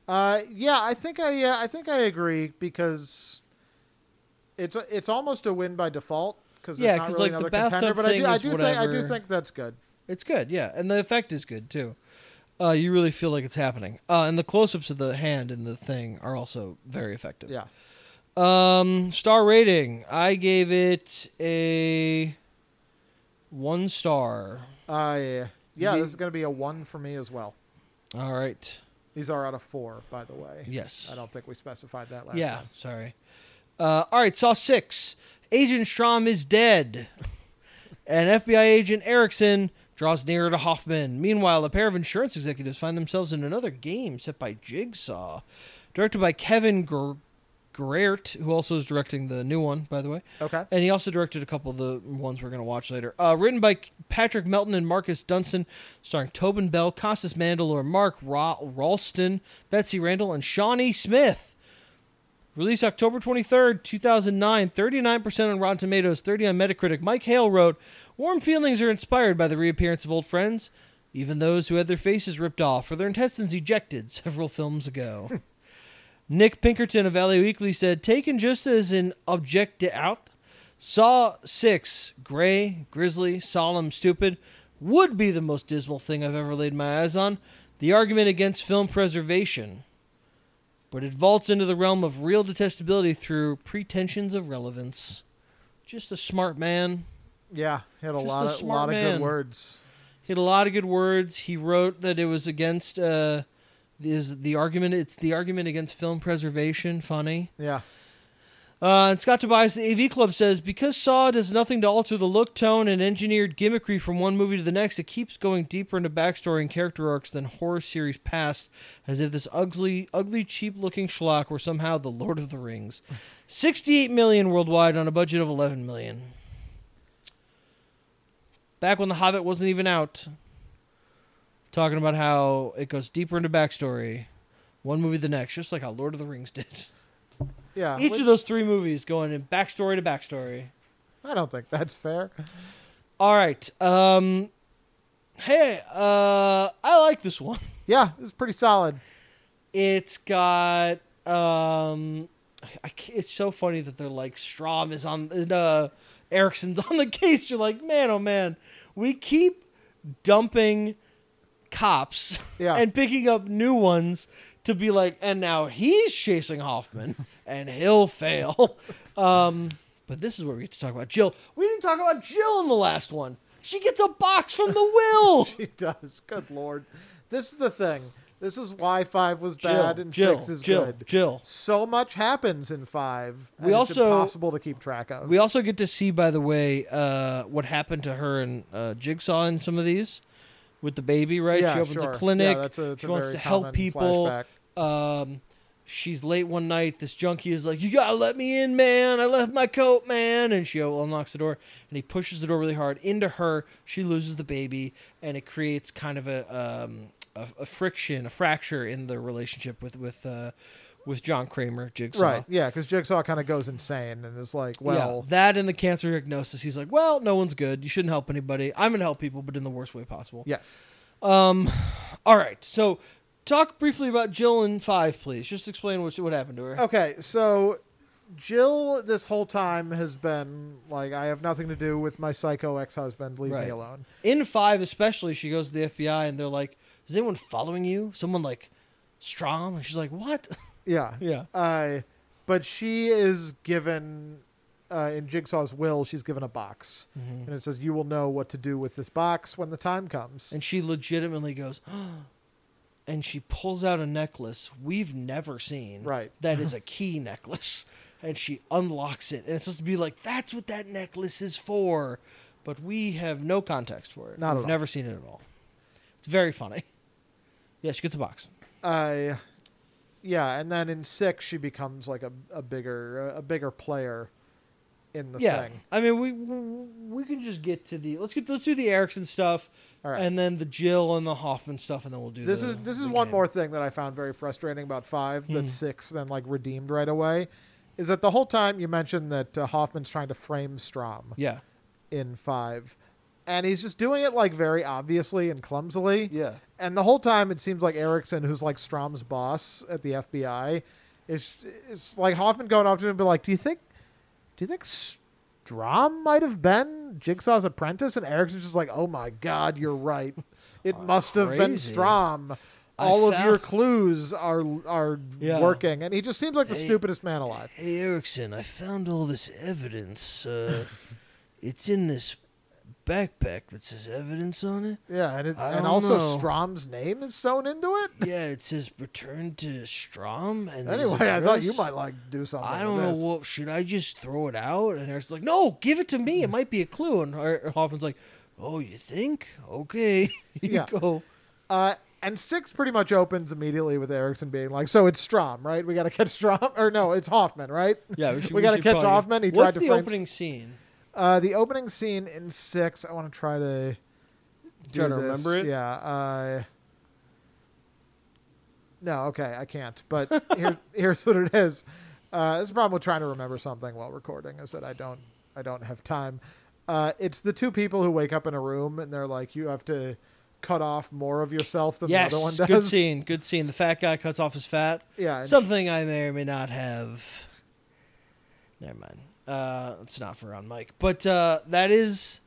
Speaker 2: Uh, yeah, I think I uh, I think I agree because it's a- it's almost a win by default because
Speaker 1: Yeah,
Speaker 2: not
Speaker 1: 'cause,
Speaker 2: really
Speaker 1: like, the
Speaker 2: another
Speaker 1: bathtub
Speaker 2: contender. But I
Speaker 1: thing
Speaker 2: do I
Speaker 1: is
Speaker 2: do think I do
Speaker 1: whatever.
Speaker 2: think that's good.
Speaker 1: It's good, yeah, and the effect is good too. Uh, you really feel like it's happening, uh, and the close-ups of the hand and the thing are also very effective.
Speaker 2: Yeah.
Speaker 1: Um, star rating. I gave it a one star.
Speaker 2: Uh, yeah. Yeah,
Speaker 1: You-
Speaker 2: this is going to be a one for me as well.
Speaker 1: All right.
Speaker 2: These are out of four, by the way.
Speaker 1: Yes.
Speaker 2: I don't think we specified that last
Speaker 1: yeah,
Speaker 2: time.
Speaker 1: sorry. Uh, all right, Saw 6. Agent Strom is dead. and FBI agent Erickson draws nearer to Hoffman. Meanwhile, a pair of insurance executives find themselves in another game set by Jigsaw. Directed by Kevin Ger- Gerert, who also is directing the new one, by the way.
Speaker 2: Okay.
Speaker 1: And he also directed a couple of the ones we're going to watch later. Uh, written by K- Patrick Melton and Marcus Dunstan, starring Tobin Bell, Costas Mandalore, Mark Ra- Ralston, Betsy Randall, and Shawnee Smith. Released October 23rd, 2009. 39% on Rotten Tomatoes, 30 on Metacritic. Mike Hale wrote, Warm feelings are inspired by the reappearance of old friends, even those who had their faces ripped off or their intestines ejected <laughs> several films ago. Nick Pinkerton of LA Weekly said, taken just as an object out, Saw 6, Gray, Grizzly, Solemn, Stupid, would be the most dismal thing I've ever laid my eyes on. The argument against film preservation. But it vaults into the realm of real detestability through pretensions of relevance. Just a smart man.
Speaker 2: Yeah, he had a
Speaker 1: Just a
Speaker 2: lot of
Speaker 1: smart
Speaker 2: lot of
Speaker 1: man.
Speaker 2: good words.
Speaker 1: He had a lot of good words. He wrote that it was against uh, is the argument. It's the argument against film preservation. Funny.
Speaker 2: Yeah.
Speaker 1: Uh, and Scott Tobias, the AV Club says because Saw does nothing to alter the look, tone, and engineered gimmickry from one movie to the next, it keeps going deeper into backstory and character arcs than horror series past, as if this ugly, ugly, cheap-looking schlock were somehow the Lord of the Rings. Sixty-eight million worldwide on a budget of eleven million. Back when The Hobbit wasn't even out, talking about how it goes deeper into backstory, one movie to the next, just like how Lord of the Rings did. <laughs>
Speaker 2: Yeah.
Speaker 1: Each
Speaker 2: which-
Speaker 1: of those three movies going in backstory to backstory.
Speaker 2: I don't think that's fair.
Speaker 1: All right. Um, hey, uh, I like this one. <laughs>
Speaker 2: Yeah, it's pretty solid.
Speaker 1: It's got um, I ca it's so funny that they're like Strom is on and, uh, Erickson's <laughs> on the case. You're like, man, oh man, we keep dumping cops <laughs>
Speaker 2: Yeah.
Speaker 1: and picking up new ones to be like, and now he's chasing Hoffman
Speaker 2: <laughs>
Speaker 1: and he'll fail. <laughs> Um, but this is where we get to talk about Jill. We didn't talk about Jill in the last
Speaker 2: <laughs>
Speaker 1: one. She gets a box from the will.
Speaker 2: She does. Good lord. This is the thing. This is why five was
Speaker 1: Jill,
Speaker 2: bad and
Speaker 1: Jill,
Speaker 2: six is
Speaker 1: Jill,
Speaker 2: good.
Speaker 1: Jill.
Speaker 2: So much happens in five. and
Speaker 1: We
Speaker 2: it's
Speaker 1: also-
Speaker 2: impossible to keep track of.
Speaker 1: We also get to see, by the way, uh, what happened to her and uh, Jigsaw in some of these with the baby, right?
Speaker 2: Yeah,
Speaker 1: she opens
Speaker 2: sure.
Speaker 1: a clinic.
Speaker 2: Yeah, that's a, it's
Speaker 1: she
Speaker 2: a
Speaker 1: wants
Speaker 2: very
Speaker 1: to help
Speaker 2: common
Speaker 1: people.
Speaker 2: flashback.
Speaker 1: Um, she's late one night. This junkie is like, "You gotta let me in, man! I left my coat, man!" And she unlocks the door, and he pushes the door really hard into her. She loses the baby, and it creates kind of a um, a, a friction, a fracture in the relationship with with uh, with John Kramer, Jigsaw.
Speaker 2: Right. Yeah, because Jigsaw kind of goes insane and is like, well,
Speaker 1: yeah, that and the cancer diagnosis. He's like, "Well, no one's good. You shouldn't help anybody. I'm gonna help people, but in the worst way possible."
Speaker 2: yes.
Speaker 1: All right, so. Talk briefly about Jill in five, please. Just explain what what happened to her.
Speaker 2: Okay, so Jill this whole time has been like, I have nothing to do with my psycho ex husband. Leave
Speaker 1: Right.
Speaker 2: me alone.
Speaker 1: in five especially she goes to the fbi and they're like is anyone following you someone like strom and she's like what <laughs>
Speaker 2: Yeah.
Speaker 1: yeah
Speaker 2: Uh, but she is given, uh, in Jigsaw's will, she's given a box.
Speaker 1: Mm-hmm.
Speaker 2: And it says, You will know what to do with this box when the time comes.
Speaker 1: and she legitimately goes <gasps> and she pulls out a necklace we've never seen
Speaker 2: Right.
Speaker 1: that
Speaker 2: <laughs>
Speaker 1: is a key necklace and she unlocks it and it's supposed to be like that's what that necklace is for but we have no context for it
Speaker 2: Not at
Speaker 1: we've
Speaker 2: all.
Speaker 1: never seen it at all it's very funny <laughs> yeah she gets a box
Speaker 2: Uh, yeah, and then in six, she becomes like a, a bigger a bigger player in the
Speaker 1: yeah,
Speaker 2: thing.
Speaker 1: I mean, we we can just get to the let's get let's do the Erickson stuff,
Speaker 2: All right.
Speaker 1: and then the Jill and the Hoffman stuff, and then we'll do
Speaker 2: this
Speaker 1: the-
Speaker 2: is this is
Speaker 1: the
Speaker 2: one
Speaker 1: game.
Speaker 2: more thing that I found very frustrating about five
Speaker 1: Hmm.
Speaker 2: that six then like redeemed right away, is that the whole time you mentioned that uh, Hoffman's trying to frame Strom
Speaker 1: Yeah,
Speaker 2: in five, and he's just doing it like very obviously and clumsily,
Speaker 1: yeah,
Speaker 2: and the whole time it seems like Erickson, who's like Strom's boss at the FBI, is it's like Hoffman going up to him and be like, "Do you think, do you think Strom might have been Jigsaw's apprentice?" And Erickson's just like, "Oh my God,
Speaker 1: <laughs>
Speaker 2: you're right. It must have been
Speaker 1: Crazy.
Speaker 2: Strom."
Speaker 1: I
Speaker 2: All of
Speaker 1: found-
Speaker 2: your clues are are
Speaker 1: Yeah.
Speaker 2: working, and he just seems like the
Speaker 1: Hey.
Speaker 2: stupidest man alive.
Speaker 1: Hey Erickson, I found all this evidence. <laughs> Uh, it's in this backpack that says evidence on <laughs> it.
Speaker 2: Yeah, and it,
Speaker 1: I
Speaker 2: and
Speaker 1: don't
Speaker 2: also
Speaker 1: know.
Speaker 2: Strom's name is sewn into it.
Speaker 1: Yeah, it says return to Strom. And his
Speaker 2: Anyway, I thought you
Speaker 1: address.
Speaker 2: might like do something.
Speaker 1: I
Speaker 2: with
Speaker 1: don't know
Speaker 2: this.
Speaker 1: what should I just throw it out? And Eric's like, no, give it to me. It might be a clue. And Ho- Hoffman's like, oh, you think? Okay, <laughs> you
Speaker 2: Yeah.
Speaker 1: go.
Speaker 2: Uh, and six pretty much opens immediately with Erickson being like, "So it's Strom, right? We got to catch <laughs> Strom, or no, it's Hoffman, right?"
Speaker 1: Yeah,
Speaker 2: should- We we gotta should catch probably- Hoffman. He
Speaker 1: What's
Speaker 2: tried to
Speaker 1: the
Speaker 2: frame-
Speaker 1: opening scene?
Speaker 2: Uh, the opening scene in six, I want to try to do
Speaker 1: Try to
Speaker 2: this.
Speaker 1: remember it?
Speaker 2: Yeah. Uh, no, okay, I can't.
Speaker 1: <laughs>
Speaker 2: But here, here's what it is. Uh, this is the problem with trying to remember something while recording is that I don't, I don't have time. Uh, it's the two people who wake up in a room and they're like, "You have to cut off more of yourself than
Speaker 1: Yes,
Speaker 2: the other one does."
Speaker 1: good scene. Good scene. The fat guy cuts off his fat.
Speaker 2: <laughs> Yeah. and
Speaker 1: Something I may or may not have. Never mind. Uh, it's not for on mic, but uh, that is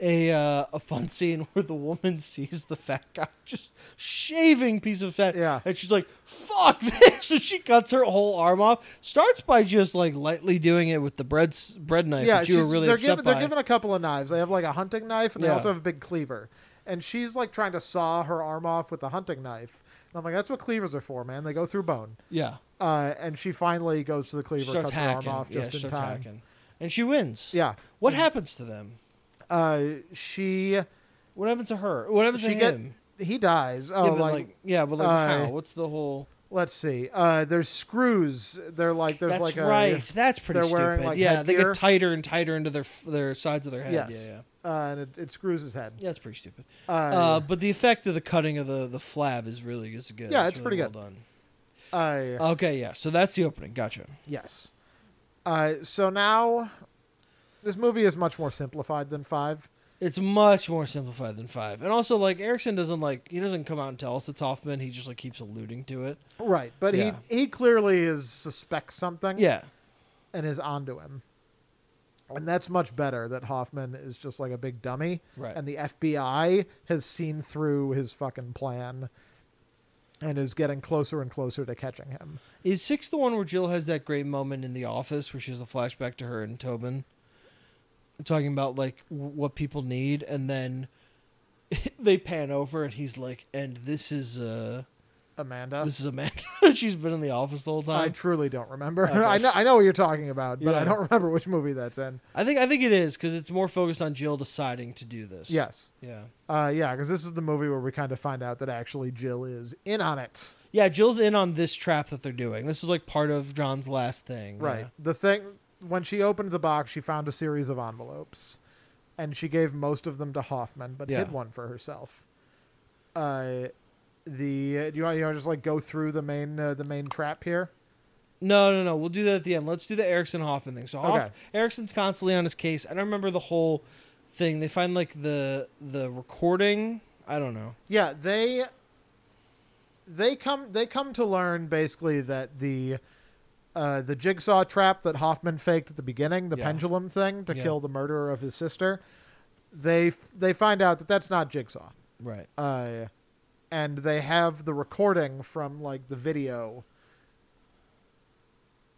Speaker 1: a uh, a fun scene <laughs> where the woman sees the fat guy <laughs> just shaving piece of fat,
Speaker 2: Yeah.
Speaker 1: and she's like, "Fuck <laughs> this!" And she cuts her whole arm off. Starts by just like lightly doing it with the bread s- bread knife that you were
Speaker 2: she's-
Speaker 1: really
Speaker 2: they're
Speaker 1: upset
Speaker 2: given
Speaker 1: by.
Speaker 2: they're given a couple of knives. They have like a hunting knife and they
Speaker 1: Yeah.
Speaker 2: also have a big cleaver. And she's like trying to saw her arm off with the hunting knife. And I'm like, that's what cleavers are for, man. They go through bone.
Speaker 1: yeah,
Speaker 2: Uh, and she finally goes to the
Speaker 1: she
Speaker 2: cleaver,
Speaker 1: starts
Speaker 2: cuts
Speaker 1: hacking.
Speaker 2: her arm off
Speaker 1: yeah,
Speaker 2: just
Speaker 1: she
Speaker 2: in
Speaker 1: starts
Speaker 2: time.
Speaker 1: hacking, and she wins.
Speaker 2: Yeah.
Speaker 1: What happens to them?
Speaker 2: Uh, she
Speaker 1: What happens to her? What happens
Speaker 2: She
Speaker 1: to
Speaker 2: get-
Speaker 1: him?
Speaker 2: he dies.
Speaker 1: yeah,
Speaker 2: Oh,
Speaker 1: but
Speaker 2: like,
Speaker 1: like, yeah, but like
Speaker 2: uh,
Speaker 1: how? What's the whole?
Speaker 2: let's see. Uh, there's screws. They're like there's
Speaker 1: That's
Speaker 2: like a
Speaker 1: right. That's pretty
Speaker 2: they're
Speaker 1: stupid.
Speaker 2: wearing, like,
Speaker 1: yeah, they
Speaker 2: headgear.
Speaker 1: get tighter and tighter into their f- their sides of their head.
Speaker 2: Yes.
Speaker 1: Yeah, yeah,
Speaker 2: uh, and it, it screws his head.
Speaker 1: yeah. That's pretty stupid.
Speaker 2: Uh,
Speaker 1: Uh, but the effect of the cutting of the the flab is really is good.
Speaker 2: Yeah, it's
Speaker 1: really
Speaker 2: pretty
Speaker 1: well
Speaker 2: good.
Speaker 1: done.
Speaker 2: uh,
Speaker 1: Okay, yeah. So that's the opening. Gotcha.
Speaker 2: Yes. Uh, so now, this movie is much more simplified than five.
Speaker 1: It's much more simplified than five, and also like Erickson doesn't like he doesn't come out and tell us it's Hoffman. He just like keeps alluding to it.
Speaker 2: Right, but
Speaker 1: Yeah.
Speaker 2: he he clearly is suspects something.
Speaker 1: Yeah,
Speaker 2: and is onto him, and that's much better. That Hoffman is just like a big dummy,
Speaker 1: right.
Speaker 2: and the FBI has seen through his fucking plan, and is getting closer and closer to catching him.
Speaker 1: Is six the one where Jill has that great moment in the office where she has a flashback to her and Tobin, talking about like w- what people <laughs> need, and then they pan over and he's like, "And this is uh,
Speaker 2: Amanda.
Speaker 1: This is Amanda. <laughs> She's been in the office the whole
Speaker 2: I
Speaker 1: time.
Speaker 2: truly don't remember.
Speaker 1: Oh,
Speaker 2: <laughs> I
Speaker 1: gosh.
Speaker 2: know I know what you're talking about, but I
Speaker 1: Yeah.
Speaker 2: don't <laughs> remember which movie that's in.
Speaker 1: I think I think it is because it's more focused on Jill deciding to do this.
Speaker 2: Yes.
Speaker 1: Yeah.
Speaker 2: Uh, yeah, because this is the movie where we kind of find out that actually Jill is in on it.
Speaker 1: Yeah, Jill's in on this trap that they're doing. This was like part of John's last thing.
Speaker 2: Right. The thing when she opened the box, she found a series of envelopes, and she gave most of them to Hoffman, but
Speaker 1: Yeah.
Speaker 2: hid one for herself. Uh, the do you want you want to just like go through the main uh, the main trap here?
Speaker 1: No, no, no. We'll do that at the end. Let's do the Erickson Hoffman thing. So Hoff,
Speaker 2: Okay.
Speaker 1: Erickson's constantly on his case. I don't remember the whole thing. They find like the the recording. I don't know.
Speaker 2: Yeah, they they come they come to learn basically that the uh, the jigsaw trap that Hoffman faked at the beginning, the
Speaker 1: Yeah.
Speaker 2: pendulum thing to
Speaker 1: Yeah.
Speaker 2: kill the murderer of his sister, they they find out that that's not jigsaw.
Speaker 1: Right.
Speaker 2: Uh, and they have the recording from like the video,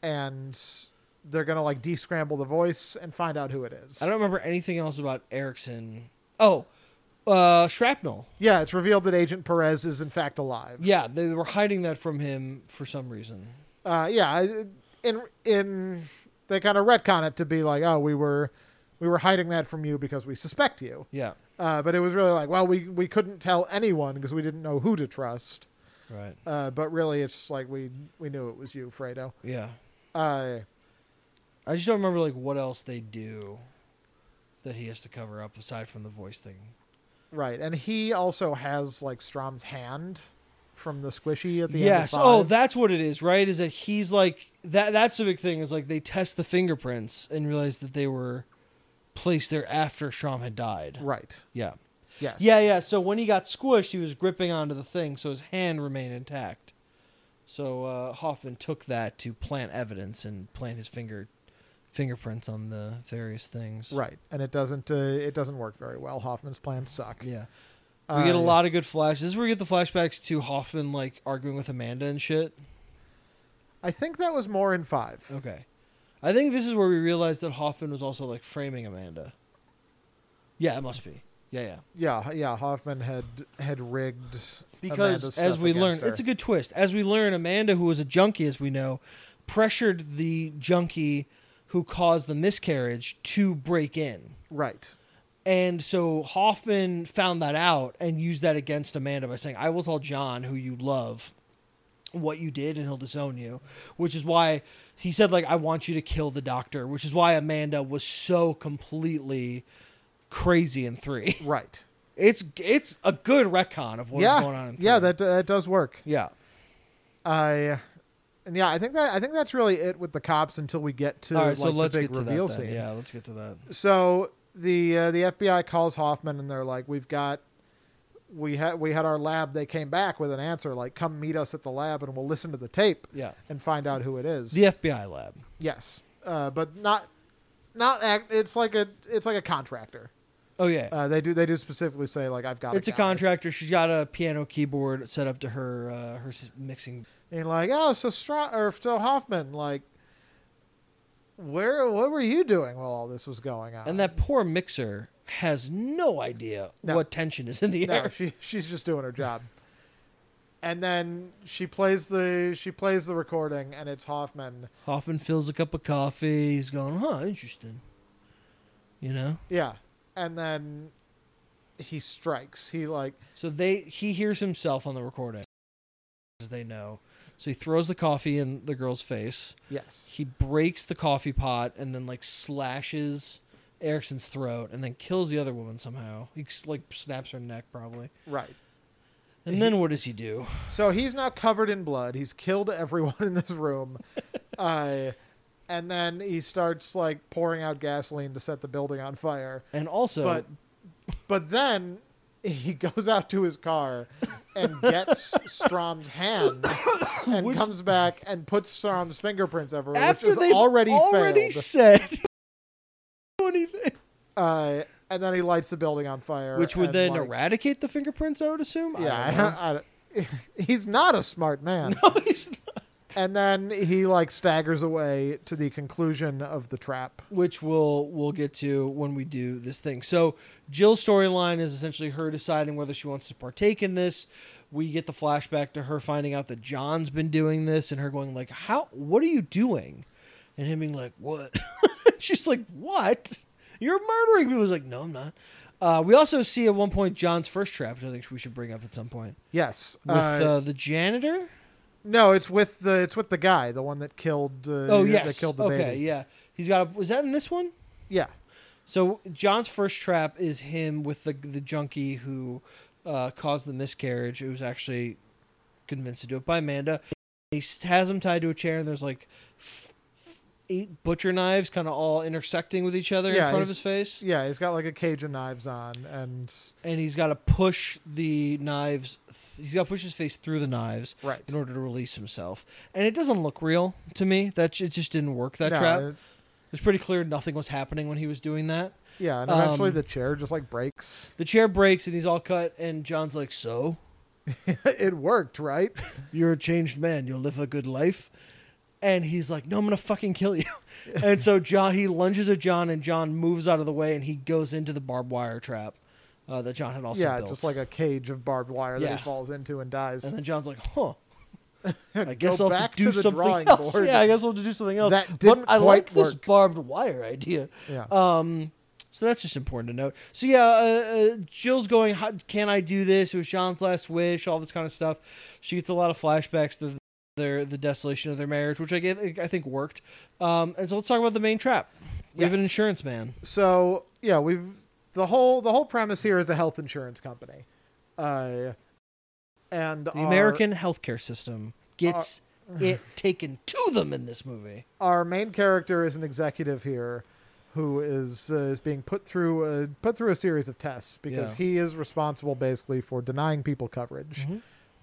Speaker 2: and they're gonna like descramble the voice and find out who it is.
Speaker 1: I don't remember anything else about Erickson. Oh, uh, shrapnel.
Speaker 2: Yeah, it's revealed that Agent Perez is in fact alive.
Speaker 1: Yeah, they were hiding that from him for some reason.
Speaker 2: uh, yeah, I- in in they kind of retcon it to be like, oh, we were we were hiding that from you because we suspect you.
Speaker 1: Yeah.
Speaker 2: Uh, but it was really like, well, we we couldn't tell anyone because we didn't know who to trust.
Speaker 1: Right.
Speaker 2: Uh, but really, it's just like we we knew it was you, Fredo.
Speaker 1: Yeah.
Speaker 2: Uh,
Speaker 1: I just don't remember like what else they do that he has to cover up aside from the voice thing.
Speaker 2: right, and he also has like Strom's hand from the squishy at the
Speaker 1: yes.
Speaker 2: end. Of
Speaker 1: Oh,
Speaker 2: five.
Speaker 1: that's what it is, right? Is that he's like that? That's the big thing. Is like they test the fingerprints and realize that they were placed there after Shram had died.
Speaker 2: right.
Speaker 1: Yeah.
Speaker 2: Yes.
Speaker 1: Yeah, yeah. So when he got squished, he was gripping onto the thing, so his hand remained intact. So uh, Hoffman took that to plant evidence and plant his finger fingerprints on the various things.
Speaker 2: Right, and it doesn't uh, it doesn't work very well. Hoffman's plans suck.
Speaker 1: Yeah. We
Speaker 2: Uh,
Speaker 1: get a
Speaker 2: yeah.
Speaker 1: lot of good flashes. This is where we get the flashbacks to Hoffman like arguing with Amanda and shit.
Speaker 2: I think that was more in five.
Speaker 1: Okay. I think this is where we realized that Hoffman was also like framing Amanda. Yeah, it must be. Yeah, yeah.
Speaker 2: Yeah, yeah. Hoffman had had rigged
Speaker 1: Because
Speaker 2: Amanda's
Speaker 1: as
Speaker 2: stuff
Speaker 1: we
Speaker 2: against
Speaker 1: learn,
Speaker 2: her.
Speaker 1: it's a good twist. As we learn, Amanda, who was a junkie, as we know, pressured the junkie who caused the miscarriage to break in.
Speaker 2: right.
Speaker 1: And so Hoffman found that out and used that against Amanda by saying, I will tell John, who you love, what you did and he'll disown you, which is why he said, like, I want you to kill the doctor, which is why Amanda was so completely crazy in three. <laughs>
Speaker 2: Right.
Speaker 1: It's it's a good retcon of what's
Speaker 2: yeah.
Speaker 1: going on in three.
Speaker 2: yeah, that that does work.
Speaker 1: Yeah.
Speaker 2: I and yeah, I think that I think that's really it with the cops until we get to
Speaker 1: All right,
Speaker 2: like,
Speaker 1: so let's
Speaker 2: the big
Speaker 1: get to
Speaker 2: reveal
Speaker 1: that. Then.
Speaker 2: scene.
Speaker 1: Yeah, let's get to that.
Speaker 2: So the uh, the FBI calls Hoffman and they're like, "We've got we had we had our lab. They came back with an answer like, "Come meet us at the lab and we'll listen to the tape
Speaker 1: Yeah.
Speaker 2: and find out who it is."
Speaker 1: The FBI lab.
Speaker 2: Yes. Uh, but not not act, it's like a it's like a contractor.
Speaker 1: Oh yeah.
Speaker 2: Uh, they do. They do specifically say like I've got.
Speaker 1: it's a
Speaker 2: guy.
Speaker 1: contractor. She's got a piano keyboard set up to her uh, her s- mixing
Speaker 2: And like, oh, so strong or so Hoffman, like, where what were you doing while all this was going on?
Speaker 1: And that poor mixer has no idea
Speaker 2: No.
Speaker 1: what tension is in the
Speaker 2: no,
Speaker 1: air.
Speaker 2: she she's just doing her job. And then she plays the she plays the recording, and it's Hoffman.
Speaker 1: Hoffman fills a cup of coffee. He's going, huh, interesting. You know?
Speaker 2: Yeah, and then he strikes. He like
Speaker 1: So they he hears himself on the recording. As they know. So he throws the coffee in the girl's face.
Speaker 2: yes,
Speaker 1: He breaks the coffee pot and then like slashes Erickson's throat and then kills the other woman somehow. He s- like snaps her neck probably.
Speaker 2: right.
Speaker 1: And then what does he do?
Speaker 2: So he's now covered in blood. He's killed everyone <laughs> in this room. uh, and then he starts like pouring out gasoline to set the building on fire.
Speaker 1: And also
Speaker 2: But but then he <laughs> goes out to his car and gets Strom's hand and
Speaker 1: Which-
Speaker 2: comes back and puts Strom's fingerprints everywhere,
Speaker 1: after
Speaker 2: which
Speaker 1: they've
Speaker 2: is already,
Speaker 1: already, already
Speaker 2: failed.
Speaker 1: said <laughs> do anything.
Speaker 2: Uh, and then he lights the building on fire,
Speaker 1: Which would
Speaker 2: and,
Speaker 1: then
Speaker 2: like,
Speaker 1: eradicate the fingerprints, I would assume.
Speaker 2: yeah.
Speaker 1: I don't
Speaker 2: <laughs>
Speaker 1: know.
Speaker 2: I- I- he's not a smart man.
Speaker 1: No, he's not.
Speaker 2: And then he like staggers away to the conclusion of the trap.
Speaker 1: Which we'll we'll get to when we do this thing. So Jill's storyline is essentially her deciding whether she wants to partake in this. we get the flashback to her finding out that John's been doing this and her going like, "How? What are you doing?" And him being like, "What?" <laughs> She's like, "What? You're murdering people." He's like, "No, I'm not." Uh, we also see at one point John's first trap, which I think we should bring up at some point
Speaker 2: Yes.
Speaker 1: with
Speaker 2: uh,
Speaker 1: uh, the janitor.
Speaker 2: no, it's with the it's with the guy, the one that killed. Uh,
Speaker 1: Oh yes,
Speaker 2: that killed the
Speaker 1: okay,
Speaker 2: baby.
Speaker 1: yeah. He's got. A, was that in this one?
Speaker 2: Yeah.
Speaker 1: So John's first trap is him with the the junkie who uh, caused the miscarriage. It was actually convinced to do it by Amanda. He s- has him tied to a chair, and there's like f- f- eight butcher knives, kind of all intersecting with each other in
Speaker 2: Yeah,
Speaker 1: front of
Speaker 2: he's-
Speaker 1: his face,
Speaker 2: Yeah, he's got like a cage of knives on, and
Speaker 1: and he's got to push the knives. th- He's got to push his face through the knives
Speaker 2: right.
Speaker 1: in order to release himself. And it doesn't look real to me. That sh- it just didn't work. That
Speaker 2: No,
Speaker 1: trap.
Speaker 2: it-
Speaker 1: It's pretty clear nothing was happening when he was doing that.
Speaker 2: yeah, and eventually
Speaker 1: Um,
Speaker 2: the chair just like breaks. <laughs>
Speaker 1: The chair breaks and he's all cut, and John's like, So?
Speaker 2: it worked, right?
Speaker 1: You're a changed man. You'll live a good life. And he's like, No, I'm going to fucking kill you. <laughs> and so John, he lunges at John, and John moves out of the way, and he goes into the barbed wire trap uh, that John had also
Speaker 2: yeah,
Speaker 1: built.
Speaker 2: just like a cage of barbed wire that
Speaker 1: Yeah.
Speaker 2: he falls into and dies.
Speaker 1: and then John's like, Huh.
Speaker 2: <laughs>
Speaker 1: I guess I'll have
Speaker 2: back
Speaker 1: to
Speaker 2: to
Speaker 1: do
Speaker 2: the
Speaker 1: something
Speaker 2: drawing
Speaker 1: else. <laughs>
Speaker 2: board.
Speaker 1: Yeah, I guess I'll have to do something else.
Speaker 2: That
Speaker 1: but
Speaker 2: didn't
Speaker 1: I like
Speaker 2: quite
Speaker 1: this
Speaker 2: work.
Speaker 1: barbed wire idea.
Speaker 2: yeah.
Speaker 1: Um, so that's just important to note. So yeah, uh, uh, Jill's going. "How- Can I do this? It was Sean's last wish. All this kind of stuff. She gets a lot of flashbacks to their the desolation of their marriage, which I get. I think worked. Um, and so let's talk about the main trap. We have an
Speaker 2: Yes.
Speaker 1: insurance man.
Speaker 2: so yeah, we've the whole the whole premise here is a health insurance company, uh, and
Speaker 1: The
Speaker 2: our-
Speaker 1: American healthcare system gets it taken to them in this movie.
Speaker 2: our main character is an executive here who is uh, is being put through a, put through a series of tests because
Speaker 1: Yeah.
Speaker 2: he is responsible basically for denying people coverage.
Speaker 1: Mhm.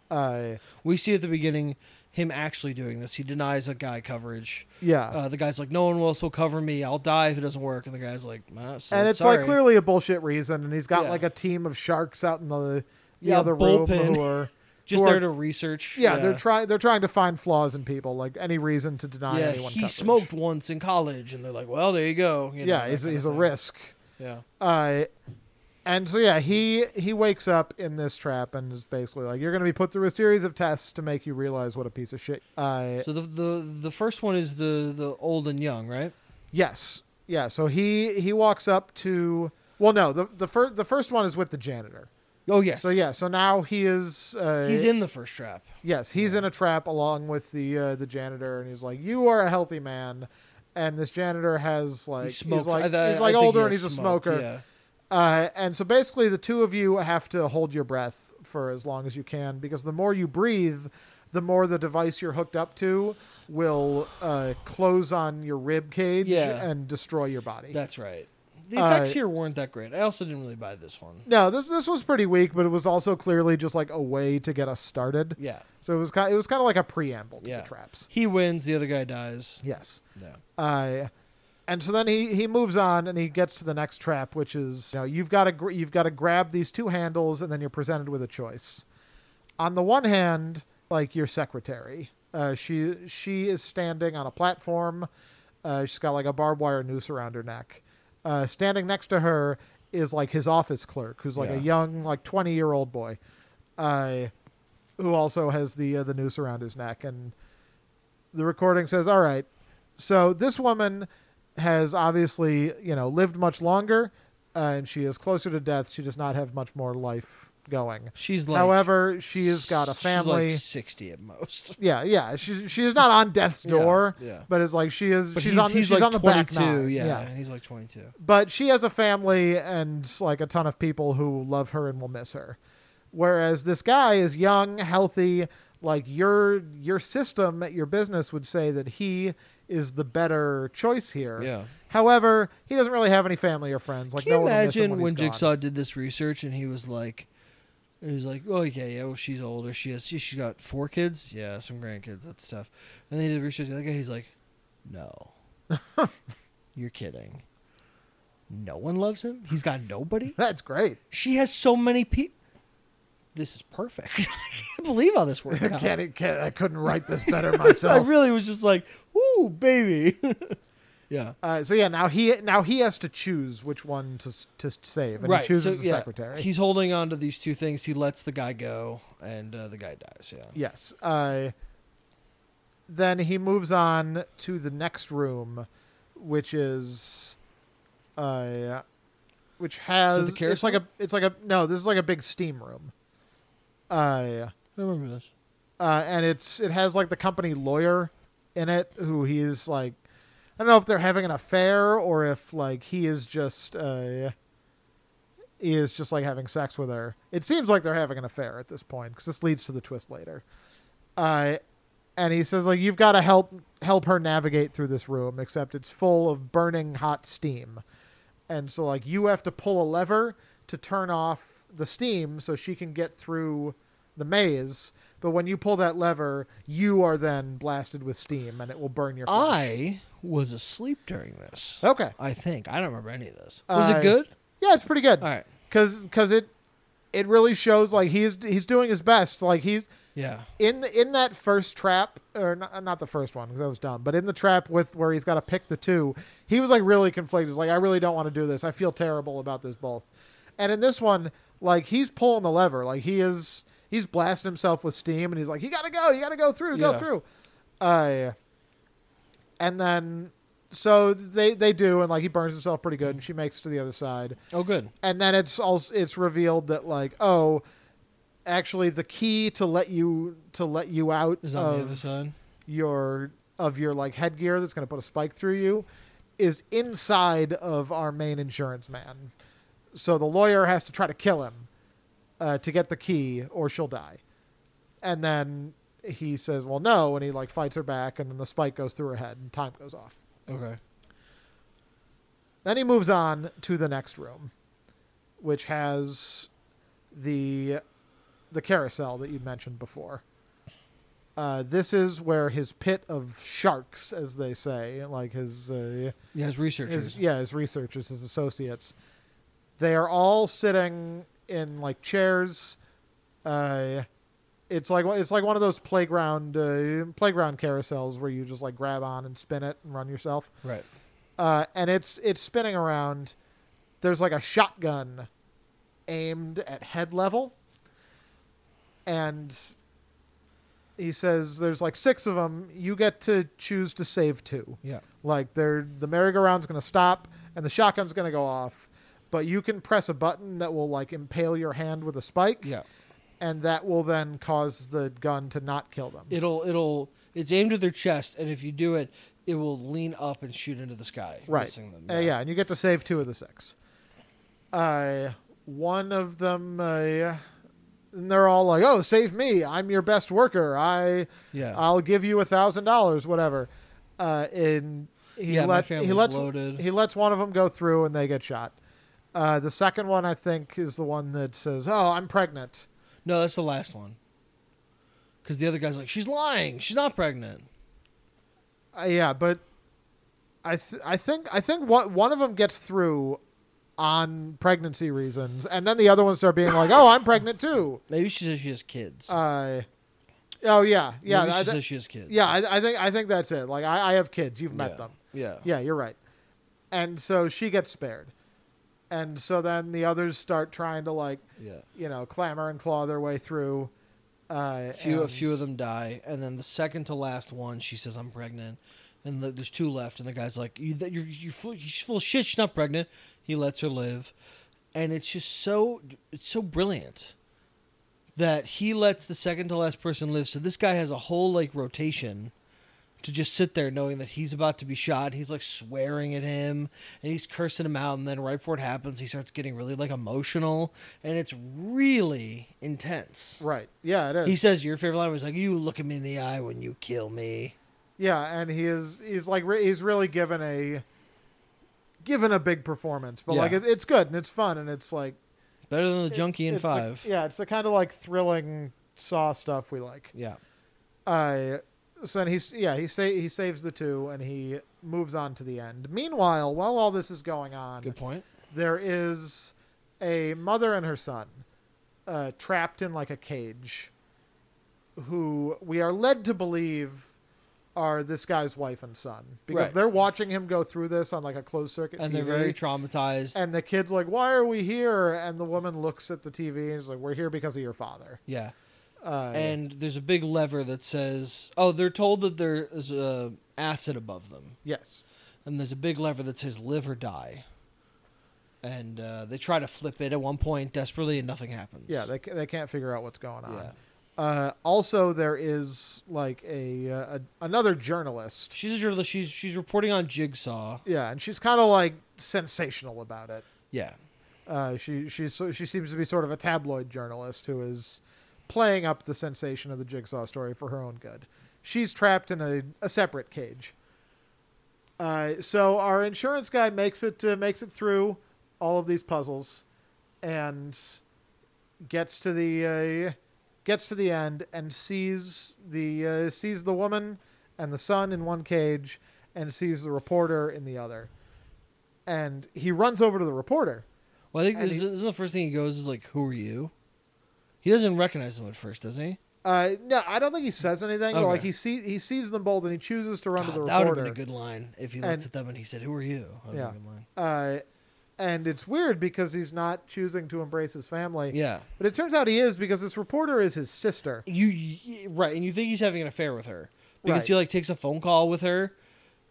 Speaker 2: Uh,
Speaker 1: We see at the beginning him actually doing this. He denies a guy coverage.
Speaker 2: yeah.
Speaker 1: Uh, the guy's like, "No one else will cover me. I'll die if it doesn't work." And the guy's like, ah, so
Speaker 2: and it's
Speaker 1: sorry.
Speaker 2: like clearly a bullshit reason and he's got
Speaker 1: Yeah.
Speaker 2: like a team of sharks out in the the
Speaker 1: Yeah,
Speaker 2: other room
Speaker 1: bullpen. <laughs>
Speaker 2: who are
Speaker 1: just
Speaker 2: who
Speaker 1: there
Speaker 2: are-
Speaker 1: to research.
Speaker 2: yeah, they're trying they're trying to find flaws in people like any reason to deny
Speaker 1: yeah,
Speaker 2: anyone
Speaker 1: he
Speaker 2: coverage.
Speaker 1: smoked once in college, and they're like, "Well, there you go." you know,
Speaker 2: yeah
Speaker 1: that
Speaker 2: he's,
Speaker 1: kind of
Speaker 2: he's a
Speaker 1: thing.
Speaker 2: risk
Speaker 1: Yeah,
Speaker 2: uh and so yeah he he wakes up in this trap and is basically like you're going to be put through a series of tests to make you realize what a piece of shit uh
Speaker 1: so the the the first one is the the old and young, right?
Speaker 2: yes yeah so he he walks up to well no the the first the first one is with the janitor
Speaker 1: Oh yes.
Speaker 2: so yeah so now he is uh
Speaker 1: he's in the first trap.
Speaker 2: Yes, he's in a trap along with the uh, the janitor, and he's like, "You are a healthy man," and this janitor has like
Speaker 1: He
Speaker 2: he's
Speaker 1: smoked.
Speaker 2: like
Speaker 1: I- I-
Speaker 2: he's
Speaker 1: I
Speaker 2: like
Speaker 1: think he
Speaker 2: older
Speaker 1: has
Speaker 2: and he's
Speaker 1: smoked,
Speaker 2: a smoker,
Speaker 1: Yeah.
Speaker 2: uh, and so basically the two of you have to hold your breath for as long as you can because the more you breathe, the more the device you're hooked up to will uh, close on your rib cage
Speaker 1: Yeah.
Speaker 2: and destroy your body.
Speaker 1: That's right. The
Speaker 2: Uh,
Speaker 1: effects here weren't that great. I also didn't really buy this one.
Speaker 2: no, this this was pretty weak, but it was also clearly just like a way to get us started.
Speaker 1: Yeah.
Speaker 2: So it was kind it was kind of like a preamble to
Speaker 1: Yeah.
Speaker 2: the traps.
Speaker 1: He wins. The other guy dies.
Speaker 2: Yes.
Speaker 1: Yeah.
Speaker 2: Uh, and so then he, he moves on and he gets to the next trap, which is you know you've got to gr- you've got to grab these two handles and then you're presented with a choice. On the one hand, like your secretary, uh, she she is standing on a platform. Uh, she's got like a barbed wire noose around her neck. Uh, standing next to her is like his office clerk, who's like
Speaker 1: Yeah.
Speaker 2: a young like twenty year old boy, uh, who also has the uh, the noose around his neck. And the recording says, "All right, so this woman has obviously you know lived much longer uh, and she is closer to death she does not have much more life going
Speaker 1: She's like.
Speaker 2: however she has got a
Speaker 1: she's like
Speaker 2: family
Speaker 1: Sixty at most.
Speaker 2: yeah yeah she, she is not on death's
Speaker 1: Yeah,
Speaker 2: door
Speaker 1: yeah.
Speaker 2: but it's like she is
Speaker 1: But
Speaker 2: she's
Speaker 1: he's,
Speaker 2: on the-
Speaker 1: he's
Speaker 2: she's
Speaker 1: like
Speaker 2: on the back
Speaker 1: 22,
Speaker 2: nine.
Speaker 1: yeah, and he's like twenty-two.
Speaker 2: but she has a family and like a ton of people who love her and will miss her whereas this guy is young healthy like your your system at your business would say that he is the better choice here
Speaker 1: Yeah.
Speaker 2: However, he doesn't really have any family or friends. Like,
Speaker 1: Can
Speaker 2: no
Speaker 1: you
Speaker 2: one will miss him
Speaker 1: imagine
Speaker 2: when,
Speaker 1: when
Speaker 2: he's gone.
Speaker 1: Jigsaw did this research and he was like, he was like, oh yeah, yeah, well she's older. She has she, she's got four kids. Yeah, some grandkids. That's tough. And then he did research. The other guy, he's like,
Speaker 2: <laughs>
Speaker 1: no, you're kidding. No one loves him. He's got nobody.
Speaker 2: <laughs> That's great. <laughs>
Speaker 1: She has so many people. This is perfect. <laughs> I can't believe how this worked out.
Speaker 2: <laughs> Can't, it- can't, I couldn't write this
Speaker 1: <laughs>
Speaker 2: better
Speaker 1: I
Speaker 2: myself.
Speaker 1: really was just like, ooh, baby. <laughs> Yeah.
Speaker 2: Uh, so yeah, now he now he has to choose which one to s- to save, and
Speaker 1: right.
Speaker 2: he chooses
Speaker 1: so,
Speaker 2: the
Speaker 1: yeah,
Speaker 2: secretary.
Speaker 1: He's holding on to these two things. He lets the guy go, and uh, the guy dies. Yeah.
Speaker 2: Yes. Uh, then he moves on to the next room, which is, uh, which has
Speaker 1: the
Speaker 2: it's like
Speaker 1: carousel?
Speaker 2: a it's like a no this is like a big steam room. Uh,
Speaker 1: I remember this.
Speaker 2: uh, and it's it has like the company lawyer in it who he is like I don't know if they're having an affair or if like he is just uh, he is just like having sex with her. It seems like they're having an affair at this point because this leads to the twist later. Uh, and he says like you've got to help help her navigate through this room except it's full of burning hot steam, and so like you have to pull a lever to turn off the steam so she can get through the maze. But when you pull that lever, you are then blasted with steam and it will burn your. flesh.
Speaker 1: I was asleep during this.
Speaker 2: Okay.
Speaker 1: I think I don't remember any of this. Was
Speaker 2: Uh,
Speaker 1: it good?
Speaker 2: Yeah, it's pretty good.
Speaker 1: All right.
Speaker 2: Cause, 'cause it, it really shows like he's he's doing his best. Like he's
Speaker 1: Yeah.
Speaker 2: in the, in that first trap, or not, not the first one because that was dumb. But in the trap with where he's got to pick the two, he was like really conflicted. He's Like I really don't want to do this. I feel terrible about this both. And in this one, like he's pulling the lever. Like he is he's blasting himself with steam, and he's like, you gotta go, you gotta go through, go
Speaker 1: Yeah.
Speaker 2: through. Uh, and then so they they do, and like he burns himself pretty good, and she makes it to the other side
Speaker 1: Oh, good.
Speaker 2: and then it's also it's revealed that like oh actually the key to let you to let you out
Speaker 1: Is on the other
Speaker 2: of
Speaker 1: side.
Speaker 2: your of your like headgear that's going to put a spike through you is inside of our main insurance man so the lawyer has to try to kill him uh, to get the key or she'll die and then he says well no and he like fights her back and then the spike goes through her head and time goes off
Speaker 1: Okay.
Speaker 2: then he moves on to the next room, which has the the carousel that you mentioned before. Uh, this is where his pit of sharks, as they say, like his, uh,
Speaker 1: Yeah, his researchers.
Speaker 2: his yeah, his researchers, his associates, they are all sitting in like chairs. Uh, it's like it's like one of those playground uh, playground carousels where you just like grab on and spin it and run yourself
Speaker 1: Right.
Speaker 2: uh, and it's it's spinning around. There's like a shotgun aimed at head level, and he says there's like six of them. You get to choose to save two.
Speaker 1: Yeah.
Speaker 2: Like they're the merry-go-round's gonna stop and the shotgun's gonna go off, but you can press a button that will like impale your hand with a spike,
Speaker 1: Yeah.
Speaker 2: and that will then cause the gun to not kill them.
Speaker 1: It'll it'll it's aimed at their chest, and if you do it, it will lean up and shoot into the sky,
Speaker 2: right.
Speaker 1: missing them.
Speaker 2: Uh, yeah, and you get to save two of the six. Uh, one of them, uh, and they're all like, "Oh, save me! I'm your best worker. I,
Speaker 1: Yeah. Uh,
Speaker 2: I'll give you a thousand dollars, whatever." Uh, and he
Speaker 1: Yeah, my
Speaker 2: let he
Speaker 1: family's
Speaker 2: lets
Speaker 1: loaded.
Speaker 2: he lets one of them go through, and they get shot. Uh, the second one, I think, is the one that says, "Oh, I'm pregnant."
Speaker 1: No, that's the last one. Because the other guy's like, she's lying. She's not pregnant.
Speaker 2: Uh, yeah, but I th- I think I think one one of them gets through on pregnancy reasons, and then the other ones start being like, "Oh, I'm pregnant too."
Speaker 1: Maybe she says she has kids.
Speaker 2: Uh, oh yeah, yeah,
Speaker 1: Maybe she
Speaker 2: I thi-
Speaker 1: says she has kids.
Speaker 2: yeah. I, I think I think that's it. Like I, I have kids. You've met
Speaker 1: Yeah.
Speaker 2: them.
Speaker 1: Yeah.
Speaker 2: Yeah, you're right. And so she gets spared, and so then the others start trying to like
Speaker 1: Yeah.
Speaker 2: you know clamor and claw their way through. Uh,
Speaker 1: A few, a few
Speaker 2: and-
Speaker 1: of them die, and then the second to last one, she says, "I'm pregnant," and the, there's two left, and the guy's like, "You, that- you're, you're full, she's full of shit. She's not pregnant." He lets her live, and it's just so, it's so brilliant that he lets the second to last person live. So this guy has a whole like rotation to just sit there knowing that he's about to be shot. and He's like swearing at him and he's cursing him out. And then right before it happens, he starts getting really like emotional and it's really intense.
Speaker 2: Right. Yeah, it is.
Speaker 1: He says your favorite line was like, "You look at me in the eye when you kill me."
Speaker 2: Yeah, and he is he's like re- he's really given a given a big performance, but like
Speaker 1: Yeah.
Speaker 2: it, it's good and it's fun and it's like
Speaker 1: Better than the
Speaker 2: it-
Speaker 1: junkie in
Speaker 2: it's the-
Speaker 1: five.
Speaker 2: yeah, it's the kind of like thrilling saw stuff we like.
Speaker 1: yeah.
Speaker 2: Uh, so then he's yeah he sa- he saves the two and he moves on to the end. Meanwhile, while all this is going on,
Speaker 1: Good point.
Speaker 2: there is a mother and her son uh, trapped in like a cage who we are led to believe are this guy's wife and son because
Speaker 1: Right.
Speaker 2: they're watching him go through this on like a closed circuit
Speaker 1: and
Speaker 2: TV.
Speaker 1: they're very traumatized.
Speaker 2: and the kid's like, "Why are we here?" And the woman looks at the TV and is like, "We're here because of your father."
Speaker 1: yeah.
Speaker 2: Uh,
Speaker 1: And there's a big lever that says, "Oh, they're told that there's uh, acid above them."
Speaker 2: yes,
Speaker 1: and there's a big lever that says live or die. And uh, they try to flip it at one point desperately, and nothing happens.
Speaker 2: yeah, they ca- they can't figure out what's going on.
Speaker 1: Yeah.
Speaker 2: Uh, also, there is like a, uh, a another journalist.
Speaker 1: She's a journalist. She's she's reporting on Jigsaw.
Speaker 2: Yeah, and she's kind of like sensational about it.
Speaker 1: Yeah.
Speaker 2: Uh, she she's so- she seems to be sort of a tabloid journalist who is playing up the sensation of the jigsaw story for her own good. She's trapped in a, a separate cage. Uh, so our insurance guy makes it uh, makes it through all of these puzzles, and gets to the uh, gets to the end and sees the uh, sees the woman and the son in one cage, and sees the reporter in the other. And he runs over to the reporter.
Speaker 1: Well, I think
Speaker 2: And
Speaker 1: this,
Speaker 2: he-
Speaker 1: is, this is the first thing he goes is like, "Who are you?" He doesn't recognize them at first, does he?
Speaker 2: Uh, no, I don't think he says anything. but, Like
Speaker 1: Okay.
Speaker 2: he see, he sees them both, and he chooses to run to
Speaker 1: God,
Speaker 2: the
Speaker 1: that would have
Speaker 2: reporter.
Speaker 1: been a good line if he looked
Speaker 2: And-
Speaker 1: at them and he said, "Who are you?" That would've been a
Speaker 2: Yeah.
Speaker 1: good line.
Speaker 2: uh, and it's weird because he's not choosing to embrace his family.
Speaker 1: Yeah.
Speaker 2: But it turns out he is because this reporter is his sister.
Speaker 1: You y- right, and you think he's having an affair with her because
Speaker 2: Right.
Speaker 1: he like takes a phone call with her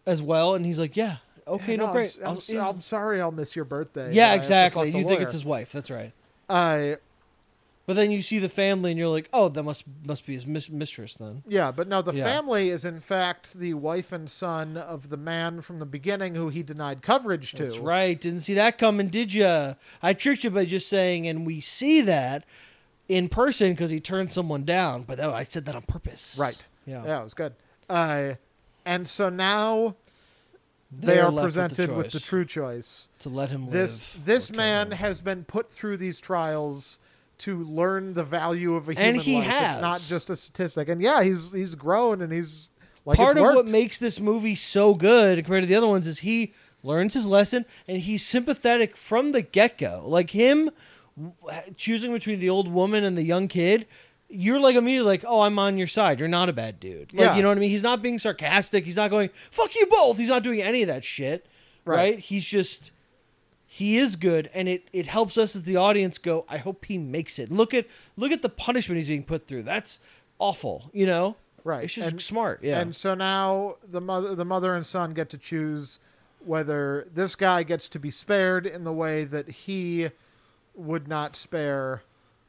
Speaker 1: as well, and he's like, "Yeah, okay,
Speaker 2: Yeah,
Speaker 1: no,
Speaker 2: I'm
Speaker 1: great."
Speaker 2: s- I'm,
Speaker 1: I'll-
Speaker 2: s-
Speaker 1: yeah."
Speaker 2: I'm sorry, I'll miss your birthday. I
Speaker 1: yeah,
Speaker 2: have to
Speaker 1: exactly.
Speaker 2: fuck
Speaker 1: And
Speaker 2: the
Speaker 1: you think it's
Speaker 2: lawyer.
Speaker 1: his wife? That's right.
Speaker 2: Uh,
Speaker 1: But then you see the family, and you're like, "Oh, that must must be his mis- mistress then."
Speaker 2: yeah, but no, the
Speaker 1: Yeah.
Speaker 2: family is in fact the wife and son of the man from the beginning who he denied coverage to.
Speaker 1: That's right. Didn't see that coming, did ya? I tricked you by just saying, and we see that in person because he turned someone down. But that, I said that on purpose.
Speaker 2: Right.
Speaker 1: Yeah.
Speaker 2: Yeah, it was good. Uh, and so now they
Speaker 1: They're
Speaker 2: are
Speaker 1: left with the
Speaker 2: presented with the
Speaker 1: choice.
Speaker 2: true choice.
Speaker 1: To let him
Speaker 2: this
Speaker 1: live.
Speaker 2: this
Speaker 1: or kill
Speaker 2: man
Speaker 1: him.
Speaker 2: has been put through these trials to learn the value of a human
Speaker 1: And he
Speaker 2: life.
Speaker 1: has.
Speaker 2: It's not just a statistic. And yeah, he's he's grown and he's like
Speaker 1: Part
Speaker 2: it's
Speaker 1: of what
Speaker 2: worked.
Speaker 1: makes this movie so good compared to the other ones is he learns his lesson and he's sympathetic from the get go. Like him w- choosing between the old woman and the young kid, you're like immediately like, oh, I'm on your side. You're not a bad dude. Like,
Speaker 2: Yeah.
Speaker 1: you know what I mean? He's not being sarcastic. He's not going, fuck you both. He's not doing any of that shit. Right.
Speaker 2: Right.
Speaker 1: He's just. He is good, and it, it helps us as the audience go. I hope he makes it. Look at look at the punishment he's being put through. That's awful, you know.
Speaker 2: Right.
Speaker 1: It's just
Speaker 2: And-
Speaker 1: smart. Yeah.
Speaker 2: And so now the mother the mother and son get to choose whether this guy gets to be spared in the way that he would not spare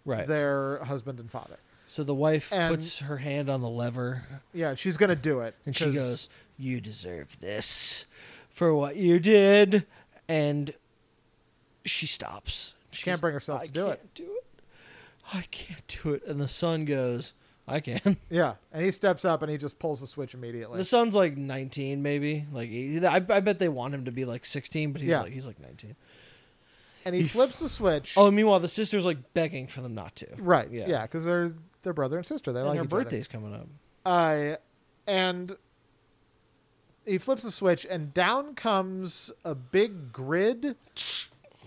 Speaker 1: Right.
Speaker 2: their husband and father.
Speaker 1: So the wife
Speaker 2: And-
Speaker 1: puts her hand on the lever
Speaker 2: Yeah, she's gonna do it.
Speaker 1: and she
Speaker 2: 'cause-
Speaker 1: goes, "You deserve this for what you did." And she stops. She
Speaker 2: Can't
Speaker 1: goes,
Speaker 2: bring herself
Speaker 1: "I
Speaker 2: to do it."
Speaker 1: can't Do it. I can't do it. And the son goes, "I
Speaker 2: <laughs>
Speaker 1: can."
Speaker 2: Yeah, and he steps up and he just pulls the switch immediately.
Speaker 1: The son's like 19 maybe. Like he- I, I bet they want him to be like 16, but he's
Speaker 2: Yeah.
Speaker 1: like he's like 19.
Speaker 2: and he
Speaker 1: he f-
Speaker 2: flips the switch.
Speaker 1: Oh, and meanwhile the sister's like begging for them not to.
Speaker 2: Right.
Speaker 1: Yeah.
Speaker 2: Yeah. because they're they're brother and sister. They
Speaker 1: and
Speaker 2: like
Speaker 1: her
Speaker 2: each other.
Speaker 1: birthday's coming up.
Speaker 2: Uh, and he flips the switch, and down comes a big grid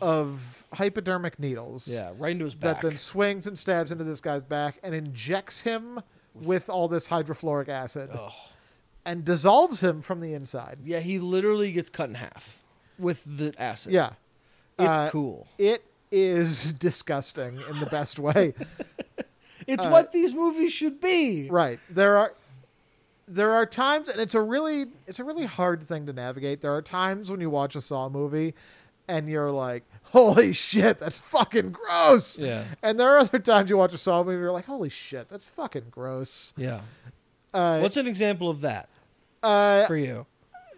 Speaker 2: of hypodermic needles.
Speaker 1: Yeah, right into his
Speaker 2: That
Speaker 1: back.
Speaker 2: then swings and stabs into this guy's back and injects him with all this hydrofluoric acid
Speaker 1: Ugh.
Speaker 2: and dissolves him from the inside.
Speaker 1: Yeah, he literally gets cut in half with the acid.
Speaker 2: Yeah.
Speaker 1: It's
Speaker 2: Uh,
Speaker 1: cool.
Speaker 2: It is <laughs> disgusting in the best way.
Speaker 1: It's
Speaker 2: uh,
Speaker 1: what these movies should be.
Speaker 2: Right. There are there are times and it's a really it's a really hard thing to navigate. There are times when you watch a Saw movie and you're like, "Holy shit, that's fucking gross."
Speaker 1: Yeah.
Speaker 2: And there are other times you watch a Saw movie and you're like, "Holy shit, that's fucking gross."
Speaker 1: Yeah.
Speaker 2: Uh,
Speaker 1: What's an example of that
Speaker 2: uh
Speaker 1: for you?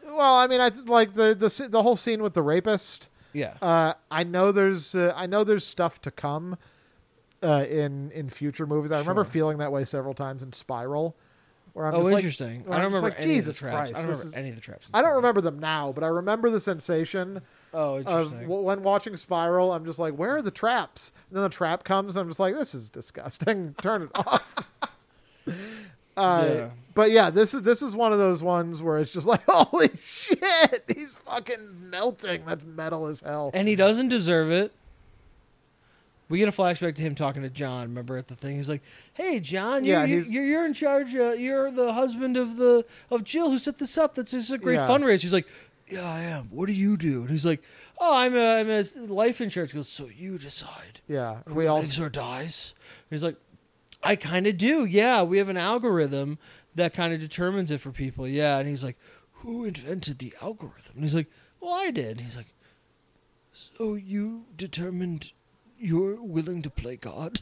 Speaker 2: well, I mean, I th- like the the s- the whole scene with the rapist.
Speaker 1: Yeah.
Speaker 2: Uh I know there's uh, I know there's stuff to come uh in in future movies. I remember
Speaker 1: Sure.
Speaker 2: feeling that way several times in Spiral. Where I'm
Speaker 1: oh,
Speaker 2: just like,
Speaker 1: interesting.
Speaker 2: where
Speaker 1: I don't
Speaker 2: I'm just
Speaker 1: remember
Speaker 2: like,
Speaker 1: any
Speaker 2: Jesus
Speaker 1: of the traps.
Speaker 2: Christ,
Speaker 1: I don't
Speaker 2: this
Speaker 1: remember
Speaker 2: is-
Speaker 1: any of the traps. in
Speaker 2: I don't
Speaker 1: Spiral.
Speaker 2: remember them now, but I remember the sensation
Speaker 1: Oh,
Speaker 2: of
Speaker 1: interesting.
Speaker 2: w- when watching Spiral. I'm just like, where are the traps? And then the trap comes, and I'm just like, this is disgusting. <laughs> Turn it off. Uh,
Speaker 1: Yeah.
Speaker 2: But yeah, this is this is one of those ones where it's just like, <laughs> holy shit, he's fucking melting. That's metal as hell.
Speaker 1: and he doesn't deserve it. We get a flashback to him talking to John. Remember at the thing, he's like, "Hey, John, you,
Speaker 2: Yeah,
Speaker 1: you,
Speaker 2: he's-
Speaker 1: you're you're in charge. Uh, you're the husband of the of Jill who set this up. That's this is a great
Speaker 2: Yeah.
Speaker 1: fundraiser." He's like, "Yeah, I am. What do you do?" And he's like, "Oh, I'm a, I'm a life insurance." He goes, "So you decide
Speaker 2: Yeah, and
Speaker 1: who
Speaker 2: we all <laughs>
Speaker 1: lives or dies?" And he's like, "I kind of do. Yeah, we have an algorithm that kind of determines it for people. Yeah." And he's like, "Who invented the algorithm?" And he's like, "Well, I did." And he's like. So you determined you're willing to play God? And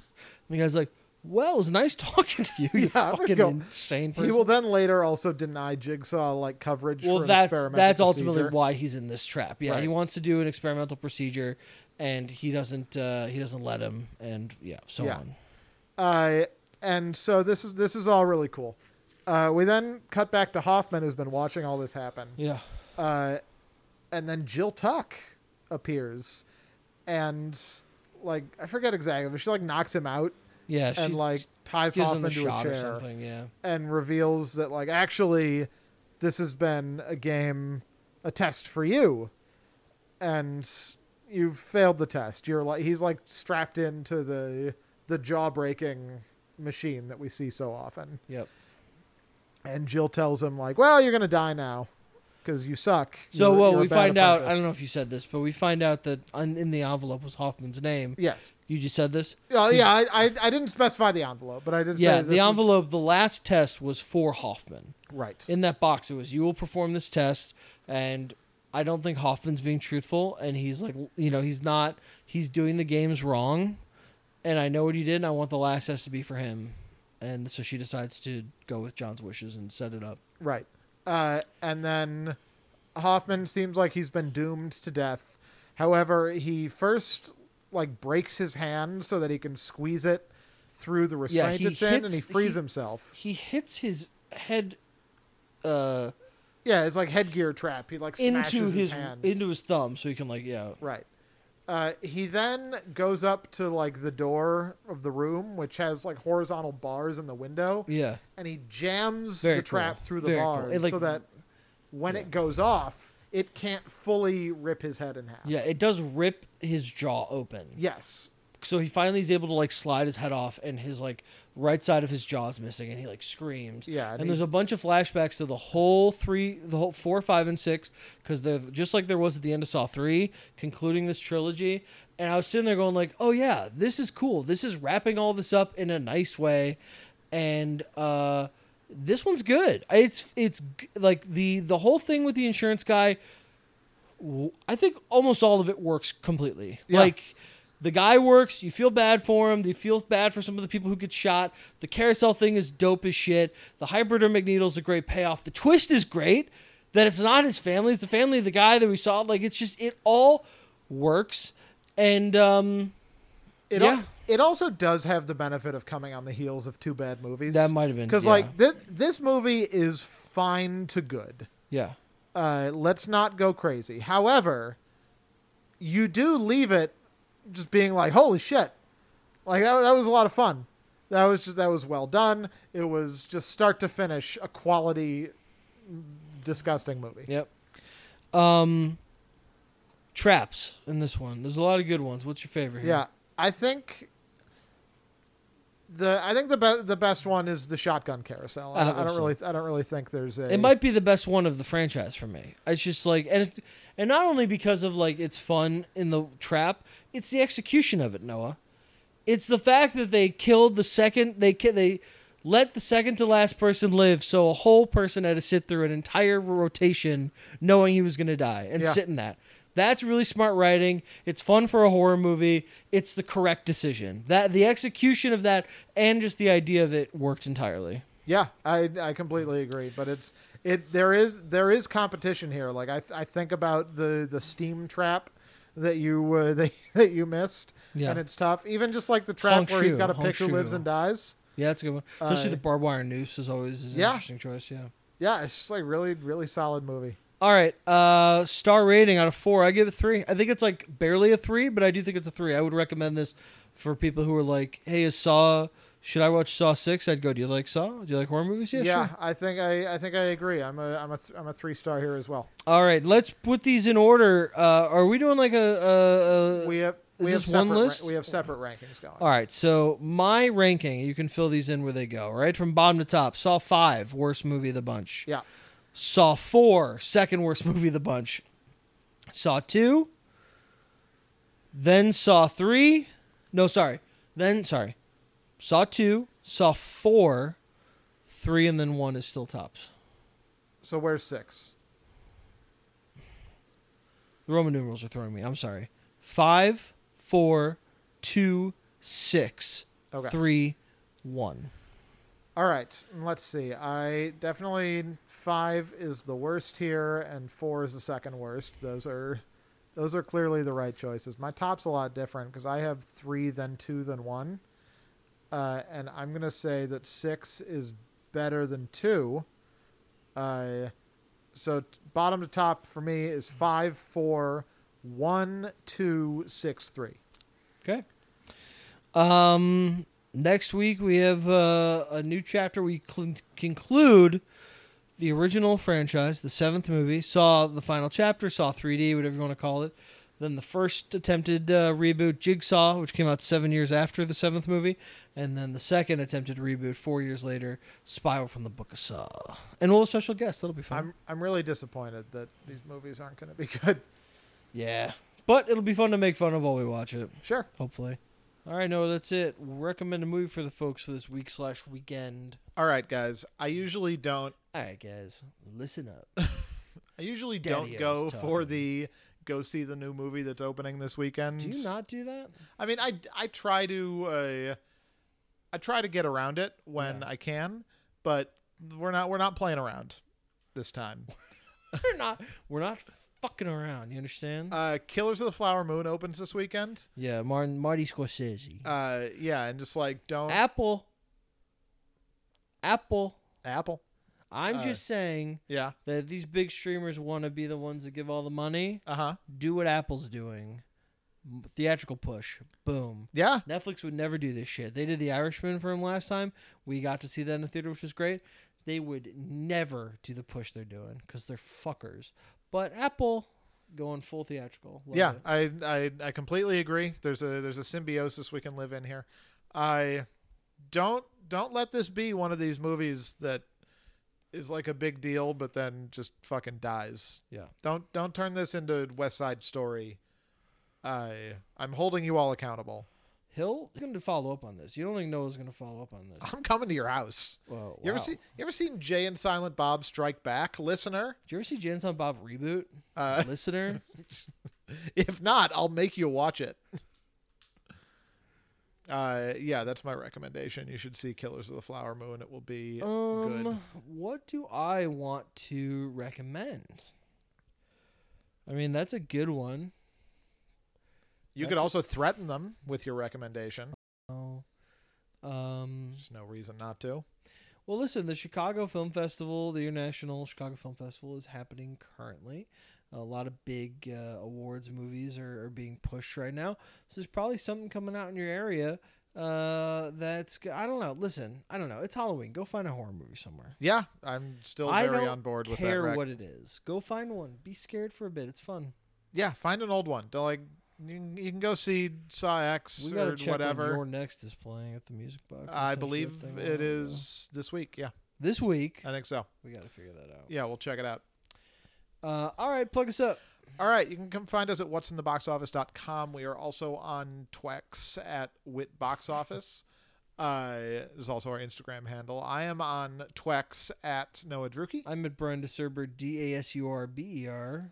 Speaker 1: the guy's like, Well, it was nice <laughs> talking to you, you
Speaker 2: Yeah, I'm gonna
Speaker 1: fucking
Speaker 2: go-
Speaker 1: insane person.
Speaker 2: He will then later also deny Jigsaw like coverage.
Speaker 1: well,
Speaker 2: for an
Speaker 1: that's
Speaker 2: experimental
Speaker 1: that's ultimately
Speaker 2: procedure.
Speaker 1: why he's in this trap. Yeah, he
Speaker 2: Right.
Speaker 1: wants to do an experimental procedure, and he doesn't. Uh, he doesn't let him, and yeah, so
Speaker 2: Yeah.
Speaker 1: on.
Speaker 2: Uh, and so this is this is all really cool. Uh, we then cut back to Hoffman, who's been watching all this happen.
Speaker 1: Yeah,
Speaker 2: Uh, and then Jill Tuck appears, and like I forget exactly, but she like knocks him out
Speaker 1: yeah. She
Speaker 2: and like ties
Speaker 1: gives him
Speaker 2: Hoffman
Speaker 1: a
Speaker 2: to a
Speaker 1: shot or
Speaker 2: chair
Speaker 1: something. Yeah,
Speaker 2: and reveals that like actually this has been a game, a test for you, and you failed the test. You're like he's like strapped into the the jaw breaking machine that we see so often.
Speaker 1: yep.
Speaker 2: And Jill tells him like, "Well, you're gonna die now, because you suck."
Speaker 1: So
Speaker 2: You're-
Speaker 1: well,
Speaker 2: you're a
Speaker 1: we
Speaker 2: bad
Speaker 1: find out. I
Speaker 2: apprentice."
Speaker 1: don't know if you said this, but we find out that on, in the envelope was Hoffman's name.
Speaker 2: Yes.
Speaker 1: You just said this.
Speaker 2: Uh, yeah, I, I I didn't specify the envelope, but I did.
Speaker 1: yeah,
Speaker 2: say this
Speaker 1: the
Speaker 2: is-
Speaker 1: envelope. The last test was for Hoffman.
Speaker 2: right.
Speaker 1: in that box it was you will perform this test and i don't think hoffman's being truthful and he's like you know he's not he's doing the games wrong and i know what he did and i want the last test to be for him and so she decides to go with john's wishes and set it up
Speaker 2: Right. Uh, and then Hoffman seems like he's been doomed to death. However, he first like breaks his hand so that he can squeeze it through the restraint
Speaker 1: he
Speaker 2: it's in, and
Speaker 1: hits-
Speaker 2: he frees
Speaker 1: he-
Speaker 2: himself.
Speaker 1: he hits his head uh
Speaker 2: Yeah, it's like headgear trap. He like smashes
Speaker 1: into his,
Speaker 2: hands.
Speaker 1: into his thumb so he can like yeah
Speaker 2: Right. Uh, he then goes up to like the door of the room, which has like horizontal bars in the window,
Speaker 1: yeah
Speaker 2: and he jams
Speaker 1: Very
Speaker 2: the trap
Speaker 1: cool.
Speaker 2: through the
Speaker 1: Very cool.
Speaker 2: bars
Speaker 1: It, like-
Speaker 2: so that when
Speaker 1: Yeah.
Speaker 2: it goes off, it can't fully rip his head in half.
Speaker 1: yeah it does rip his jaw open
Speaker 2: Yes.
Speaker 1: so he finally is able to like slide his head off and his like right side of his jaw's missing and he like screams
Speaker 2: Yeah.
Speaker 1: and
Speaker 2: he-
Speaker 1: there's a bunch of flashbacks to the whole three, the whole four, five, and six, because they're just like there was at the end of Saw three, concluding this trilogy. And I was sitting there going like, "Oh yeah, this is cool. This is wrapping all this up in a nice way," and uh, this one's good. It's it's g- like the the whole thing with the insurance guy. w- I think almost all of it works completely.
Speaker 2: Yeah.
Speaker 1: Like. The guy works. You feel bad for him. You feel bad for some of the people who get shot. The carousel thing is dope as shit. The hypodermic needle is a great payoff. The twist is great. That it's not his family. It's the family of the guy that we saw. Like it's just it all works. And um,
Speaker 2: it,
Speaker 1: yeah.
Speaker 2: al- it also does have the benefit of coming on the heels of two bad movies.
Speaker 1: that might have been
Speaker 2: because
Speaker 1: yeah,
Speaker 2: like this this movie is fine to good.
Speaker 1: yeah
Speaker 2: Uh, let's not go crazy. However, you do leave it just being like, holy shit, like that, that was a lot of fun. That was just that was well done. It was just start to finish a quality, disgusting movie.
Speaker 1: yep. Um, traps in this one. There's a lot of good ones. What's your favorite? Here?
Speaker 2: Yeah, I think the I think the best the best one is the shotgun carousel.
Speaker 1: I
Speaker 2: I, don't- I
Speaker 1: hope
Speaker 2: don't
Speaker 1: so.
Speaker 2: really I don't really think there's a
Speaker 1: It might be the best one of the franchise for me. It's just like, and it's, and not only because of like it's fun in the trap, it's the execution of it, Noah. It's the fact that they killed the second they ki- they let the second to last person live, so a whole person had to sit through an entire rotation knowing he was going to die and
Speaker 2: Yeah.
Speaker 1: sit in that. That's really smart writing. It's fun for a horror movie. It's the correct decision. That the execution of that and just the idea of it worked entirely.
Speaker 2: Yeah, I I completely agree. But it's it there is there is competition here. Like I I think about the the steam trap that you uh, <laughs> that, that you missed,
Speaker 1: Yeah.
Speaker 2: and it's tough. Even just like the trap
Speaker 1: Hong
Speaker 2: where he's
Speaker 1: Shu,
Speaker 2: got to
Speaker 1: Hong
Speaker 2: pick who lives
Speaker 1: Shu.
Speaker 2: and dies.
Speaker 1: Yeah, that's a good one. Especially
Speaker 2: Uh,
Speaker 1: the barbed wire noose is always is an
Speaker 2: Yeah.
Speaker 1: interesting choice. Yeah.
Speaker 2: Yeah, it's just like really really solid movie.
Speaker 1: All right. Uh, star rating out of four. I give it three. I think it's like barely a three, but I do think it's a three. I would recommend this for people who are like, "Hey, is Saw? Should I watch Saw 6? I'd go. Do you like Saw? Do you like horror movies? Yeah, sure.
Speaker 2: I think I I think I agree. I'm a I'm a th- I'm a three star here as well.
Speaker 1: All right. Let's put these in order. Uh, are we doing like a? a, a
Speaker 2: We have
Speaker 1: Is
Speaker 2: we have
Speaker 1: this one
Speaker 2: separate ra-
Speaker 1: list?
Speaker 2: we have separate rankings going.
Speaker 1: All right, so my ranking, you can fill these in where they go, right? From bottom to top. Saw 5, worst movie of the bunch.
Speaker 2: Yeah.
Speaker 1: Saw 4, second worst <laughs> movie of the bunch. Saw 2, then Saw 3. No, sorry. Then, sorry. Saw 2, Saw 4, 3, and then 1 is still tops.
Speaker 2: So where's six?
Speaker 1: The Roman numerals are throwing me. I'm sorry. Five, four, two, six,
Speaker 2: Okay.
Speaker 1: three, one.
Speaker 2: All right. and Let's see. I definitely five is the worst here, and four is the second worst. Those are those are clearly the right choices. My top's a lot different because I have three, then two, then one, uh, and I'm gonna say that six is better than two. Uh, so t- bottom to top for me is five, four, one, two, six, three.
Speaker 1: Okay. Um, next week we have uh, a new chapter. We cl- conclude the original franchise, the seventh movie. Saw the final chapter. Saw 3D, whatever you want to call it. Then the first attempted uh, reboot, Jigsaw, which came out seven years after the seventh movie, and then the second attempted reboot four years later, Spiral from the Book of Saw. And we'll have a special guest. That'll be fun.
Speaker 2: I'm I'm really disappointed that these movies aren't gonna be <laughs> good.
Speaker 1: Yeah. But it'll be fun to make fun of while we watch it,
Speaker 2: Sure.
Speaker 1: hopefully. All right, no, that's it. Recommend a movie for the folks for this week slash weekend.
Speaker 2: All right, guys. I usually don't
Speaker 1: All right, guys, listen
Speaker 2: <laughs>
Speaker 1: up.
Speaker 2: I usually
Speaker 1: Daddy
Speaker 2: don't go
Speaker 1: is
Speaker 2: for
Speaker 1: talking.
Speaker 2: the go see the new movie that's opening this weekend.
Speaker 1: Do you not do that?
Speaker 2: I mean, I I try to uh, I try to get around it when
Speaker 1: Yeah.
Speaker 2: I can, but we're not we're not playing around this
Speaker 1: <laughs>
Speaker 2: time.
Speaker 1: We're not. We're not fucking around. You understand?
Speaker 2: Uh, Killers of the Flower Moon opens this weekend.
Speaker 1: yeah, Martin Marty Scorsese.
Speaker 2: Uh, yeah, and just like don't
Speaker 1: Apple. Apple.
Speaker 2: Apple.
Speaker 1: I'm
Speaker 2: Uh,
Speaker 1: just saying
Speaker 2: Yeah.
Speaker 1: that if these big streamers want to be the ones that give all the money.
Speaker 2: Uh huh.
Speaker 1: Do what Apple's doing. M- Theatrical push. Boom.
Speaker 2: Yeah.
Speaker 1: Netflix would never do this shit. They did The Irishman for him last time. We got to see that in the theater, which was great. They would never do the push they're doing because they're fuckers. But Apple going full theatrical. Love
Speaker 2: yeah,
Speaker 1: it.
Speaker 2: I, I I completely agree. There's a there's a symbiosis we can live in here. I don't don't let this be one of these movies that is like a big deal but then just fucking dies.
Speaker 1: Yeah.
Speaker 2: Don't don't turn this into West Side Story. I I'm holding you all accountable.
Speaker 1: Hill going to follow up on this. You don't even know who's going to follow up on this.
Speaker 2: I'm coming to your house.
Speaker 1: Whoa,
Speaker 2: Ah, You ever
Speaker 1: wow.
Speaker 2: see you ever seen Jay and Silent Bob Strike Back, listener?
Speaker 1: Did you ever see Jans on Bob reboot?
Speaker 2: <laughs> Uh,
Speaker 1: Listener,
Speaker 2: if not, I'll make you watch it. Uh, yeah, that's my recommendation. You should see Killers of the Flower Moon. It will be
Speaker 1: um,
Speaker 2: good.
Speaker 1: what do I want to recommend? I mean, that's a good one.
Speaker 2: You
Speaker 1: that's
Speaker 2: could
Speaker 1: a-
Speaker 2: also threaten them with your recommendation.
Speaker 1: Oh, um,
Speaker 2: There's no reason not to.
Speaker 1: Well, listen, the Chicago Film Festival, the International Chicago Film Festival, is happening currently. A lot of big uh, awards movies are, are being pushed right now. So there's probably something coming out in your area uh, that's, g- I don't know. Listen, I don't know. It's Halloween. Go find a horror movie somewhere.
Speaker 2: Yeah, I'm still
Speaker 1: I
Speaker 2: very
Speaker 1: don't
Speaker 2: on board with that.
Speaker 1: Care
Speaker 2: Rec.
Speaker 1: what it is. Go find one. Be scared for a bit. It's fun.
Speaker 2: Yeah, find an old one. Don't like you can, you can go see Saw
Speaker 1: We
Speaker 2: X
Speaker 1: got
Speaker 2: or
Speaker 1: to check whatever.
Speaker 2: whatever.
Speaker 1: Your next is playing at the music box. or
Speaker 2: I
Speaker 1: some shit
Speaker 2: believe
Speaker 1: thing. I
Speaker 2: it
Speaker 1: don't know.
Speaker 2: is Uh, this week. Yeah,
Speaker 1: This week,
Speaker 2: I think so.
Speaker 1: we got to figure that out.
Speaker 2: Yeah, we'll check it out.
Speaker 1: Uh, all right, plug us up.
Speaker 2: All right, you can come find us at whatsintheboxoffice.com. We are also on Twex at witboxoffice. Uh, there's also our Instagram handle. I am on Twex at Noah Druki.
Speaker 1: I'm at Brian DeSerber, D A S U R B E R.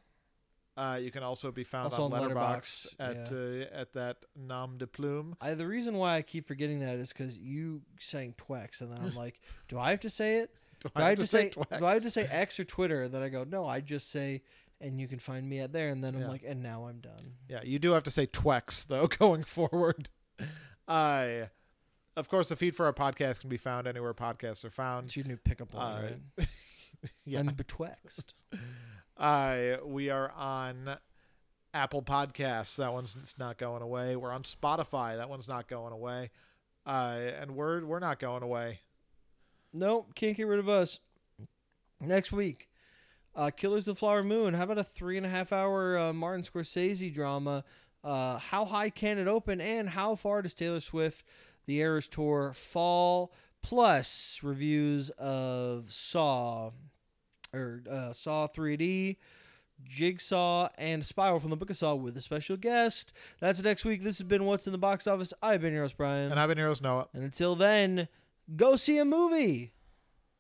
Speaker 2: Uh, you can also be found
Speaker 1: Also
Speaker 2: on
Speaker 1: on
Speaker 2: Letterboxd
Speaker 1: Letterboxd,
Speaker 2: at uh, at that nom de plume.
Speaker 1: I, the reason why I keep forgetting that is because you sang Twex, and then I'm like, do I have to say it?
Speaker 2: Do
Speaker 1: Do I have to say?
Speaker 2: Twex?
Speaker 1: Do I have to say X or Twitter? And then I go, no, I just say, and you can find me at there. And then I'm
Speaker 2: Yeah.
Speaker 1: like, and now I'm done.
Speaker 2: Yeah, you do have to say Twex though <laughs> going forward. Uh, of course, the feed for our podcast can be found anywhere podcasts are found.
Speaker 1: It's your new pickup line,
Speaker 2: Uh,
Speaker 1: right?
Speaker 2: Yeah.
Speaker 1: I'm betwixt.
Speaker 2: Uh, we are on Apple Podcasts. That one's it's not going away. We're on Spotify. That one's not going away. Uh, and we're we're not going away.
Speaker 1: Nope, can't get rid of us. Next week, uh, Killers of the Flower Moon. How about a three and a half hour uh, Martin Scorsese drama uh, how high can it open, and how far does Taylor Swift, the Eras Tour, fall? Plus reviews of Saw, or uh, Saw 3D, Jigsaw, and Spiral from the Book of Saw with a special guest. That's next week. This has been What's in the Box Office. I've been your host, Brian.
Speaker 2: And I've been Heroes Noah.
Speaker 1: and until then, go see a movie.